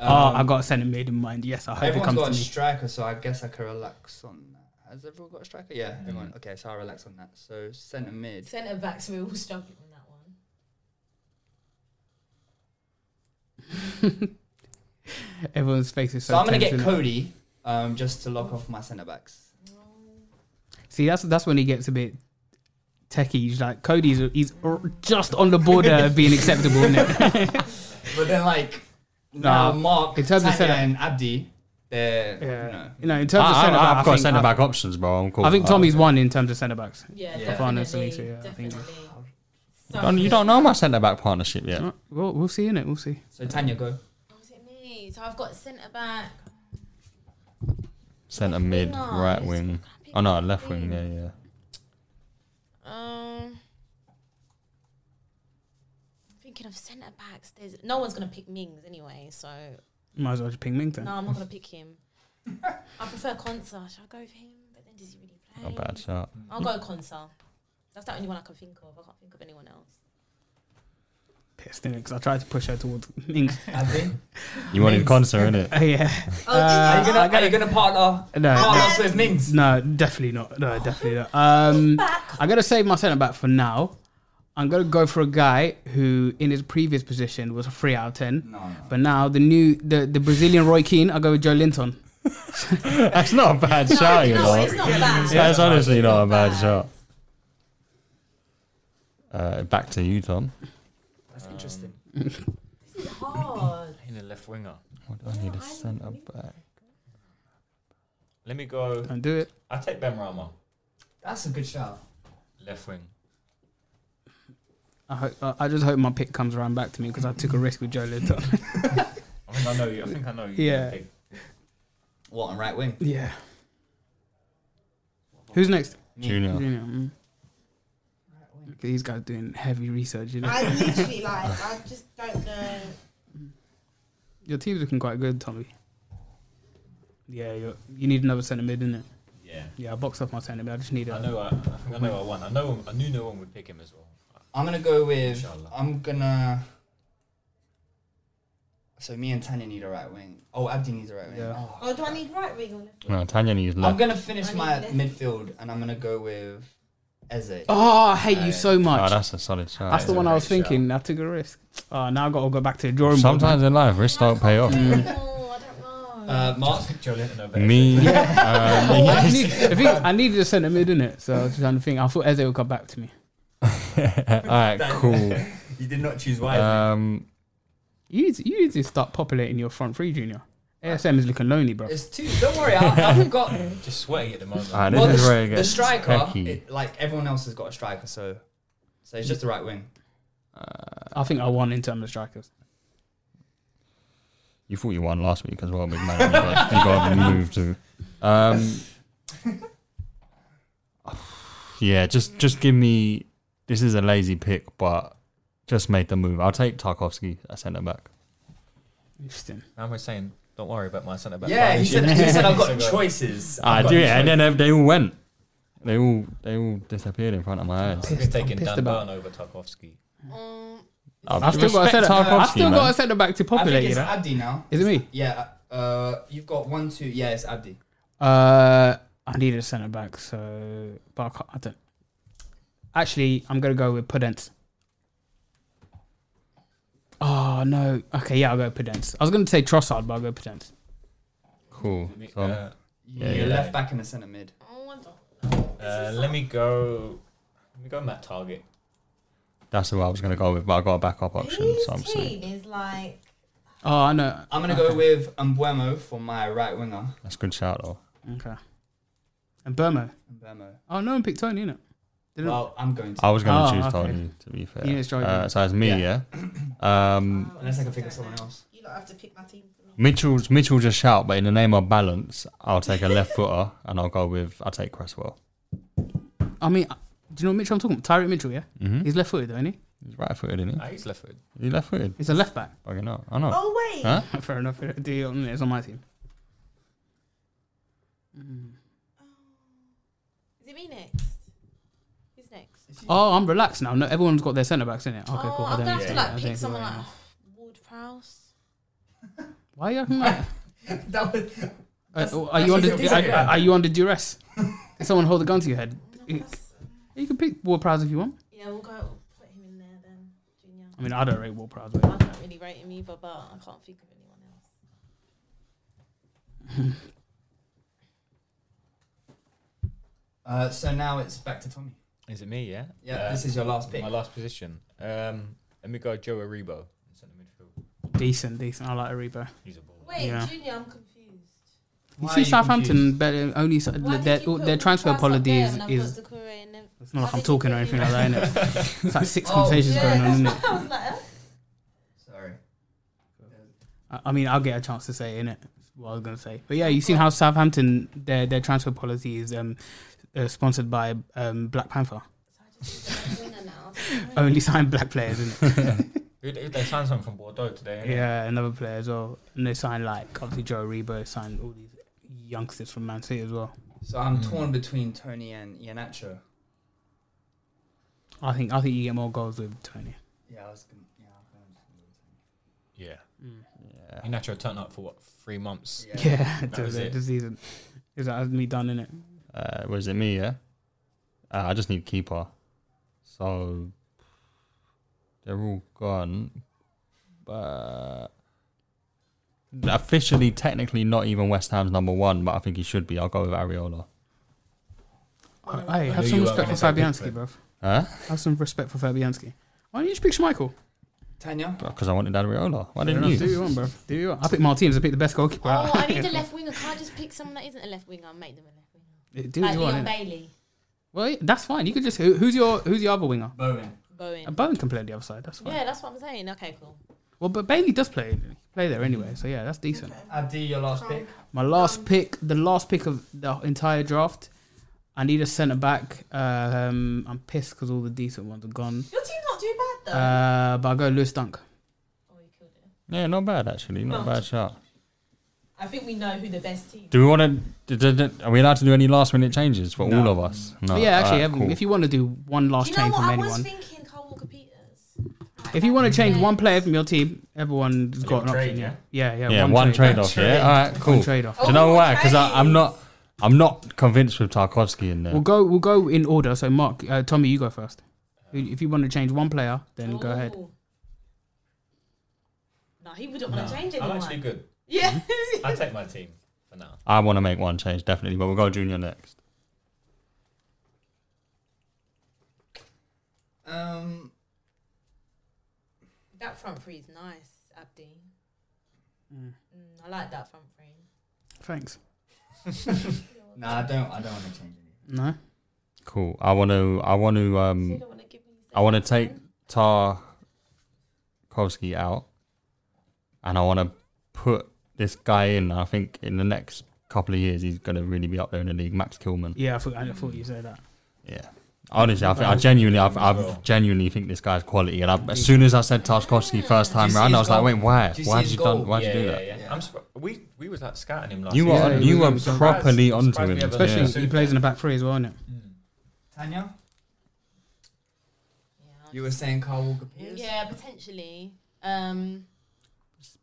Speaker 6: oh, I got a centre mid in mind. Yes, I hope it
Speaker 3: Everyone's
Speaker 6: comes
Speaker 3: got
Speaker 6: to
Speaker 3: a
Speaker 6: me.
Speaker 3: striker, so I guess I can relax on that. Has everyone got a striker? Yeah, everyone. Okay, so I relax on that. So centre mid.
Speaker 1: Centre backs, we all struggle on that one.
Speaker 6: Everyone's face is so.
Speaker 3: So I'm gonna
Speaker 6: tense,
Speaker 3: get
Speaker 6: innit?
Speaker 3: Cody um, just to lock off my centre backs.
Speaker 6: See, that's that's when he gets a bit techie. He's like, Cody's he's r- just on the border of being acceptable. Isn't it?
Speaker 3: But then like now
Speaker 6: Nah,
Speaker 3: Mark,
Speaker 6: in terms of
Speaker 3: Tanya
Speaker 6: centre-
Speaker 3: and Abdi, they're you know.
Speaker 6: No, in terms of centre back,
Speaker 7: Ah, I've got
Speaker 6: think-
Speaker 7: centre back
Speaker 6: I-
Speaker 7: options, bro. I'm cool.
Speaker 6: I think
Speaker 7: Uh,
Speaker 6: Tommy's won in terms of centre backs.
Speaker 1: Yeah,
Speaker 6: Fofana,
Speaker 1: definitely,
Speaker 6: Salisu, yeah, I think.
Speaker 1: So
Speaker 7: Don't- you don't know my centre back partnership yet.
Speaker 6: Uh, Well, we'll see in it. We'll see.
Speaker 3: So Tanya go.
Speaker 1: Is it me? So I've got centre back.
Speaker 7: Centre mid, right wing. Oh no, left wing. Yeah, yeah.
Speaker 1: Um, I'm thinking of centre backs. There's no one's gonna pick Mings anyway, so
Speaker 6: Might as well just ping Mington.
Speaker 1: no, I'm not gonna pick him. I prefer Consa. Should I go with him? But then does he really play?
Speaker 7: Not a bad shout.
Speaker 1: I'll go Consa. That's the only one I can think of. I can't think of anyone else.
Speaker 6: pissed in it because I tried to push her towards Mings.
Speaker 7: You wanted concert, innit?
Speaker 6: Uh, yeah.
Speaker 1: Oh, yeah.
Speaker 3: are you
Speaker 6: Uh,
Speaker 3: gonna, are you gonna partner?
Speaker 6: No.
Speaker 3: partner us with Mings.
Speaker 6: No, definitely not. No, definitely not. Um, I'm gonna save my centre back for now. I'm gonna go for a guy who, in his previous position, was a three out of ten. But now the new the, the Brazilian Roy Keane, I go with Joe Linton.
Speaker 7: That's not a bad shot, you
Speaker 1: no,
Speaker 7: know.
Speaker 1: it's not bad.
Speaker 7: That's honestly not a bad shot. Uh, back to you, Tom.
Speaker 3: That's interesting.
Speaker 1: Um, This is hard.
Speaker 12: In a left winger.
Speaker 7: What do I need a centre back?
Speaker 12: Let me go.
Speaker 6: Don't do it.
Speaker 12: I take Ben Rama,
Speaker 3: That's a good shout.
Speaker 12: left wing.
Speaker 6: I hope, I I just hope my pick comes around back to me because I took a risk with Joe Linton.
Speaker 12: I think I know you. I think I know you.
Speaker 6: Yeah.
Speaker 12: Big.
Speaker 3: What on right wing?
Speaker 6: yeah. Who's next?
Speaker 7: Junior.
Speaker 6: Junior, mm. These guys doing heavy research. You know?
Speaker 1: I literally like. I just don't know.
Speaker 6: Your team's looking quite good, Tommy. Yeah, you're, you need another centre mid, innit?
Speaker 12: Yeah.
Speaker 6: Yeah, I boxed off my centre mid. I just need a.
Speaker 12: I know. I, I think I know. I won. I know. I knew no one would pick him as well.
Speaker 3: I'm gonna go with.
Speaker 12: Inshallah.
Speaker 3: I'm gonna. So me and Tanya need a right wing. Oh, Abdi needs a right wing.
Speaker 6: Yeah.
Speaker 3: Oh.
Speaker 1: Oh, do I need right wing or left?
Speaker 7: No, Tanya needs
Speaker 3: I'm
Speaker 7: left.
Speaker 3: gonna finish
Speaker 1: I need
Speaker 3: my
Speaker 1: left.
Speaker 3: midfield, and I'm gonna go with Eze.
Speaker 6: Oh, I hate you so much.
Speaker 7: Oh,
Speaker 6: that's
Speaker 7: that's a solid shot.
Speaker 6: the one I was
Speaker 12: great
Speaker 6: thinking. I took a risk. Oh, now I've got to go back to the drawing board.
Speaker 7: Sometimes in life, risks don't pay off.
Speaker 1: Oh, I don't know.
Speaker 3: Uh, Mark.
Speaker 12: Joe Linton over
Speaker 7: Me, um,
Speaker 6: man. Oh, I, need, I, think I needed a centre mid, innit? So I was trying to think. I thought Eze would come back to me.
Speaker 7: all right, cool.
Speaker 3: You did not choose wise.
Speaker 7: Um,
Speaker 6: You need, to, you need to start populating your front three, Junior. ASM is looking lonely, bro.
Speaker 3: it's two. Don't worry, I, I haven't got.
Speaker 12: Just sweating at the moment.
Speaker 7: all right, this
Speaker 3: Well, the,
Speaker 7: is where it
Speaker 3: s- the
Speaker 7: gets
Speaker 3: striker,
Speaker 7: techie.
Speaker 3: it, like everyone else has got a striker, so so it's just the right wing.
Speaker 6: I think I won in terms of strikers.
Speaker 7: You thought you won last week as well, big man. You got, you got to move to. Um, yeah, just just give me. This is a lazy pick, but just make the move. I'll take Tarkovsky at centre back.
Speaker 6: Interesting.
Speaker 12: I'm always saying, don't worry about my centre back.
Speaker 3: Yeah, he
Speaker 12: partnership.
Speaker 3: said, he said I've got choices.
Speaker 7: Ah, I
Speaker 3: I've got
Speaker 7: do it, and
Speaker 3: choices.
Speaker 7: then they- they all went. They all they all disappeared in front of my eyes.
Speaker 12: He's taking
Speaker 6: pissed
Speaker 12: Dan
Speaker 6: about-
Speaker 12: Burn over Tarkovsky.
Speaker 1: Um,
Speaker 6: I've still got a
Speaker 7: Respect
Speaker 6: centre. I've
Speaker 7: Tarkovsky,
Speaker 6: still got
Speaker 7: man.
Speaker 6: a centre back to
Speaker 3: I
Speaker 6: populate.
Speaker 3: think
Speaker 6: You
Speaker 3: it's
Speaker 6: know?
Speaker 3: Abdi now.
Speaker 6: Is it me?
Speaker 3: Yeah. Uh, you've got one, two. Yeah, it's Abdi.
Speaker 6: Uh, I need a centre back, so but I, can't, I don't. Actually, I'm gonna go with Pudence. Oh no! Okay, yeah, I'll go Pudence. I was gonna say Trossard, but I'll go Pudence.
Speaker 7: Cool.
Speaker 12: Me-
Speaker 7: Tom.
Speaker 12: uh,
Speaker 3: Yeah,
Speaker 7: yeah,
Speaker 3: You're
Speaker 7: yeah.
Speaker 3: left back in the centre mid.
Speaker 1: oh, I don't
Speaker 12: uh, let me go. Let me go Matt Target.
Speaker 7: That's who I was gonna go with, but I got a backup option.
Speaker 1: His
Speaker 7: So I'm saying
Speaker 1: team is like
Speaker 6: Oh, I know.
Speaker 3: I'm gonna go with Mbuemo for my right winger.
Speaker 7: that's a good shout though.
Speaker 6: Okay. And Burmo.
Speaker 3: Mbuemo.
Speaker 6: Oh, no one picked Tony, innit? Didn't
Speaker 3: Well, I'm going to.
Speaker 7: I was gonna
Speaker 6: Oh,
Speaker 7: choose
Speaker 6: okay.
Speaker 7: Tony to be fair.
Speaker 6: You need a striker.
Speaker 7: Uh, so it's me, yeah. Um,
Speaker 3: Unless I can think of someone else.
Speaker 1: you don't have to pick my team for me.
Speaker 7: Mitchell's Mitchell just shout, but in the name of balance, I'll take a left footer and I'll go with I'll take Cresswell.
Speaker 6: I mean, uh, do you know what Mitchell I'm talking about? Tyreek Mitchell, yeah?
Speaker 7: Mhm.
Speaker 6: He's left footed, though, isn't he?
Speaker 7: He's right footed, isn't
Speaker 12: Ah, he's left footed.
Speaker 7: he? He's left footed.
Speaker 6: He's a left back.
Speaker 7: Fucking hell. I know.
Speaker 1: Oh wait,
Speaker 7: Huh?
Speaker 6: Fair enough. yeah, Do you, it's on my team.
Speaker 1: Oh. is it me next? Who's next?
Speaker 6: Oh, I'm relaxed now. No, everyone's got their centre backs, innit? Okay,
Speaker 1: oh,
Speaker 6: cool. I
Speaker 1: I'm
Speaker 6: don't
Speaker 1: gonna have to
Speaker 6: yeah, I
Speaker 1: like
Speaker 6: don't-
Speaker 1: pick someone like Ward Prowse.
Speaker 6: Why are you acting like that?
Speaker 3: That was.
Speaker 6: Uh, are you under? Are, are you under duress? Did someone hold a gun to your head? You you can pick war prowse if you want.
Speaker 1: Yeah, we'll go we'll put him in there then, Junior.
Speaker 6: I mean, I don't rate war prowse.
Speaker 1: I don't really rate him either, but I can't think of anyone else.
Speaker 3: Uh, so now it's back to Tommy.
Speaker 12: Is it me? Yeah. Uh,
Speaker 3: Yeah, this is your last pick.
Speaker 12: My last position. Um, let me go Joe Aribo in centre midfield.
Speaker 6: Decent, decent. I like Aribo.
Speaker 12: He's a baller.
Speaker 1: Wait,
Speaker 6: Yeah.
Speaker 1: Junior, I'm confused.
Speaker 6: You
Speaker 3: Why are
Speaker 6: see
Speaker 3: you
Speaker 6: Southampton
Speaker 3: confused?
Speaker 6: better only so,
Speaker 1: Why
Speaker 6: their
Speaker 1: did you put
Speaker 6: their transfer
Speaker 1: Wickas up
Speaker 6: policy
Speaker 1: there
Speaker 6: is,
Speaker 1: and I put
Speaker 6: is
Speaker 1: Doucouré in there?
Speaker 6: it's not like
Speaker 1: Why
Speaker 6: I'm
Speaker 1: did you
Speaker 6: talking or
Speaker 1: put
Speaker 6: anything
Speaker 1: him
Speaker 6: like that,
Speaker 1: in there?
Speaker 6: innit? it's like six
Speaker 3: Oh,
Speaker 6: conversations
Speaker 1: Yeah,
Speaker 6: going on,
Speaker 1: that's
Speaker 6: isn't it?
Speaker 1: why I was like, huh?
Speaker 3: Sorry.
Speaker 6: I I mean, I'll get a chance to say it, innit? That's What I was gonna say, but yeah, you've seen how Southampton their their transfer policy is um, uh, sponsored by um, Black Panther.
Speaker 1: Winner now.
Speaker 6: Only sign black players, isn't it?
Speaker 12: Who- who- They signed someone from Bordeaux today. innit?
Speaker 6: Yeah, another player as well. And they signed like obviously Joe Rebo signed all these youngsters from Man City as well.
Speaker 3: So I'm torn between Tony and Ianacho.
Speaker 6: I think I think you get more goals with Tony.
Speaker 3: Yeah, I was gonna. Yeah, I
Speaker 12: Yeah. yeah. Inacho turned up for what three months.
Speaker 3: was gonna-
Speaker 6: Yeah,
Speaker 12: That was
Speaker 6: does it
Speaker 12: it.
Speaker 6: this season. Is that me done in it?
Speaker 7: Uh, was it me? Yeah. Uh, I just need keeper. So they're all gone, but officially, technically, not even West Ham's number one. But I think he should be. I'll go with Ariola.
Speaker 6: Hey, have
Speaker 12: you
Speaker 6: some
Speaker 12: are
Speaker 6: respect for
Speaker 12: gonna say
Speaker 6: Fabianski,
Speaker 12: Pickford.
Speaker 6: bro.
Speaker 7: Huh?
Speaker 6: Have some respect for Fabianski. Why didn't you pick Schmeichel?
Speaker 3: Tanya.
Speaker 7: Because I wanted Ariola. Why didn't
Speaker 6: Do
Speaker 7: you?
Speaker 6: you want, bro? Do you want? I picked Martinez. I picked the best goalkeeper.
Speaker 13: Oh,
Speaker 6: out.
Speaker 13: I need a left winger. Can I just pick someone that isn't a left winger and make them a left winger?
Speaker 6: Do what
Speaker 13: Like
Speaker 6: you
Speaker 13: Leon
Speaker 6: want? innit?
Speaker 13: Bailey,
Speaker 6: Well, yeah, that's fine. You could just who, who's your who's your other winger?
Speaker 3: Bowen.
Speaker 13: Bowen.
Speaker 6: Uh, Bowen can play on the other side. That's fine.
Speaker 13: yeah, that's what I'm saying. Okay, cool.
Speaker 6: Well, but Bailey does play play there anyway, so yeah, that's decent.
Speaker 3: Abdi, your last pick.
Speaker 6: My last pick, the last pick of the entire draft. I need a centre back. Um, I'm pissed because all the decent ones are gone.
Speaker 1: Your team's not too bad though.
Speaker 6: Uh, but I go Lewis Dunk.
Speaker 1: oh, you killed it.
Speaker 7: Yeah, not bad actually. Not a bad shot.
Speaker 1: I think we know who the best team.
Speaker 7: Do we want to? Are we allowed to do any last minute changes for all of us? No.
Speaker 6: But yeah, actually,
Speaker 7: Oh, Alright,
Speaker 6: Evan,
Speaker 7: cool.
Speaker 6: if you want to do one last
Speaker 1: Do you know
Speaker 6: change
Speaker 1: what
Speaker 6: from
Speaker 1: I was
Speaker 6: anyone,
Speaker 1: thinking? Carl Walker Peters.
Speaker 6: if you want to change one player from your team, everyone's got an
Speaker 12: trade,
Speaker 6: option. Yeah, yeah, yeah.
Speaker 7: yeah, one trade off. Yeah, all right, cool.
Speaker 6: One trade off.
Speaker 7: Do you know
Speaker 1: Oh,
Speaker 7: why? Because I'm
Speaker 1: trades.
Speaker 7: not, I'm not convinced with Tarkovsky in there.
Speaker 6: We'll go. We'll go in order. So, Mark, uh, Tommy, you go first. If you want to change one player, then go ahead.
Speaker 1: Ooh. No, he wouldn't want to change
Speaker 12: I'm
Speaker 1: anyone.
Speaker 12: actually good. Hmm?
Speaker 1: Yeah.
Speaker 12: I take my team for now.
Speaker 7: I want to make one change definitely, but we'll go Junior next.
Speaker 3: Um,
Speaker 1: that front three is nice, Abdi. Mm, I like that front three.
Speaker 6: Thanks.
Speaker 3: nah, I don't. I don't want to change anything.
Speaker 6: No.
Speaker 7: Cool. I want to, I want to,
Speaker 1: You
Speaker 7: um,
Speaker 1: don't want to give me.
Speaker 7: I want to take Tarkovsky out, and I want to put this guy in. I think in the next couple of years he's gonna really be up there in the league. Max Kilman.
Speaker 6: Yeah, I thought I thought you said that.
Speaker 7: Yeah. Honestly, I, think, I genuinely, I've, i genuinely think this guy's quality. And I, as soon as I said Tarkovsky first time
Speaker 3: see
Speaker 7: round, I
Speaker 3: his
Speaker 7: was like,
Speaker 3: goal?
Speaker 7: "Wait, why?
Speaker 3: Do you see
Speaker 7: why
Speaker 3: his
Speaker 7: did you done?
Speaker 3: goal?
Speaker 7: Why did
Speaker 12: yeah,
Speaker 7: you do
Speaker 12: yeah,
Speaker 7: that?"
Speaker 12: yeah, I'm surpri- we we was like scouting him last.
Speaker 7: You were,
Speaker 12: season.
Speaker 6: Yeah,
Speaker 7: you
Speaker 6: yeah,
Speaker 7: were
Speaker 6: yeah.
Speaker 7: properly
Speaker 12: Surprised- surprised we
Speaker 7: onto him.
Speaker 12: haven't-
Speaker 6: Especially
Speaker 12: Yeah.
Speaker 6: he plays in the back three as well, isn't it?
Speaker 3: Tanya,
Speaker 1: Yeah,
Speaker 3: you were saying Carl Walker Peters.
Speaker 1: yeah, potentially. Um,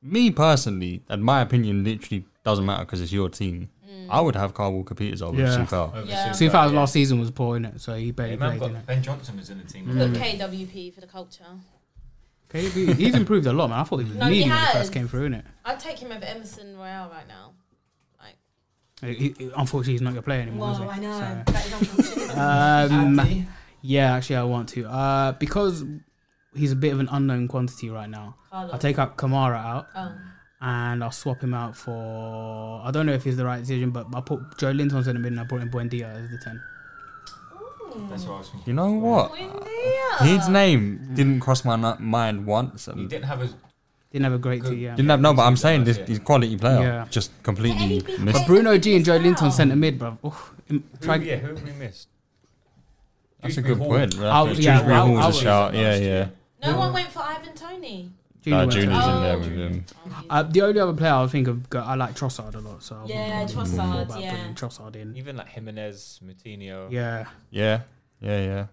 Speaker 7: me personally, and my opinion literally doesn't matter because it's your team.
Speaker 1: Mm.
Speaker 7: I would have Carl Walker Peters over
Speaker 6: Yeah.
Speaker 7: yeah. Sufal.
Speaker 12: Over
Speaker 1: Yeah.
Speaker 12: Sufal,
Speaker 6: Sufar's
Speaker 12: yeah.
Speaker 6: last season was poor, innit? So he
Speaker 12: Yeah,
Speaker 6: barely
Speaker 12: man,
Speaker 6: played, innit?
Speaker 12: got Ben Johnson was in the team.
Speaker 1: put KWP for the culture.
Speaker 6: KDB, he's improved a lot, man. I thought he was
Speaker 1: No, he
Speaker 6: leading when he
Speaker 1: has.
Speaker 6: first came through, innit?
Speaker 1: I'd take him over Emerson Royale right now. Like,
Speaker 6: He- he- Unfortunately, he's not your player anymore. is he?
Speaker 1: whoa, I know.
Speaker 6: So-
Speaker 1: That is unfortunate.
Speaker 6: Um,
Speaker 3: Abdi,
Speaker 6: yeah, actually, I want to uh, because he's a bit of an unknown quantity right now.
Speaker 1: Carlos.
Speaker 6: I'll take up Kamara out
Speaker 1: Oh.
Speaker 6: and I'll swap him out for I don't know if he's the right decision, but I put Joe Linton in the mid and I brought in Buendia as the ten.
Speaker 12: That's what I was thinking.
Speaker 7: You know what? His name didn't cross my nu- mind once.
Speaker 12: He
Speaker 7: And
Speaker 12: didn't have a
Speaker 6: Didn't have a great two, yeah.
Speaker 7: didn't have no, but I'm saying this
Speaker 12: Yeah.
Speaker 7: he's quality player.
Speaker 6: Yeah.
Speaker 7: Just completely
Speaker 13: Can
Speaker 7: missed.
Speaker 13: anybody-
Speaker 6: Bruno G and Joe Linton centre mid, bro. Oof. Um,
Speaker 12: Who,
Speaker 6: Try,
Speaker 12: yeah, who have we missed?
Speaker 7: That's
Speaker 12: Dewsbury
Speaker 7: a good
Speaker 12: Hall.
Speaker 7: point. We'll have
Speaker 6: I'll-
Speaker 7: to-
Speaker 6: yeah,
Speaker 7: Dewsbury
Speaker 6: I'll-
Speaker 7: Hall's
Speaker 6: I'll-
Speaker 7: a shout. Yeah, yeah.
Speaker 1: No one went for Ivan Tony.
Speaker 6: Junior
Speaker 7: Uh,
Speaker 6: went to-
Speaker 7: Junior's in
Speaker 1: Oh.
Speaker 7: there with him.
Speaker 6: Uh, the only other player I would think of, go- I like Trossard a lot, so I wouldn't
Speaker 1: Yeah,
Speaker 6: really thought
Speaker 1: Trossard,
Speaker 6: about
Speaker 1: yeah.
Speaker 6: putting Trossard in.
Speaker 12: Even like Jimenez, Moutinho.
Speaker 6: Yeah,
Speaker 7: Yeah, yeah, yeah.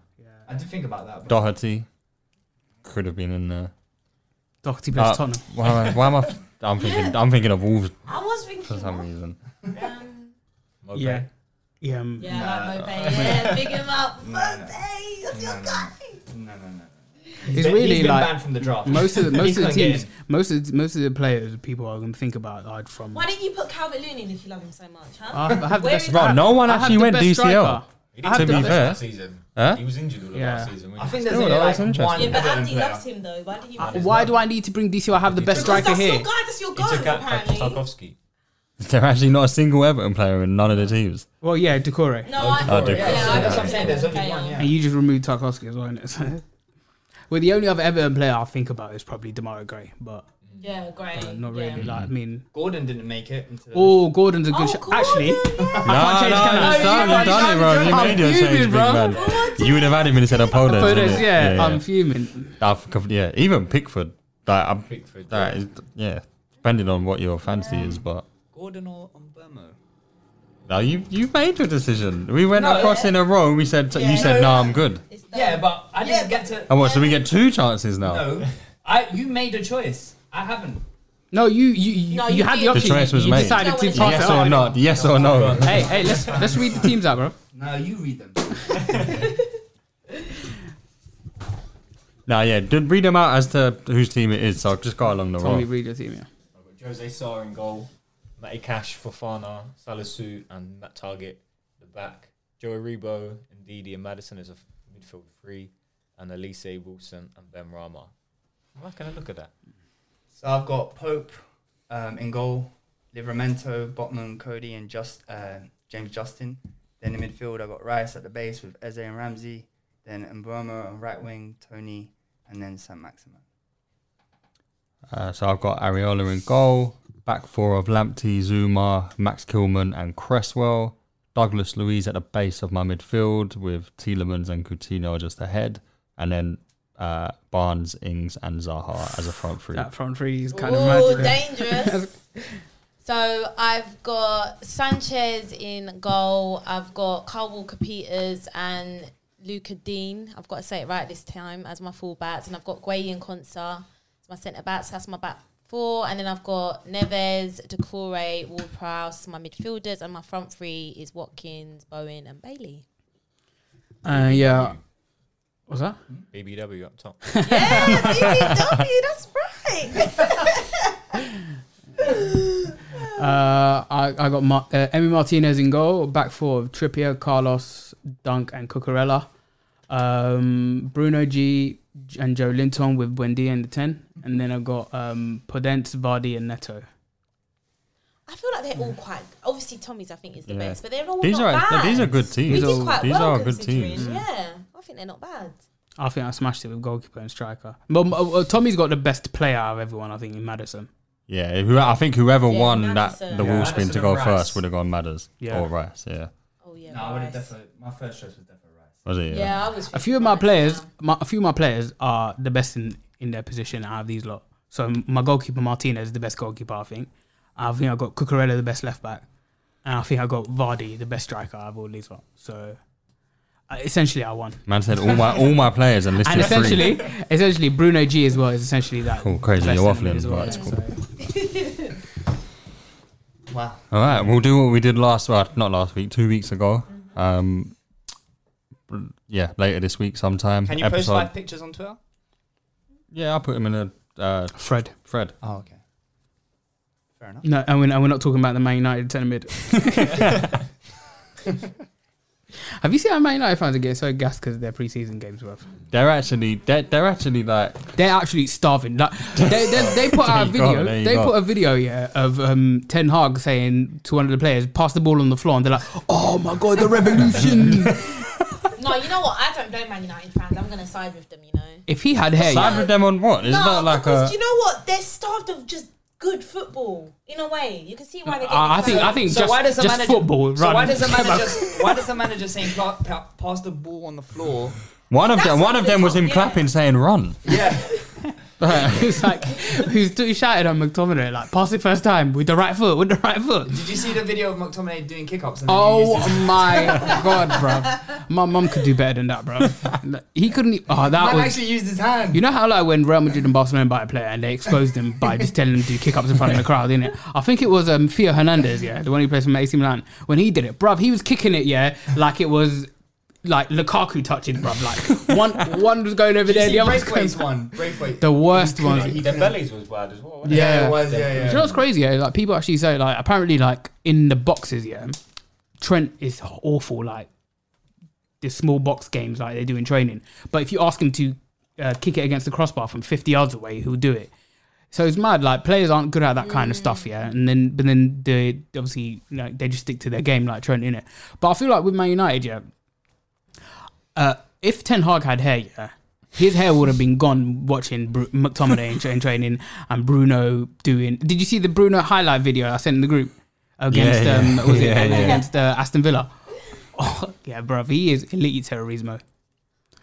Speaker 3: I did think about that. But
Speaker 7: Doherty could have been in there.
Speaker 6: Doherty plays
Speaker 7: Uh,
Speaker 6: Tottenham.
Speaker 7: Why, am I- why am I? I'm thinking. I'm thinking of Wolves.
Speaker 1: I was thinking
Speaker 7: for some
Speaker 1: of.
Speaker 7: reason.
Speaker 1: Um,
Speaker 6: Yeah. Yeah. um,
Speaker 1: yeah, I like Mopey. Yeah, big him up. Mopey, that's your guy.
Speaker 3: No, no, no.
Speaker 6: It's
Speaker 3: He's been-
Speaker 6: really
Speaker 3: he's been
Speaker 6: like
Speaker 3: banned from the draft.
Speaker 6: Most of the, most
Speaker 3: He's
Speaker 6: of the
Speaker 3: like,
Speaker 6: teams,
Speaker 3: yeah.
Speaker 6: most of most of the players, people are going to think about are from.
Speaker 1: Why didn't you put Calvert Loon in if you love him so much, huh?
Speaker 6: I have- I have the
Speaker 1: Where
Speaker 6: best
Speaker 1: is
Speaker 7: Bro,
Speaker 1: that?
Speaker 7: no one
Speaker 6: I have
Speaker 7: actually
Speaker 6: the
Speaker 7: went
Speaker 6: best
Speaker 7: DCL.
Speaker 6: striker.
Speaker 12: He
Speaker 6: I have
Speaker 12: didn't
Speaker 6: the
Speaker 12: play
Speaker 6: best-
Speaker 12: last season.
Speaker 7: Huh?
Speaker 12: He was injured all of last season. wasn't
Speaker 3: I
Speaker 12: he?
Speaker 3: think there's
Speaker 7: Still,
Speaker 3: only
Speaker 7: though,
Speaker 3: like
Speaker 7: that's
Speaker 3: one
Speaker 7: interesting.
Speaker 1: Yeah, but
Speaker 3: Everton
Speaker 1: Andy
Speaker 3: player.
Speaker 1: loves him though. Why did you?
Speaker 6: Uh,
Speaker 1: put him?
Speaker 6: Why do I need to bring DCL? I have the best
Speaker 1: Because
Speaker 6: striker
Speaker 1: that's
Speaker 6: here.
Speaker 1: your guy. That's your
Speaker 12: He
Speaker 1: goal,
Speaker 12: took out
Speaker 1: apparently.
Speaker 12: Tarkovsky.
Speaker 7: They're actually not a single Everton player in none of the teams.
Speaker 6: Well, yeah, Decore.
Speaker 1: No, I.
Speaker 7: Oh, dear.
Speaker 3: Yeah,
Speaker 1: Yeah,
Speaker 3: so
Speaker 1: I
Speaker 3: that's
Speaker 1: don't
Speaker 3: what I'm saying. There's only one. Yeah.
Speaker 6: And you just removed Tarkovsky as well, innit? So- well, the only other Everton player I'll think about is probably Demario Gray, but
Speaker 1: Yeah, great.
Speaker 6: uh, not really.
Speaker 1: Yeah.
Speaker 6: Like, I mean,
Speaker 3: Gordon didn't make it. Into the
Speaker 6: oh, Gordon's a good
Speaker 1: Oh,
Speaker 6: shot.
Speaker 1: Gordon,
Speaker 6: Actually,
Speaker 1: yeah.
Speaker 7: No,
Speaker 6: I
Speaker 7: no,
Speaker 6: can't
Speaker 7: no,
Speaker 6: change Oh,
Speaker 7: you've
Speaker 6: Canada.
Speaker 7: done,
Speaker 6: You've
Speaker 7: it, bro. You
Speaker 6: I'm
Speaker 7: made your
Speaker 6: fuming,
Speaker 7: change, big
Speaker 6: bro.
Speaker 7: man. You would have had him instead of Podes.
Speaker 6: Photos,
Speaker 7: wouldn't you?
Speaker 6: yeah,
Speaker 7: yeah,
Speaker 6: I'm fuming.
Speaker 7: yeah. I've com- yeah. Even Pickford. Like, I'm,
Speaker 12: Pickford,
Speaker 7: that is- yeah. Depending on what your fancy is, but
Speaker 3: Gordon or Umbermo?
Speaker 7: no, you you made your decision. We went across in a row. and We said t-
Speaker 1: Yeah.
Speaker 7: you said no, I'm good.
Speaker 1: It's done.
Speaker 3: Yeah, but I
Speaker 1: Yeah,
Speaker 3: didn't get to.
Speaker 7: And what? So we get two chances now.
Speaker 3: No, I. You made a choice. I haven't.
Speaker 6: No, you you you,
Speaker 1: No,
Speaker 6: you,
Speaker 1: you
Speaker 6: had the
Speaker 1: did.
Speaker 7: The
Speaker 6: option.
Speaker 7: choice was
Speaker 6: you
Speaker 7: made.
Speaker 6: decided to
Speaker 1: Yes
Speaker 6: pass
Speaker 7: Yes
Speaker 6: it
Speaker 7: or
Speaker 6: on.
Speaker 7: not? Yes or no?
Speaker 6: Hey, hey, let's let's read the teams out, bro.
Speaker 3: No, you read them.
Speaker 7: Nah, yeah. Did read them out as to whose team it is. So I've just got along the
Speaker 6: Only
Speaker 7: row.
Speaker 6: read your team, yeah.
Speaker 12: I've got Jose Sarr in goal, Matty Cash, Fofana, Salisu, and Matt Target at the back. Joe Rebo, Ndidi, and Madison as a f- midfield three, and Elise Wilson and Ben Rama. I'm not going to look at that.
Speaker 3: So I've got Pope um, in goal, Livermento, Botman, Cody, and Just uh, James Justin. Then in midfield, I've got Rice at the base with Eze and Ramsey. Then Mbomo on right wing, Tony, and then Sam Maximan.
Speaker 7: Uh, so I've got Ariola in goal, back four of Lamptey, Zuma, Max Kilman, and Cresswell. Douglas Louise at the base of my midfield with Tielemans and Coutinho just ahead, and then uh, Barnes, Ings, and Zaha as a front three.
Speaker 6: That front three is kind of
Speaker 1: Oh,
Speaker 6: magic.
Speaker 1: dangerous. so I've got Sanchez in goal. I've got Carl Walker Peters and Luca Dean. I've got to say it right this time as my full backs. And I've got Guay and Consa as my centre backs. That's my back four. And then I've got Neves, Decore, Ward Prowse, my midfielders. And my front three is Watkins, Bowen, and Bailey.
Speaker 6: Uh, yeah. What's that?
Speaker 12: BBW up top.
Speaker 1: Yeah, BBW, that's right.
Speaker 6: Uh, I, I got Ma- uh, Emmy Martinez in goal, back four of Trippier, Carlos, Dunk, and Cucurella. Um, Bruno G and Joe Linton with Buendia in the 10. And then I've got um, Podence, Vardy, and Neto.
Speaker 1: I feel like they're all quite. Obviously, Tommy's I think is the
Speaker 7: Yeah.
Speaker 1: best, but they're all
Speaker 7: these
Speaker 1: not
Speaker 7: are no,
Speaker 1: bad.
Speaker 7: these are good
Speaker 1: We
Speaker 7: teams.
Speaker 1: did quite
Speaker 7: these
Speaker 1: well
Speaker 7: are good
Speaker 1: considering,
Speaker 6: Hmm.
Speaker 7: teams.
Speaker 1: Yeah, I think they're not bad.
Speaker 6: I think I smashed it with goalkeeper and striker. But uh, Tommy's got the best player out of everyone, I think, in Madison.
Speaker 7: Yeah, who, I think whoever
Speaker 1: Yeah,
Speaker 7: won
Speaker 1: Madison.
Speaker 7: that the
Speaker 1: Yeah,
Speaker 7: wall
Speaker 12: Madison
Speaker 7: spin to
Speaker 12: and
Speaker 7: go
Speaker 12: Rice.
Speaker 7: first would have gone Madders
Speaker 6: Yeah.
Speaker 7: or Rice. Yeah,
Speaker 1: Oh yeah.
Speaker 3: No, I would have
Speaker 1: Rice.
Speaker 3: definitely. My first choice was definitely Rice.
Speaker 7: was it?
Speaker 1: Yeah, I was.
Speaker 6: A few of my
Speaker 1: Rice
Speaker 6: players,
Speaker 1: now.
Speaker 6: my, a few of my players are the best in, in their position out of these lot. So my goalkeeper Martinez is the best goalkeeper, I think. I think I got Cucurella the best left back, and I think I got Vardy the best striker out of all these lot. So uh, essentially, I won.
Speaker 7: Man said all my all my players and listed
Speaker 6: And
Speaker 7: three.
Speaker 6: essentially, essentially Bruno G as well is essentially that.
Speaker 7: Cool, crazy,
Speaker 6: best
Speaker 7: you're
Speaker 6: in it
Speaker 7: waffling,
Speaker 6: as
Speaker 7: but it's cool.
Speaker 6: So-
Speaker 3: Wow.
Speaker 7: All right, we'll do what we did last, well, not last week, two weeks ago. Um, br- yeah, later this week sometime.
Speaker 3: Can you post five pictures on Twitter?
Speaker 7: Yeah, I'll put him in a uh,
Speaker 6: Fred.
Speaker 7: Fred.
Speaker 3: Oh, okay. Fair enough.
Speaker 6: No, and we're, and we're not talking about the Man United centre mid. Have you seen how Man United fans are getting so gassed because their preseason games were?
Speaker 7: They're actually they're, they're actually like
Speaker 6: They're actually starving. Like, they, they, they put out a
Speaker 7: There you
Speaker 6: video.
Speaker 7: go, there you
Speaker 6: they
Speaker 7: go.
Speaker 6: put a video yeah of um, Ten Hag saying to one of the players, "Pass the ball on the floor," and they're like, "Oh my god, the revolution!"
Speaker 1: No, you know what? I don't blame Man United fans. I'm gonna side with them. You know.
Speaker 6: if he had hair,
Speaker 7: side
Speaker 6: yeah.
Speaker 7: with them on what? Isn't
Speaker 1: no,
Speaker 7: that like
Speaker 1: because
Speaker 7: a
Speaker 1: you know what? They're starved of just good football. In a way, you can see why they.
Speaker 6: I I think I think just, just football.
Speaker 3: So
Speaker 6: rather
Speaker 3: why
Speaker 6: than-
Speaker 3: does the manager? why does the manager saying "Pa- pa- pass the ball on the floor?
Speaker 7: one of
Speaker 1: That's
Speaker 7: them? One of
Speaker 1: what
Speaker 7: them
Speaker 1: we
Speaker 7: was him
Speaker 1: thought, yeah.
Speaker 7: clapping, saying "Run."
Speaker 3: Yeah.
Speaker 6: it's like who's too shouted at McTominay like pass it first time with the right foot with the right foot.
Speaker 3: Did you see the video of McTominay doing kickups? and then he
Speaker 6: Oh
Speaker 3: used his-
Speaker 6: my god, bruv! My mum could do better than that, bruv. He couldn't. e- Oh, that
Speaker 3: Man
Speaker 6: was.
Speaker 3: actually used his hand.
Speaker 6: You know how like when Real Madrid and Barcelona buy a player and they expose them by just telling them to do kick-ups in front of the crowd, innit? I think it was um, Theo Hernandez, yeah, the one who plays for AC Milan. When he did it, bruv, he was kicking it, yeah, like it was like Lukaku touching, bruv. Like one one was going over
Speaker 3: Did you
Speaker 6: there,
Speaker 3: see
Speaker 6: the other was
Speaker 3: Braithwaite's
Speaker 6: going-
Speaker 3: one? Braithwaite.
Speaker 6: The worst one.
Speaker 12: Their bellies was bad as well. wasn't
Speaker 3: Yeah, it was, yeah,
Speaker 6: Do
Speaker 3: yeah.
Speaker 6: you know what's crazy? Yeah, like people actually say, like apparently, like in the boxes, yeah, Trent is awful. Like the small box games, like they do in training. But if you ask him to uh, kick it against the crossbar from fifty yards away, he'll do it. So it's mad. Like players aren't good at that kind of stuff, yeah. And then, but then they obviously, you know, they just stick to their game, like Trent in it. But I feel like with Man United, yeah, uh, if Ten Hag had hair, yeah, his hair would have been gone watching Bru- McTominay in, tra- in training and Bruno doing. Did you see the Bruno highlight video I sent in the group against
Speaker 7: Yeah, yeah.
Speaker 6: um was it
Speaker 7: Yeah, yeah.
Speaker 6: against uh, Aston Villa? Oh yeah, bruv, he is elite terrorismo.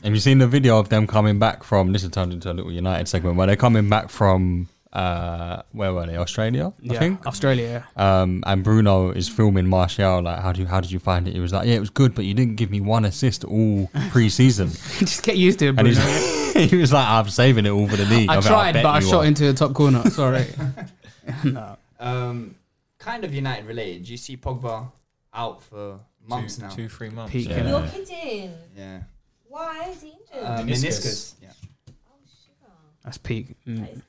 Speaker 7: Have you seen the video of them coming back from? This is turned into a little United segment where they're coming back from. Uh, where were they? Australia, I
Speaker 6: Yeah,
Speaker 7: think.
Speaker 6: Australia.
Speaker 7: Um, and Bruno is filming Martial. Like, how do you, how did you find it? He was like, yeah, it was good, but you didn't give me one assist all pre-season.
Speaker 6: Just get used to it,
Speaker 7: and
Speaker 6: Bruno.
Speaker 7: he's, he was like, I'm saving it all for the league.
Speaker 6: I
Speaker 7: I'm like,
Speaker 6: tried,
Speaker 7: bet
Speaker 6: but I
Speaker 7: you
Speaker 6: shot
Speaker 7: are.
Speaker 6: into the top corner. Sorry. no.
Speaker 3: Um, kind of United related. You see Pogba out for months now.
Speaker 12: two, three months,
Speaker 6: Peak,
Speaker 12: yeah.
Speaker 1: You're kidding.
Speaker 3: Yeah.
Speaker 1: Why is he injured?
Speaker 3: Uh, meniscus. Yeah.
Speaker 6: That's peak. Mm.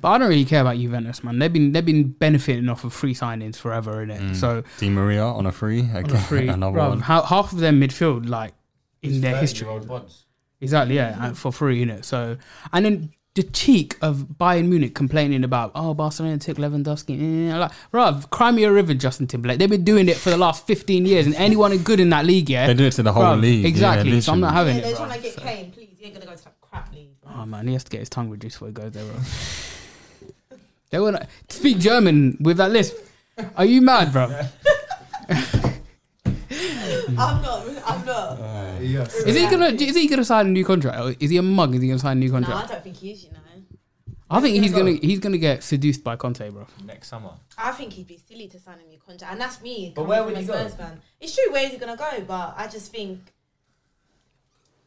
Speaker 6: But I don't really care about Juventus, man. They've been they've been benefiting off of free signings forever, innit?
Speaker 7: Mm.
Speaker 6: So
Speaker 7: Di Maria on a free, again,
Speaker 6: on the free,
Speaker 7: another
Speaker 6: bruv,
Speaker 7: one.
Speaker 6: how- half of their midfield, like in
Speaker 12: It's
Speaker 6: their
Speaker 12: 30
Speaker 6: history,
Speaker 12: year old ones.
Speaker 6: exactly, yeah, and for free, innit? So and then the cheek of Bayern Munich complaining about oh Barcelona took Lewandowski, eh, like bruv, cry me a river, Justin Timberlake. They've been doing it for the last fifteen years, and anyone good in that league, yeah,
Speaker 7: They do it to the whole
Speaker 6: bruv,
Speaker 7: league, yeah,
Speaker 6: exactly. so I'm not
Speaker 7: literally.
Speaker 6: having
Speaker 1: Yeah,
Speaker 6: it.
Speaker 1: they're
Speaker 6: bruv.
Speaker 1: trying to get Kane, please. You ain't gonna go to that crap league.
Speaker 6: Oh man, he has to get his tongue reduced before he goes there. Bro. they want to speak German with that lisp. Are you mad, bro?
Speaker 1: I'm not. I'm not.
Speaker 3: Yes.
Speaker 6: Is he gonna? Is he gonna sign a new contract? Or is he a mug? Is he gonna sign a new
Speaker 1: No, I
Speaker 6: contract?
Speaker 1: don't think he is. You know,
Speaker 6: I think he's
Speaker 1: He's
Speaker 6: gonna.
Speaker 1: gonna
Speaker 6: He's gonna get seduced by Conte, bro.
Speaker 12: Next summer.
Speaker 1: I think he'd be silly to sign a new contract, and that's me.
Speaker 3: But
Speaker 1: coming
Speaker 3: where
Speaker 1: from
Speaker 3: would
Speaker 1: a
Speaker 3: he go?
Speaker 1: Spurs Fan. It's true. Where is he gonna go? But I just think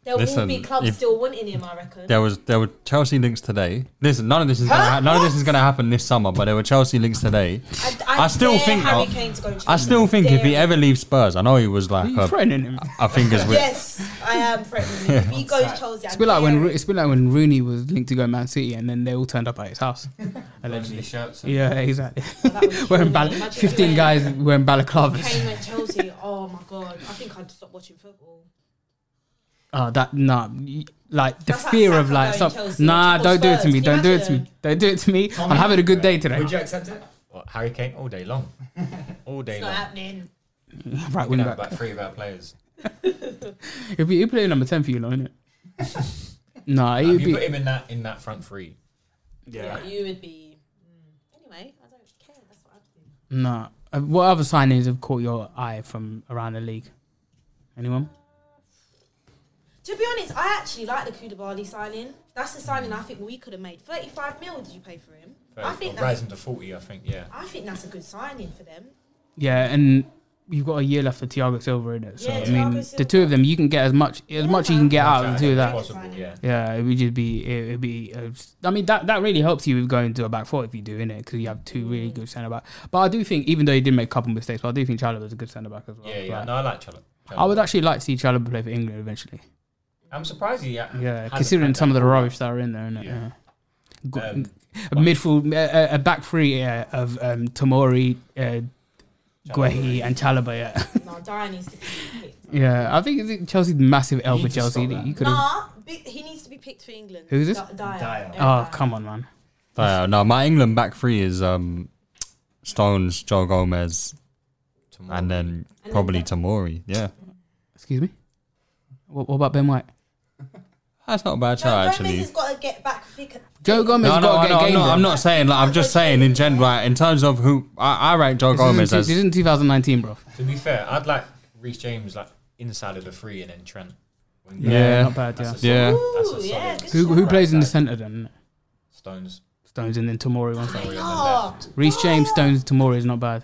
Speaker 1: there will
Speaker 7: Listen,
Speaker 1: be clubs
Speaker 7: if-
Speaker 1: still wanting him. I reckon.
Speaker 7: There was there were Chelsea links today. Listen, none of this is gonna ha- none of this is gonna happen this summer. But there were Chelsea links today.
Speaker 1: I,
Speaker 7: I still
Speaker 1: dare
Speaker 7: think-
Speaker 1: Harry
Speaker 7: I-
Speaker 1: Kane to go. to
Speaker 7: I still
Speaker 1: Chelsea.
Speaker 7: think if he
Speaker 1: Dare
Speaker 7: ever leaves Spurs, I know he was like
Speaker 6: You
Speaker 7: a,
Speaker 6: threatening him?
Speaker 7: a fingers with.
Speaker 1: Yes, I am threatening him. If he goes Chelsea,
Speaker 6: It's been like when Ro- it's been like when Rooney was linked to go Man City, and then they all turned up at his house.
Speaker 3: Allegedly shirts. and-
Speaker 6: yeah, exactly.
Speaker 1: That was
Speaker 6: wearing
Speaker 1: human.
Speaker 6: bal-
Speaker 1: Imagine
Speaker 6: fifteen
Speaker 1: when
Speaker 6: guys wearing balaclavas.
Speaker 1: Kane went Chelsea. Oh my god! I think I'd stop watching football.
Speaker 6: Oh, that nah. y- Like the
Speaker 1: That's like
Speaker 6: fear of
Speaker 1: Saka
Speaker 6: like
Speaker 1: going
Speaker 6: some,
Speaker 1: Chelsea
Speaker 6: nah,
Speaker 1: or
Speaker 6: don't do it to
Speaker 1: Spurs.
Speaker 6: me,
Speaker 1: Can
Speaker 6: don't
Speaker 1: you
Speaker 6: do it to me,
Speaker 1: imagine?
Speaker 6: don't do it to me. I'm having a good day today.
Speaker 3: Would you accept it?
Speaker 12: What, Harry Kane all day long. all day
Speaker 1: It's not
Speaker 12: long.
Speaker 1: happening.
Speaker 6: Right
Speaker 12: We
Speaker 6: wing
Speaker 12: know
Speaker 6: back.
Speaker 12: about three of our players.
Speaker 6: He'll be he'll play number ten for you, lot, innit? nah,
Speaker 12: If
Speaker 6: he'll
Speaker 12: you put
Speaker 6: be.
Speaker 12: him in that in that front three.
Speaker 1: Yeah. you would be. mm. Anyway, I don't care. That's what I'd do.
Speaker 6: Nah. Uh, What other signings have caught your eye from around the league? Anyone?
Speaker 1: To be honest, I actually like the Koulibaly signing. That's the signing I think we could have made. Thirty-five mil did you pay for him? I think that's,
Speaker 12: rising to forty, I think. Yeah.
Speaker 1: I think that's a good signing for them.
Speaker 6: Yeah, and you've got a year left for Thiago Silva in it. So
Speaker 1: Yeah,
Speaker 6: I
Speaker 1: Thiago
Speaker 6: mean, the
Speaker 1: Silva.
Speaker 6: two of them, you can get as much as much you can get out of the two of that.
Speaker 12: Possible, yeah.
Speaker 6: Yeah, it would just be it would be. Uh, I mean, that that really helps you with going to a back four if you do in it because you have two really good centre back. But I do think, even though he did make a couple mistakes, but I do think Chalobah is a good centre back as well.
Speaker 12: Yeah, yeah.
Speaker 6: Like,
Speaker 12: No, I like Chalobah.
Speaker 6: I would actually like to see Chalobah play for England eventually.
Speaker 12: I'm surprised he.
Speaker 3: Mm.
Speaker 6: Yeah, considering some of the rubbish that are in there, innit?
Speaker 12: Yeah.
Speaker 6: Yeah. Go-
Speaker 12: Um,
Speaker 6: a midfield, a, a- a back three uh, of um, Tomori, uh, Guehi, and Chalobah. Yeah.
Speaker 1: No, Dyer needs to be picked.
Speaker 6: yeah, I think it's- Chelsea's massive L
Speaker 3: You
Speaker 6: for
Speaker 3: need to
Speaker 6: Chelsea.
Speaker 3: stop that.
Speaker 6: You could have.
Speaker 1: Nah, bi- he needs to be picked for England.
Speaker 6: Who's this?
Speaker 1: D- Dyer.
Speaker 3: Dyer.
Speaker 6: Oh come on, man!
Speaker 7: Uh, no, my England back three is um, Stones, Joe Gomez, and then
Speaker 1: then
Speaker 7: probably
Speaker 1: Ben- Mm.
Speaker 7: Tamori. Yeah,
Speaker 6: Excuse me. What, what about Ben White?
Speaker 7: that's not a bad
Speaker 1: No,
Speaker 7: shot
Speaker 1: Gomez
Speaker 7: actually.
Speaker 1: has got to get back thicker.
Speaker 6: Joe Gomez
Speaker 7: No, no,
Speaker 6: got to
Speaker 7: I
Speaker 6: get
Speaker 7: know,
Speaker 6: a
Speaker 7: I'm
Speaker 6: game.
Speaker 7: not,
Speaker 6: bro.
Speaker 7: I'm not saying. Like, I'm just saying in general, like, in terms of who I, I rank Joe
Speaker 6: This
Speaker 7: Gomez
Speaker 6: is, in,
Speaker 7: as.
Speaker 6: this is in 2019, bro.
Speaker 12: To be fair, I'd like Reece James like inside of the three, and then Trent.
Speaker 7: Yeah,
Speaker 6: not bad. Yeah.
Speaker 12: That's a
Speaker 7: yeah.
Speaker 12: solid- that's a
Speaker 1: Ooh, yeah,
Speaker 12: solid
Speaker 1: good
Speaker 6: Who, who
Speaker 12: right
Speaker 6: plays in the
Speaker 12: side.
Speaker 6: centre then?
Speaker 12: Stones.
Speaker 6: Stones and then Tomori on
Speaker 12: Tomori on the
Speaker 6: side. Reece James, Stones, Tomori is not bad.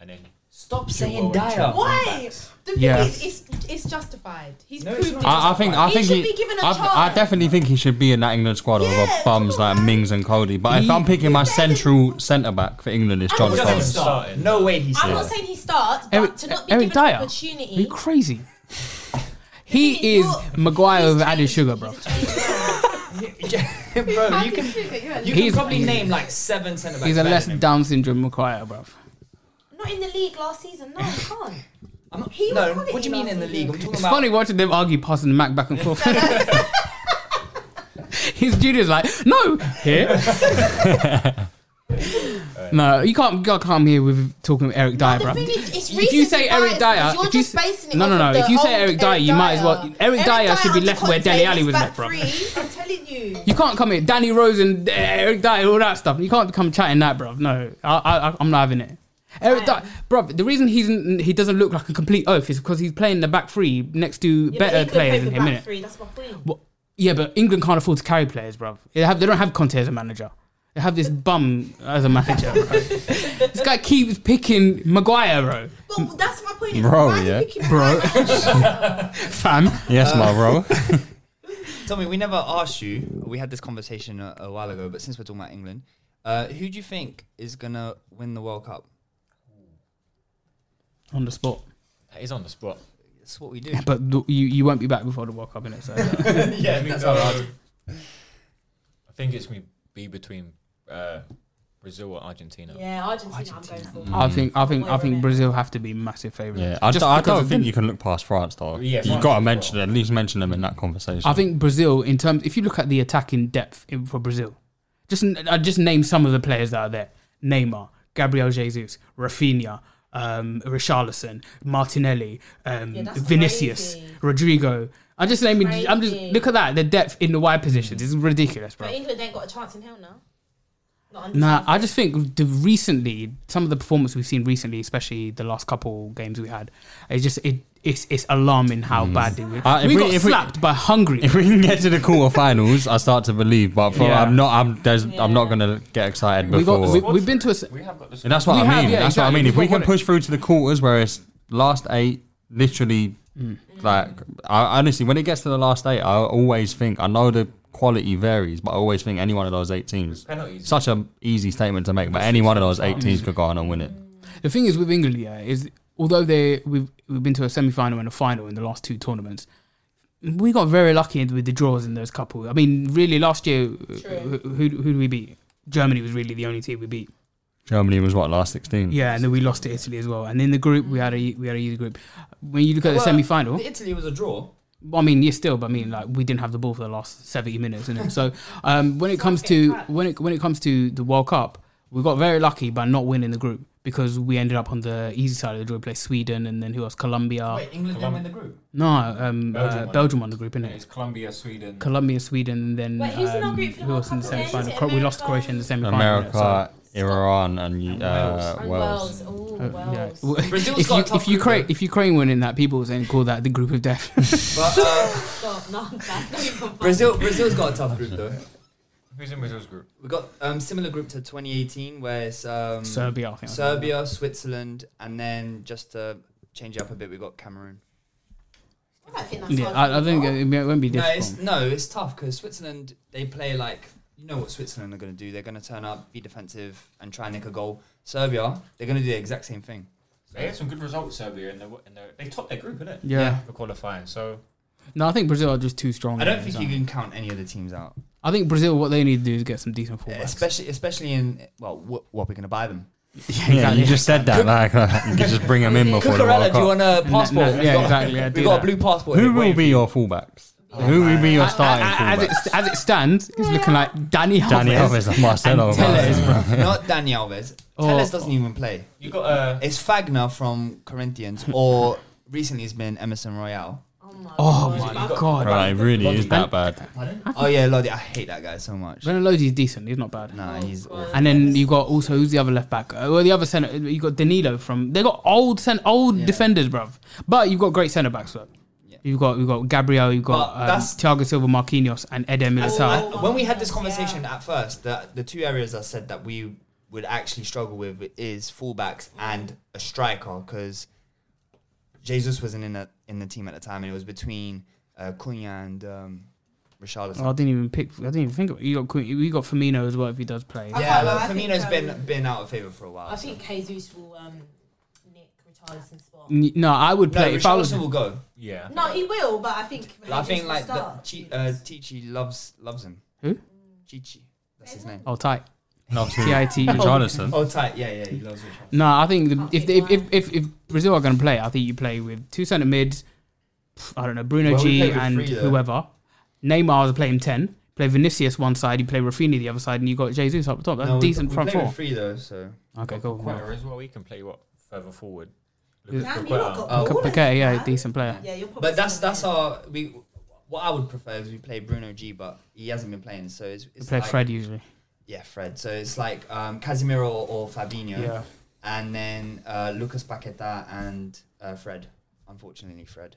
Speaker 12: And then
Speaker 3: Stop
Speaker 12: saying
Speaker 3: Dyer.
Speaker 1: Why? The thing
Speaker 6: Yeah.
Speaker 1: is, it's, it's justified. He's proved it.
Speaker 7: I, I think I
Speaker 1: he
Speaker 7: think
Speaker 1: should
Speaker 7: he,
Speaker 1: be given a
Speaker 7: I,
Speaker 1: chance.
Speaker 7: I definitely think he should be in that England squad over bums like Mings and Cody. But if I'm picking my central centre back for England, it's John
Speaker 3: He doesn't
Speaker 7: Cole.
Speaker 3: start. No way he
Speaker 1: I'm not
Speaker 3: starts.
Speaker 1: saying he starts, but
Speaker 6: Eric,
Speaker 1: to not be
Speaker 6: Eric
Speaker 1: given an
Speaker 6: Dyer. Are
Speaker 1: opportunity.
Speaker 6: you crazy? He is Maguire with added sugar, bro.
Speaker 1: How
Speaker 3: Bro, you
Speaker 1: can
Speaker 3: can,
Speaker 1: you think that you're a
Speaker 3: you can
Speaker 6: He's-
Speaker 3: probably name like seven centre backs.
Speaker 6: He's a
Speaker 3: better
Speaker 6: less
Speaker 3: than him.
Speaker 6: Down syndrome Maguire, bro.
Speaker 1: Not in the league last season. No, he can't.
Speaker 3: I'm not,
Speaker 1: He was
Speaker 3: no,
Speaker 1: quality
Speaker 3: what do you mean in the league? I'm talking
Speaker 6: It's
Speaker 3: about.
Speaker 6: funny watching them argue passing the Mac back and forth. His junior's like, no, here. no, you can't, you can't come here with talking with Eric Dyer,
Speaker 1: The
Speaker 6: bro.
Speaker 1: thing is, it's
Speaker 6: If you
Speaker 1: recency
Speaker 6: say
Speaker 1: bias
Speaker 6: Eric Dyer,
Speaker 1: because you're
Speaker 6: if you
Speaker 1: just
Speaker 6: s-
Speaker 1: basing it
Speaker 6: no,
Speaker 1: off
Speaker 6: no,
Speaker 1: of
Speaker 6: no.
Speaker 1: the
Speaker 6: If you say
Speaker 1: old
Speaker 6: Eric Dyer, you might as well. Eric, Dyer should be
Speaker 1: under
Speaker 6: left where
Speaker 1: Conte
Speaker 6: Deli Ali
Speaker 1: is
Speaker 6: was
Speaker 1: back
Speaker 6: left, bro.
Speaker 1: three, I'm telling you.
Speaker 6: You can't come here, Danny Rose and uh, Eric Dyer, all that stuff. You can't come chatting that, bruv. No, I, I, I- I'm not having it. Eric Dyer, bruv, the reason he's n- he doesn't look like a complete oaf is because he's playing the back three next to
Speaker 1: Yeah, but
Speaker 6: better
Speaker 1: England play
Speaker 6: players
Speaker 1: for
Speaker 6: than him,
Speaker 1: back
Speaker 6: innit?
Speaker 1: three, That's my point.
Speaker 6: Well, yeah, but England can't afford to carry players, bruv. They, have, they don't have Conte as a manager. They have this bum as a manager. bro. this guy keeps picking Maguire, bro.
Speaker 1: But that's my point.
Speaker 7: Bro,
Speaker 1: Why do you
Speaker 7: yeah.
Speaker 1: keep-
Speaker 6: Bro. Fam.
Speaker 7: Yes, my bro.
Speaker 3: Tommy, we never asked you. We had this conversation a, a while ago, but since we're talking about England, uh, who do you think is gonna win the World Cup?
Speaker 6: On the spot.
Speaker 12: that is on the spot.
Speaker 3: That's what we do.
Speaker 6: But th- you, you won't be back before the World Cup, innit? So,
Speaker 3: yeah,
Speaker 12: think
Speaker 3: that's
Speaker 12: so.
Speaker 3: how I do.
Speaker 12: uh, I think it's going to be between uh, Brazil or Argentina.
Speaker 1: Yeah, Argentina. I'm going for.
Speaker 6: I think I think I think Brazil have to be massive favourites.
Speaker 7: Yeah, I,
Speaker 6: Just
Speaker 7: don't- I
Speaker 6: because
Speaker 7: don't
Speaker 6: of
Speaker 7: think
Speaker 6: them.
Speaker 7: you can look past France though.
Speaker 12: Yeah,
Speaker 7: you
Speaker 12: France
Speaker 7: got to
Speaker 12: as well.
Speaker 7: mention at least mention them in that conversation.
Speaker 6: I think Brazil, in terms, if you look at the attacking depth in, for Brazil, just n- I just name some of the players that are there: Neymar, Gabriel Jesus, Rafinha, um, Richarlison, Martinelli, um,
Speaker 1: Yeah, that's
Speaker 6: Vinicius,
Speaker 1: crazy.
Speaker 6: Rodrigo. I just naming. I'm just
Speaker 1: Crazy. Mm.
Speaker 6: look at that the depth in the wide positions. It's ridiculous, bro.
Speaker 1: But England ain't got a chance in hell now. Not under
Speaker 6: Nah,
Speaker 1: Southgate.
Speaker 6: I just think the recently some of the performance we've seen recently, especially the last couple games we had, it's just it it's it's alarming how badly we,
Speaker 7: Uh, if
Speaker 6: we,
Speaker 7: we-
Speaker 6: got
Speaker 7: if we-
Speaker 6: slapped by Hungary.
Speaker 7: if we can get to the quarterfinals, I start to believe. But for,
Speaker 6: Yeah.
Speaker 7: I'm not. I'm. There's, I'm not gonna get excited
Speaker 6: we
Speaker 7: before.
Speaker 6: got we, we've been to a s-
Speaker 12: We have got this.
Speaker 7: And that's what
Speaker 6: We
Speaker 7: I mean.
Speaker 6: have, yeah,
Speaker 7: that's what I
Speaker 6: exactly.
Speaker 7: mean. If
Speaker 6: We've
Speaker 7: we
Speaker 6: got
Speaker 7: can
Speaker 6: one-
Speaker 7: push through to the quarters, where it's last eight, literally,
Speaker 6: Mm.
Speaker 7: like I, honestly, when it gets to the last eight, I always think I know the quality varies, but I always think any one of those eight teams.
Speaker 12: Penalties.
Speaker 7: Such an easy statement to make, but any one of those eight teams could go on and win it.
Speaker 6: the thing is with England, yeah, is although they we've we've been to a semi final and a final in the last two tournaments, we got very lucky with the draws in those couple. I mean, really, last year, who, who who did we beat? Germany was really the only team we beat.
Speaker 7: Germany was what last sixteen.
Speaker 6: Yeah, and then we lost to Italy as well. And in the group, we had a we had a easy group. When you look at the
Speaker 3: Well,
Speaker 6: semi final,
Speaker 3: Italy was a draw.
Speaker 6: Well, I mean, yeah, still, but I mean, like we didn't have the ball for the last seventy minutes, innit? So um, when it comes to when it when it comes to the World Cup, we got very lucky by not winning the group because we ended up on the easy side of the draw. We played Sweden and then who else? Colombia.
Speaker 3: Wait, England didn't win the group.
Speaker 6: No,
Speaker 12: Belgium
Speaker 6: um, Belgium, uh,
Speaker 12: won.
Speaker 6: Belgium won the group,
Speaker 12: Yeah,
Speaker 6: innit?
Speaker 12: It's Colombia, Sweden.
Speaker 6: Colombia, Sweden, and then
Speaker 1: Wait, who's in our
Speaker 6: um,
Speaker 1: group for the
Speaker 6: who
Speaker 1: World
Speaker 6: else in the
Speaker 1: Cup again?
Speaker 6: semi
Speaker 1: Is
Speaker 6: final?
Speaker 1: it
Speaker 6: We lost
Speaker 1: America?
Speaker 6: Croatia in the semi final.
Speaker 7: America, Iran, and uh,
Speaker 1: And Wales.
Speaker 7: Wales.
Speaker 1: Ooh,
Speaker 6: Yeah.
Speaker 1: Wales.
Speaker 6: Well,
Speaker 3: Brazil's
Speaker 6: if
Speaker 3: got
Speaker 6: you,
Speaker 3: a tough
Speaker 6: if, you
Speaker 3: group,
Speaker 6: Ukraine,
Speaker 3: though.
Speaker 6: if Ukraine winning that, people was saying call that the group of death.
Speaker 3: But uh,
Speaker 1: Stop. No, that's not even funny.
Speaker 3: Brazil, Brazil's got a tough group though.
Speaker 12: Who's in Brazil's group?
Speaker 3: We got um, similar group to 2018, where it's um,
Speaker 6: Serbia, I think.
Speaker 3: Serbia, Switzerland, and then just to change it up a bit, we got Cameroon.
Speaker 1: I don't think that's
Speaker 6: Yeah,
Speaker 1: hard.
Speaker 6: I, I think it won't be
Speaker 3: No,
Speaker 6: difficult.
Speaker 3: it's no, it's tough because Switzerland they play like you know what Switzerland are going to do. They're going to turn up, be defensive, and try and nick a goal. Serbia, they're going to do the exact same thing.
Speaker 12: They had some good results, Serbia, and they, were- and they, they topped their group, innit?
Speaker 6: Yeah.
Speaker 12: For qualifying. So,
Speaker 6: No, I think Brazil are just too strong.
Speaker 3: I don't
Speaker 6: in
Speaker 3: think
Speaker 6: that.
Speaker 3: you can count any of the teams out,
Speaker 6: I think Brazil, what they need to do is get some decent fullbacks.
Speaker 3: especially especially in well, wh- what we're going to buy them.
Speaker 7: Yeah, you just said that. Like, uh, you could just bring them in before the
Speaker 3: Cucurella,
Speaker 7: World
Speaker 3: do you
Speaker 7: Cup.
Speaker 3: want a passport?
Speaker 6: no,
Speaker 3: We
Speaker 6: yeah,
Speaker 3: got-
Speaker 6: exactly, yeah,
Speaker 3: we
Speaker 6: do
Speaker 3: got a
Speaker 6: that.
Speaker 3: blue passport.
Speaker 7: Who
Speaker 3: here,
Speaker 7: will
Speaker 3: waiting for
Speaker 7: be
Speaker 3: you.
Speaker 7: your fullbacks? Who will be your starting
Speaker 6: as,
Speaker 7: fullbacks?
Speaker 6: it, as it stands, it's looking like Danny Alves.
Speaker 7: Danny Alves and Marcelo.
Speaker 6: and Telles,
Speaker 7: Marcelo.
Speaker 3: Not Dani Alves.
Speaker 6: Oh.
Speaker 3: Telles doesn't even play.
Speaker 12: you got uh,
Speaker 3: It's Fagner from Corinthians, or recently it's been Emerson Royale.
Speaker 6: Oh my god.
Speaker 7: Right, it really is that bad.
Speaker 3: Oh yeah, Lodi, I hate that guy so much.
Speaker 6: Benelodi's decent. He's not bad.
Speaker 3: Nah, he's awful.
Speaker 6: And then you got also who's the other left back? Uh, well, the other centre. You got Danilo from. They got old cent, old defenders, bruv. But you've got great centre backs though.
Speaker 3: Yeah.
Speaker 6: You've got you've got Gabriel, you've got
Speaker 3: But
Speaker 6: um,
Speaker 3: that's-
Speaker 6: Thiago Silva, Marquinhos, and Eder Militao.
Speaker 3: I- when we had this conversation at first, the, the two areas I said that we would actually struggle with is fullbacks and a striker because Jesus wasn't in the in the team at the time, and it was between uh, Cunha and um, Richarlison.
Speaker 6: Oh, I didn't even pick. I didn't even think about you. Got Queen- you got Firmino as well if he does play.
Speaker 3: yeah, well,
Speaker 13: I think,
Speaker 3: Firmino's
Speaker 13: um,
Speaker 3: been been out of favour for a while.
Speaker 13: I think Jesus will um, nick Richardson's spot.
Speaker 6: N- No, I would
Speaker 3: No,
Speaker 6: play if I was.
Speaker 3: Richarlison will go.
Speaker 12: Yeah.
Speaker 13: No, he will, but I think.
Speaker 3: I think like the,
Speaker 13: that.
Speaker 3: Chi- uh, Tichi loves loves him.
Speaker 6: Who?
Speaker 3: Chichi. That's his name.
Speaker 6: Oh, tight.
Speaker 7: Not
Speaker 6: T I T E.
Speaker 7: Richarlison.
Speaker 3: Oh, tight. Yeah, yeah, he loves Richarlison.
Speaker 6: No, I think the, if, the, if, if if if Brazil are going to play, I think you play with two centre mids. pff, I don't know Bruno
Speaker 3: Well, we
Speaker 6: G
Speaker 3: played with
Speaker 6: and
Speaker 3: three there.
Speaker 6: whoever. Neymar is playing ten. Play Vinicius one side. You play Rafinha the other side, and you got Jesus up top. That's
Speaker 3: No, we-
Speaker 6: decent
Speaker 3: we
Speaker 6: front
Speaker 3: play with
Speaker 6: four.
Speaker 3: Three though, so
Speaker 6: Okay, cool.
Speaker 12: Quetta as well. He can play what further forward.
Speaker 6: Yeah.
Speaker 12: Lucas
Speaker 13: Damn, you
Speaker 12: Paqueta.
Speaker 13: lot got
Speaker 3: Oh.
Speaker 6: Piquet, yeah, decent player.
Speaker 13: Yeah, you're probably.
Speaker 3: But that's that's our we. What I would prefer is we play Bruno G, but he hasn't been playing, so it's,
Speaker 6: You
Speaker 3: it's
Speaker 6: play
Speaker 3: like-
Speaker 6: Fred usually.
Speaker 3: Yeah, Fred. So it's like um, Casemiro or Fabinho,
Speaker 6: Yeah.
Speaker 3: and then uh, Lucas Paqueta and uh, Fred. Unfortunately, Fred.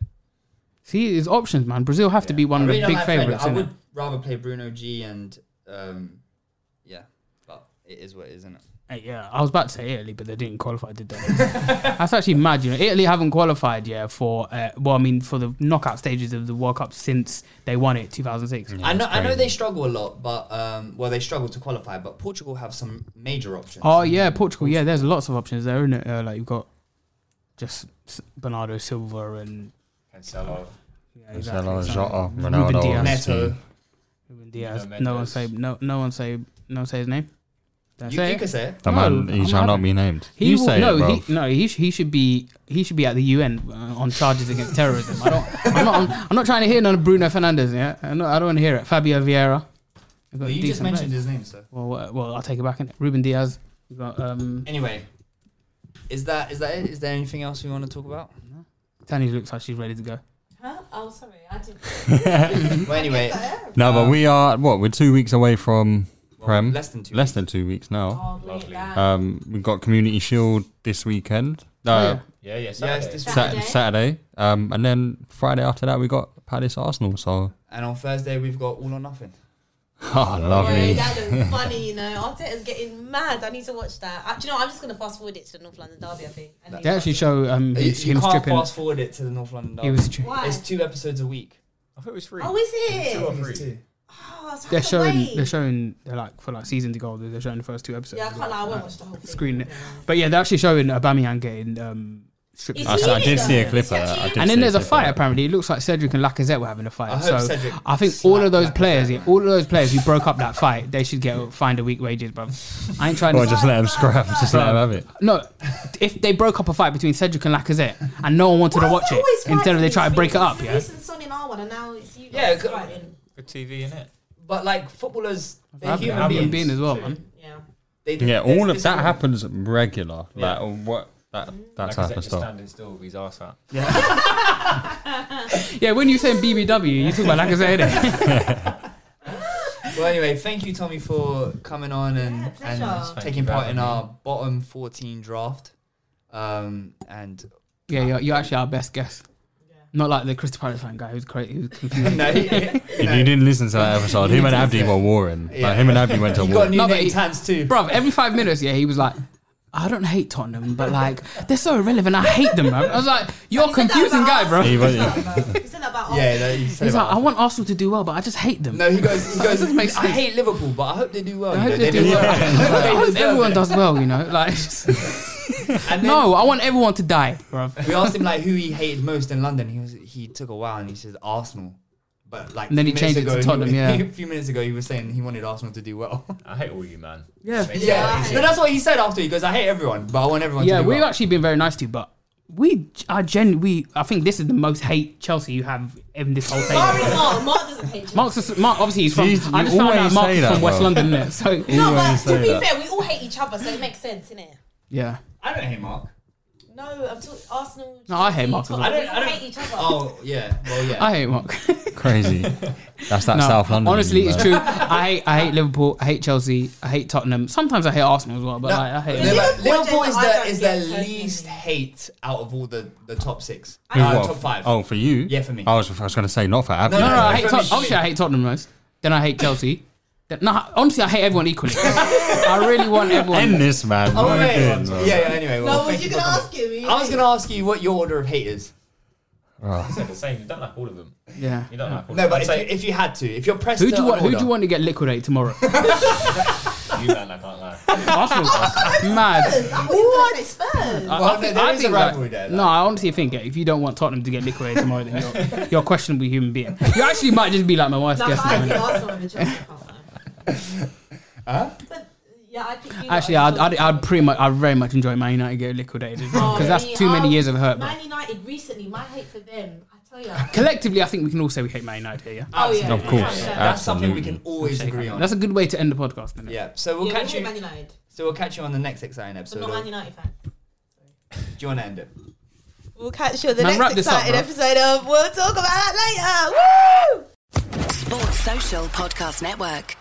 Speaker 6: See, there's options, man. Brazil have to be one
Speaker 3: I
Speaker 6: of
Speaker 3: really
Speaker 6: the
Speaker 3: don't
Speaker 6: big
Speaker 3: like Fred.
Speaker 6: favourites.
Speaker 3: I
Speaker 6: innit?
Speaker 3: would rather play Bruno G and um, yeah, but it is what it is, isn't it?
Speaker 6: Hey, yeah, I was about to say Italy, but they didn't qualify, did they? That's actually mad. You know, Italy haven't qualified yeah for uh, well, I mean, for the knockout stages of the World Cup since they won it 2006.
Speaker 3: I know, I know they struggle a lot, but um, well, they struggle to qualify. But Portugal have some major options.
Speaker 6: Oh yeah, Portugal. Yeah, there's lots of options there, isn't it? Uh, like you've got just S- Bernardo Silva and
Speaker 12: Cancelo.
Speaker 6: yeah,
Speaker 7: Marcelo,
Speaker 6: exactly.
Speaker 7: Jota,
Speaker 6: Ruben
Speaker 7: Ronaldo,
Speaker 12: Oh,
Speaker 6: Dias.
Speaker 3: Neto.
Speaker 6: Ruben Diaz.
Speaker 12: Nuno
Speaker 6: No one
Speaker 12: Mendes.
Speaker 6: say no. No one say no. one Say his name. Don't
Speaker 3: You,
Speaker 6: say
Speaker 3: you
Speaker 6: it.
Speaker 3: could say it.
Speaker 7: That
Speaker 6: No,
Speaker 7: man, he
Speaker 6: oh, I'm
Speaker 7: shall
Speaker 6: happy.
Speaker 7: not be named.
Speaker 6: He
Speaker 7: you
Speaker 6: will,
Speaker 7: say
Speaker 6: no,
Speaker 7: it, bruv.
Speaker 6: he, no, he, sh- he should be he should be at the UN uh, on charges against terrorism. I don't, I'm not, I'm, I'm not trying to hear none of Bruno Fernandez. Yeah, I'm not, I don't want to hear it. Fabio Vieira. We've got
Speaker 3: Well, you just
Speaker 6: decent
Speaker 3: mentioned
Speaker 6: players.
Speaker 3: his name, so
Speaker 6: Well, uh, well, I'll take it back. In Ruben Diaz. We've got um,
Speaker 3: anyway, is that is that it? Is there anything else we want to talk about?
Speaker 6: Mm-hmm. Tanya looks like she's ready to go.
Speaker 13: Huh? Oh, sorry, I didn't.
Speaker 3: well, anyway,
Speaker 7: No, but we are what? We're two weeks away from Prem.
Speaker 3: less than two
Speaker 7: Less than two weeks now.
Speaker 13: Oh, bring it
Speaker 12: Lovely.
Speaker 13: back.
Speaker 7: Um, we've got Community Shield this weekend. Uh,
Speaker 12: Yeah, yeah.
Speaker 3: yeah, it's
Speaker 12: Saturday.
Speaker 3: this
Speaker 7: Sat-
Speaker 13: Saturday.
Speaker 7: Saturday. Um, and then Friday after that, we got Palace Arsenal. So,
Speaker 3: and on Thursday we've got all or nothing.
Speaker 7: oh,
Speaker 13: Yeah,
Speaker 7: lovely.
Speaker 13: that was funny, you know. Arteta's getting mad. I need to watch that. Uh, do you know, what? I'm just going to fast forward it to the North London Derby, I think. I need
Speaker 6: They
Speaker 13: to-
Speaker 6: actually show um,
Speaker 3: Uh, You,
Speaker 6: him,
Speaker 3: you
Speaker 6: him
Speaker 3: can't
Speaker 6: stripping.
Speaker 3: fast forward it to the North London.
Speaker 6: He
Speaker 3: Derby.
Speaker 6: was. Tri-
Speaker 13: Why?
Speaker 3: it's two episodes a week.
Speaker 12: I thought it was free.
Speaker 13: Oh, is it?
Speaker 12: Two or
Speaker 3: It's
Speaker 12: three.
Speaker 3: two.
Speaker 13: Oh, so I
Speaker 6: they're
Speaker 13: have to
Speaker 6: showing.
Speaker 13: wait.
Speaker 6: They're showing. They're like for like season to go. They're showing the first two episodes.
Speaker 13: Yeah, I can't lie. I won't watch the whole thing.
Speaker 6: Screen it. But yeah, they're actually showing Aubameyang getting um, stripped.
Speaker 13: Is
Speaker 7: I,
Speaker 13: he
Speaker 7: I
Speaker 13: in
Speaker 7: did
Speaker 13: it,
Speaker 7: see a
Speaker 13: though?
Speaker 7: clip
Speaker 13: Is
Speaker 7: of
Speaker 13: he
Speaker 7: that. I
Speaker 13: actually
Speaker 7: did
Speaker 13: in
Speaker 6: And
Speaker 7: see
Speaker 6: then
Speaker 7: a
Speaker 6: there's a
Speaker 7: clip of
Speaker 6: fight.
Speaker 7: that.
Speaker 6: Apparently, it looks like Cedric and Lacazette were having a fight.
Speaker 3: I
Speaker 6: so
Speaker 3: hope Cedric
Speaker 6: I think all of
Speaker 3: slapped
Speaker 6: those
Speaker 3: Lacazette,
Speaker 6: players, yeah,
Speaker 3: man.
Speaker 6: all of those players who broke up that fight, they should get fined a week wages, bro. I ain't trying
Speaker 7: Or
Speaker 6: to.
Speaker 7: just let him scrap. Just let him have it.
Speaker 6: no, if they broke up a fight between Cedric and Lacazette, and no one wanted
Speaker 13: Why
Speaker 6: to
Speaker 13: is
Speaker 6: watch
Speaker 13: it
Speaker 6: it,
Speaker 13: always
Speaker 6: instead of
Speaker 13: fighting
Speaker 6: they try to
Speaker 13: these
Speaker 6: break it
Speaker 13: things?
Speaker 6: up, yeah.
Speaker 13: Reece and Son in our one, and now it's you
Speaker 3: Yeah,
Speaker 13: guys
Speaker 3: go-
Speaker 13: fighting.
Speaker 12: Good TV in it.
Speaker 3: But like footballers, they're
Speaker 6: I've been,
Speaker 3: human
Speaker 6: I've been
Speaker 3: beings.
Speaker 6: being as well, man.
Speaker 13: Yeah.
Speaker 3: They- they-
Speaker 7: Yeah,
Speaker 3: there's
Speaker 7: all of
Speaker 3: this-
Speaker 7: that happens regular.
Speaker 12: Yeah.
Speaker 7: Like what that that
Speaker 12: Like,
Speaker 7: type of
Speaker 12: just
Speaker 7: stuff.
Speaker 12: standing still with his arse out.
Speaker 6: Yeah, when you saying BBW, you talk about Lacazette. innit?
Speaker 3: Well, anyway, thank you, Tommy, for coming on and,
Speaker 13: Yeah, pleasure.
Speaker 3: and
Speaker 12: Thank
Speaker 3: taking
Speaker 12: you for
Speaker 3: part in
Speaker 12: having
Speaker 3: our bottom fourteen draft. Um, and
Speaker 6: yeah, you're, you're actually our best guess. Not like the Crystal Palace fan guy who's crazy, who's confused.
Speaker 3: no, he-
Speaker 7: If you didn't listen to that episode, him and Abdi were warring.
Speaker 3: Yeah.
Speaker 7: Like him and Abdi went to
Speaker 3: you got
Speaker 7: war.
Speaker 3: a new
Speaker 6: No, but
Speaker 3: name
Speaker 6: he-
Speaker 3: tags too.
Speaker 6: Bruv, every five minutes, yeah, he was like, I don't hate Tottenham, but like, they're so irrelevant. I hate them, bruv. I was like, you're a
Speaker 13: You said that
Speaker 6: confusing
Speaker 13: about
Speaker 6: guy, bro.
Speaker 7: He
Speaker 13: Arsenal.
Speaker 7: went-
Speaker 13: You said that about
Speaker 3: Yeah,
Speaker 13: Arsenal.
Speaker 3: no, you said
Speaker 6: He's like,
Speaker 3: about
Speaker 6: I want Arsenal to do well, but I just hate them.
Speaker 3: No, he goes. He goes.
Speaker 6: doesn't make
Speaker 3: I hate Liverpool, but I hope they do well.
Speaker 6: I
Speaker 3: you know,
Speaker 6: hope they do
Speaker 3: deserve
Speaker 6: well.
Speaker 3: it.
Speaker 6: I
Speaker 3: They
Speaker 6: hope
Speaker 3: deserve
Speaker 6: everyone
Speaker 3: it.
Speaker 6: does well, you know. Like,
Speaker 3: And then
Speaker 6: no, I want everyone to die, bruv.
Speaker 3: we asked him like who he hated most in London. He was. He took a while and he said Arsenal. But like,
Speaker 6: And then
Speaker 3: few
Speaker 6: he
Speaker 3: minutes
Speaker 6: changed it to
Speaker 3: ago, he-
Speaker 6: Tottenham, yeah.
Speaker 3: a few minutes ago, he was saying he wanted Arsenal to do well.
Speaker 12: I hate all you, man.
Speaker 6: Yeah.
Speaker 12: Makes
Speaker 3: Yeah,
Speaker 12: it easy.
Speaker 3: no, that's what he said after. He goes, "I hate everyone, but I want everyone."
Speaker 6: Yeah,
Speaker 3: to do
Speaker 6: we've
Speaker 3: well.
Speaker 6: actually been very nice to you, but we are gen. We, I think this is the most hate Chelsea you have in this whole
Speaker 13: Mark,
Speaker 6: thing.
Speaker 13: Mark, Mark doesn't hate you.
Speaker 6: Mark's just, Mark, obviously, he's from.
Speaker 7: Jeez,
Speaker 6: I
Speaker 7: you
Speaker 6: just found out
Speaker 7: always
Speaker 6: Mark
Speaker 7: say
Speaker 6: is
Speaker 7: that,
Speaker 6: from West
Speaker 7: bro.
Speaker 6: London, innit? So,
Speaker 13: No, but
Speaker 7: always
Speaker 13: to
Speaker 7: say
Speaker 13: be
Speaker 7: that.
Speaker 13: fair, we all hate each other, so it makes sense, innit?
Speaker 6: yeah.
Speaker 3: I don't hate Mark.
Speaker 13: No, I'm talking Arsenal.
Speaker 6: No, I hate Marcus.
Speaker 13: Tottenham,
Speaker 6: I don't-
Speaker 13: they
Speaker 6: I don't-
Speaker 13: hate each other.
Speaker 3: Oh yeah. Well yeah.
Speaker 6: I hate Mark.
Speaker 7: Crazy. That's that
Speaker 6: No,
Speaker 7: South London.
Speaker 6: Honestly,
Speaker 7: in you,
Speaker 6: it's
Speaker 7: bro.
Speaker 6: true. I hate, I hate Liverpool. I hate Chelsea. I hate Tottenham. Sometimes I hate Arsenal as well, but like, I hate.
Speaker 3: No, but Liverpool is
Speaker 13: I
Speaker 3: the
Speaker 13: don't
Speaker 3: is
Speaker 13: get
Speaker 3: the least hate out of all the, the top six.
Speaker 7: Who's
Speaker 3: Uh,
Speaker 7: what?
Speaker 3: top five.
Speaker 7: Oh, for you?
Speaker 3: Yeah, for me.
Speaker 7: I was, I was going to say not for Abby.
Speaker 6: No, no, no. I
Speaker 3: no,
Speaker 6: hate
Speaker 3: for me,
Speaker 6: Tot- obviously I hate Tottenham most. Then I hate Chelsea. Then, no, honestly, I hate everyone equally. I really want everyone.
Speaker 7: End this, man.
Speaker 3: Oh,
Speaker 7: What are you
Speaker 3: wait.
Speaker 7: doing, bro?
Speaker 3: yeah, yeah, anyway. Well,
Speaker 13: No, were
Speaker 3: thank
Speaker 13: you
Speaker 3: for
Speaker 13: gonna
Speaker 3: coming.
Speaker 13: ask him?
Speaker 3: I was going to ask you what your order of hate is.
Speaker 12: I said the same. You don't like all of them.
Speaker 6: Yeah.
Speaker 12: You don't like all
Speaker 3: No,
Speaker 12: of them.
Speaker 3: but
Speaker 12: I'd
Speaker 3: if
Speaker 12: say
Speaker 3: you, if you had to, if you're pressed
Speaker 6: Who
Speaker 3: to
Speaker 6: do you
Speaker 3: an
Speaker 6: want? Who do
Speaker 3: order-
Speaker 6: you want to get liquidate tomorrow?
Speaker 12: you man, I can't lie.
Speaker 6: Arsenal. Mad.
Speaker 13: What?
Speaker 6: I-
Speaker 3: Well,
Speaker 6: I think-
Speaker 3: there
Speaker 6: I
Speaker 3: is a
Speaker 6: think
Speaker 3: rivalry
Speaker 6: that-
Speaker 3: there,
Speaker 6: No, I honestly think if you don't want Tottenham to get liquidated tomorrow, then you're, you're a questionable human being. You actually might just be like my wife's
Speaker 13: Like,
Speaker 6: guest.
Speaker 13: I think Arsenal and Chelsea can't. Huh? Yeah, I think you
Speaker 6: Actually,
Speaker 13: lot
Speaker 6: I'd,
Speaker 13: and
Speaker 6: I'd,
Speaker 13: Chelsea.
Speaker 6: I'd pretty much, I'd very much enjoy Man United get liquidated as well,
Speaker 13: Oh,
Speaker 6: because that's
Speaker 13: really?
Speaker 6: too many
Speaker 13: Oh,
Speaker 6: years of hurt. bro.
Speaker 13: Man United recently, my hate for them, I tell you.
Speaker 6: Collectively, I think we can all say we hate Man United here. Yeah,
Speaker 13: Oh, yeah.
Speaker 7: Of course.
Speaker 13: Yeah.
Speaker 3: That's something we can
Speaker 7: Absolutely.
Speaker 3: always agree on.
Speaker 6: that's a good way to end the podcast. Isn't it?
Speaker 3: yeah. So we'll
Speaker 13: We'll
Speaker 3: catch you.
Speaker 13: Man United,
Speaker 3: So we'll catch you on the next exciting
Speaker 13: but
Speaker 3: episode.
Speaker 13: not
Speaker 3: of-
Speaker 13: Man United fan.
Speaker 3: Do you want to end it?
Speaker 13: We'll catch you on the
Speaker 6: Man, wrap
Speaker 13: next
Speaker 6: this up,
Speaker 13: exciting
Speaker 6: bro.
Speaker 13: episode of We'll Talk About That Later. Woo!
Speaker 14: Sports Social Podcast Network.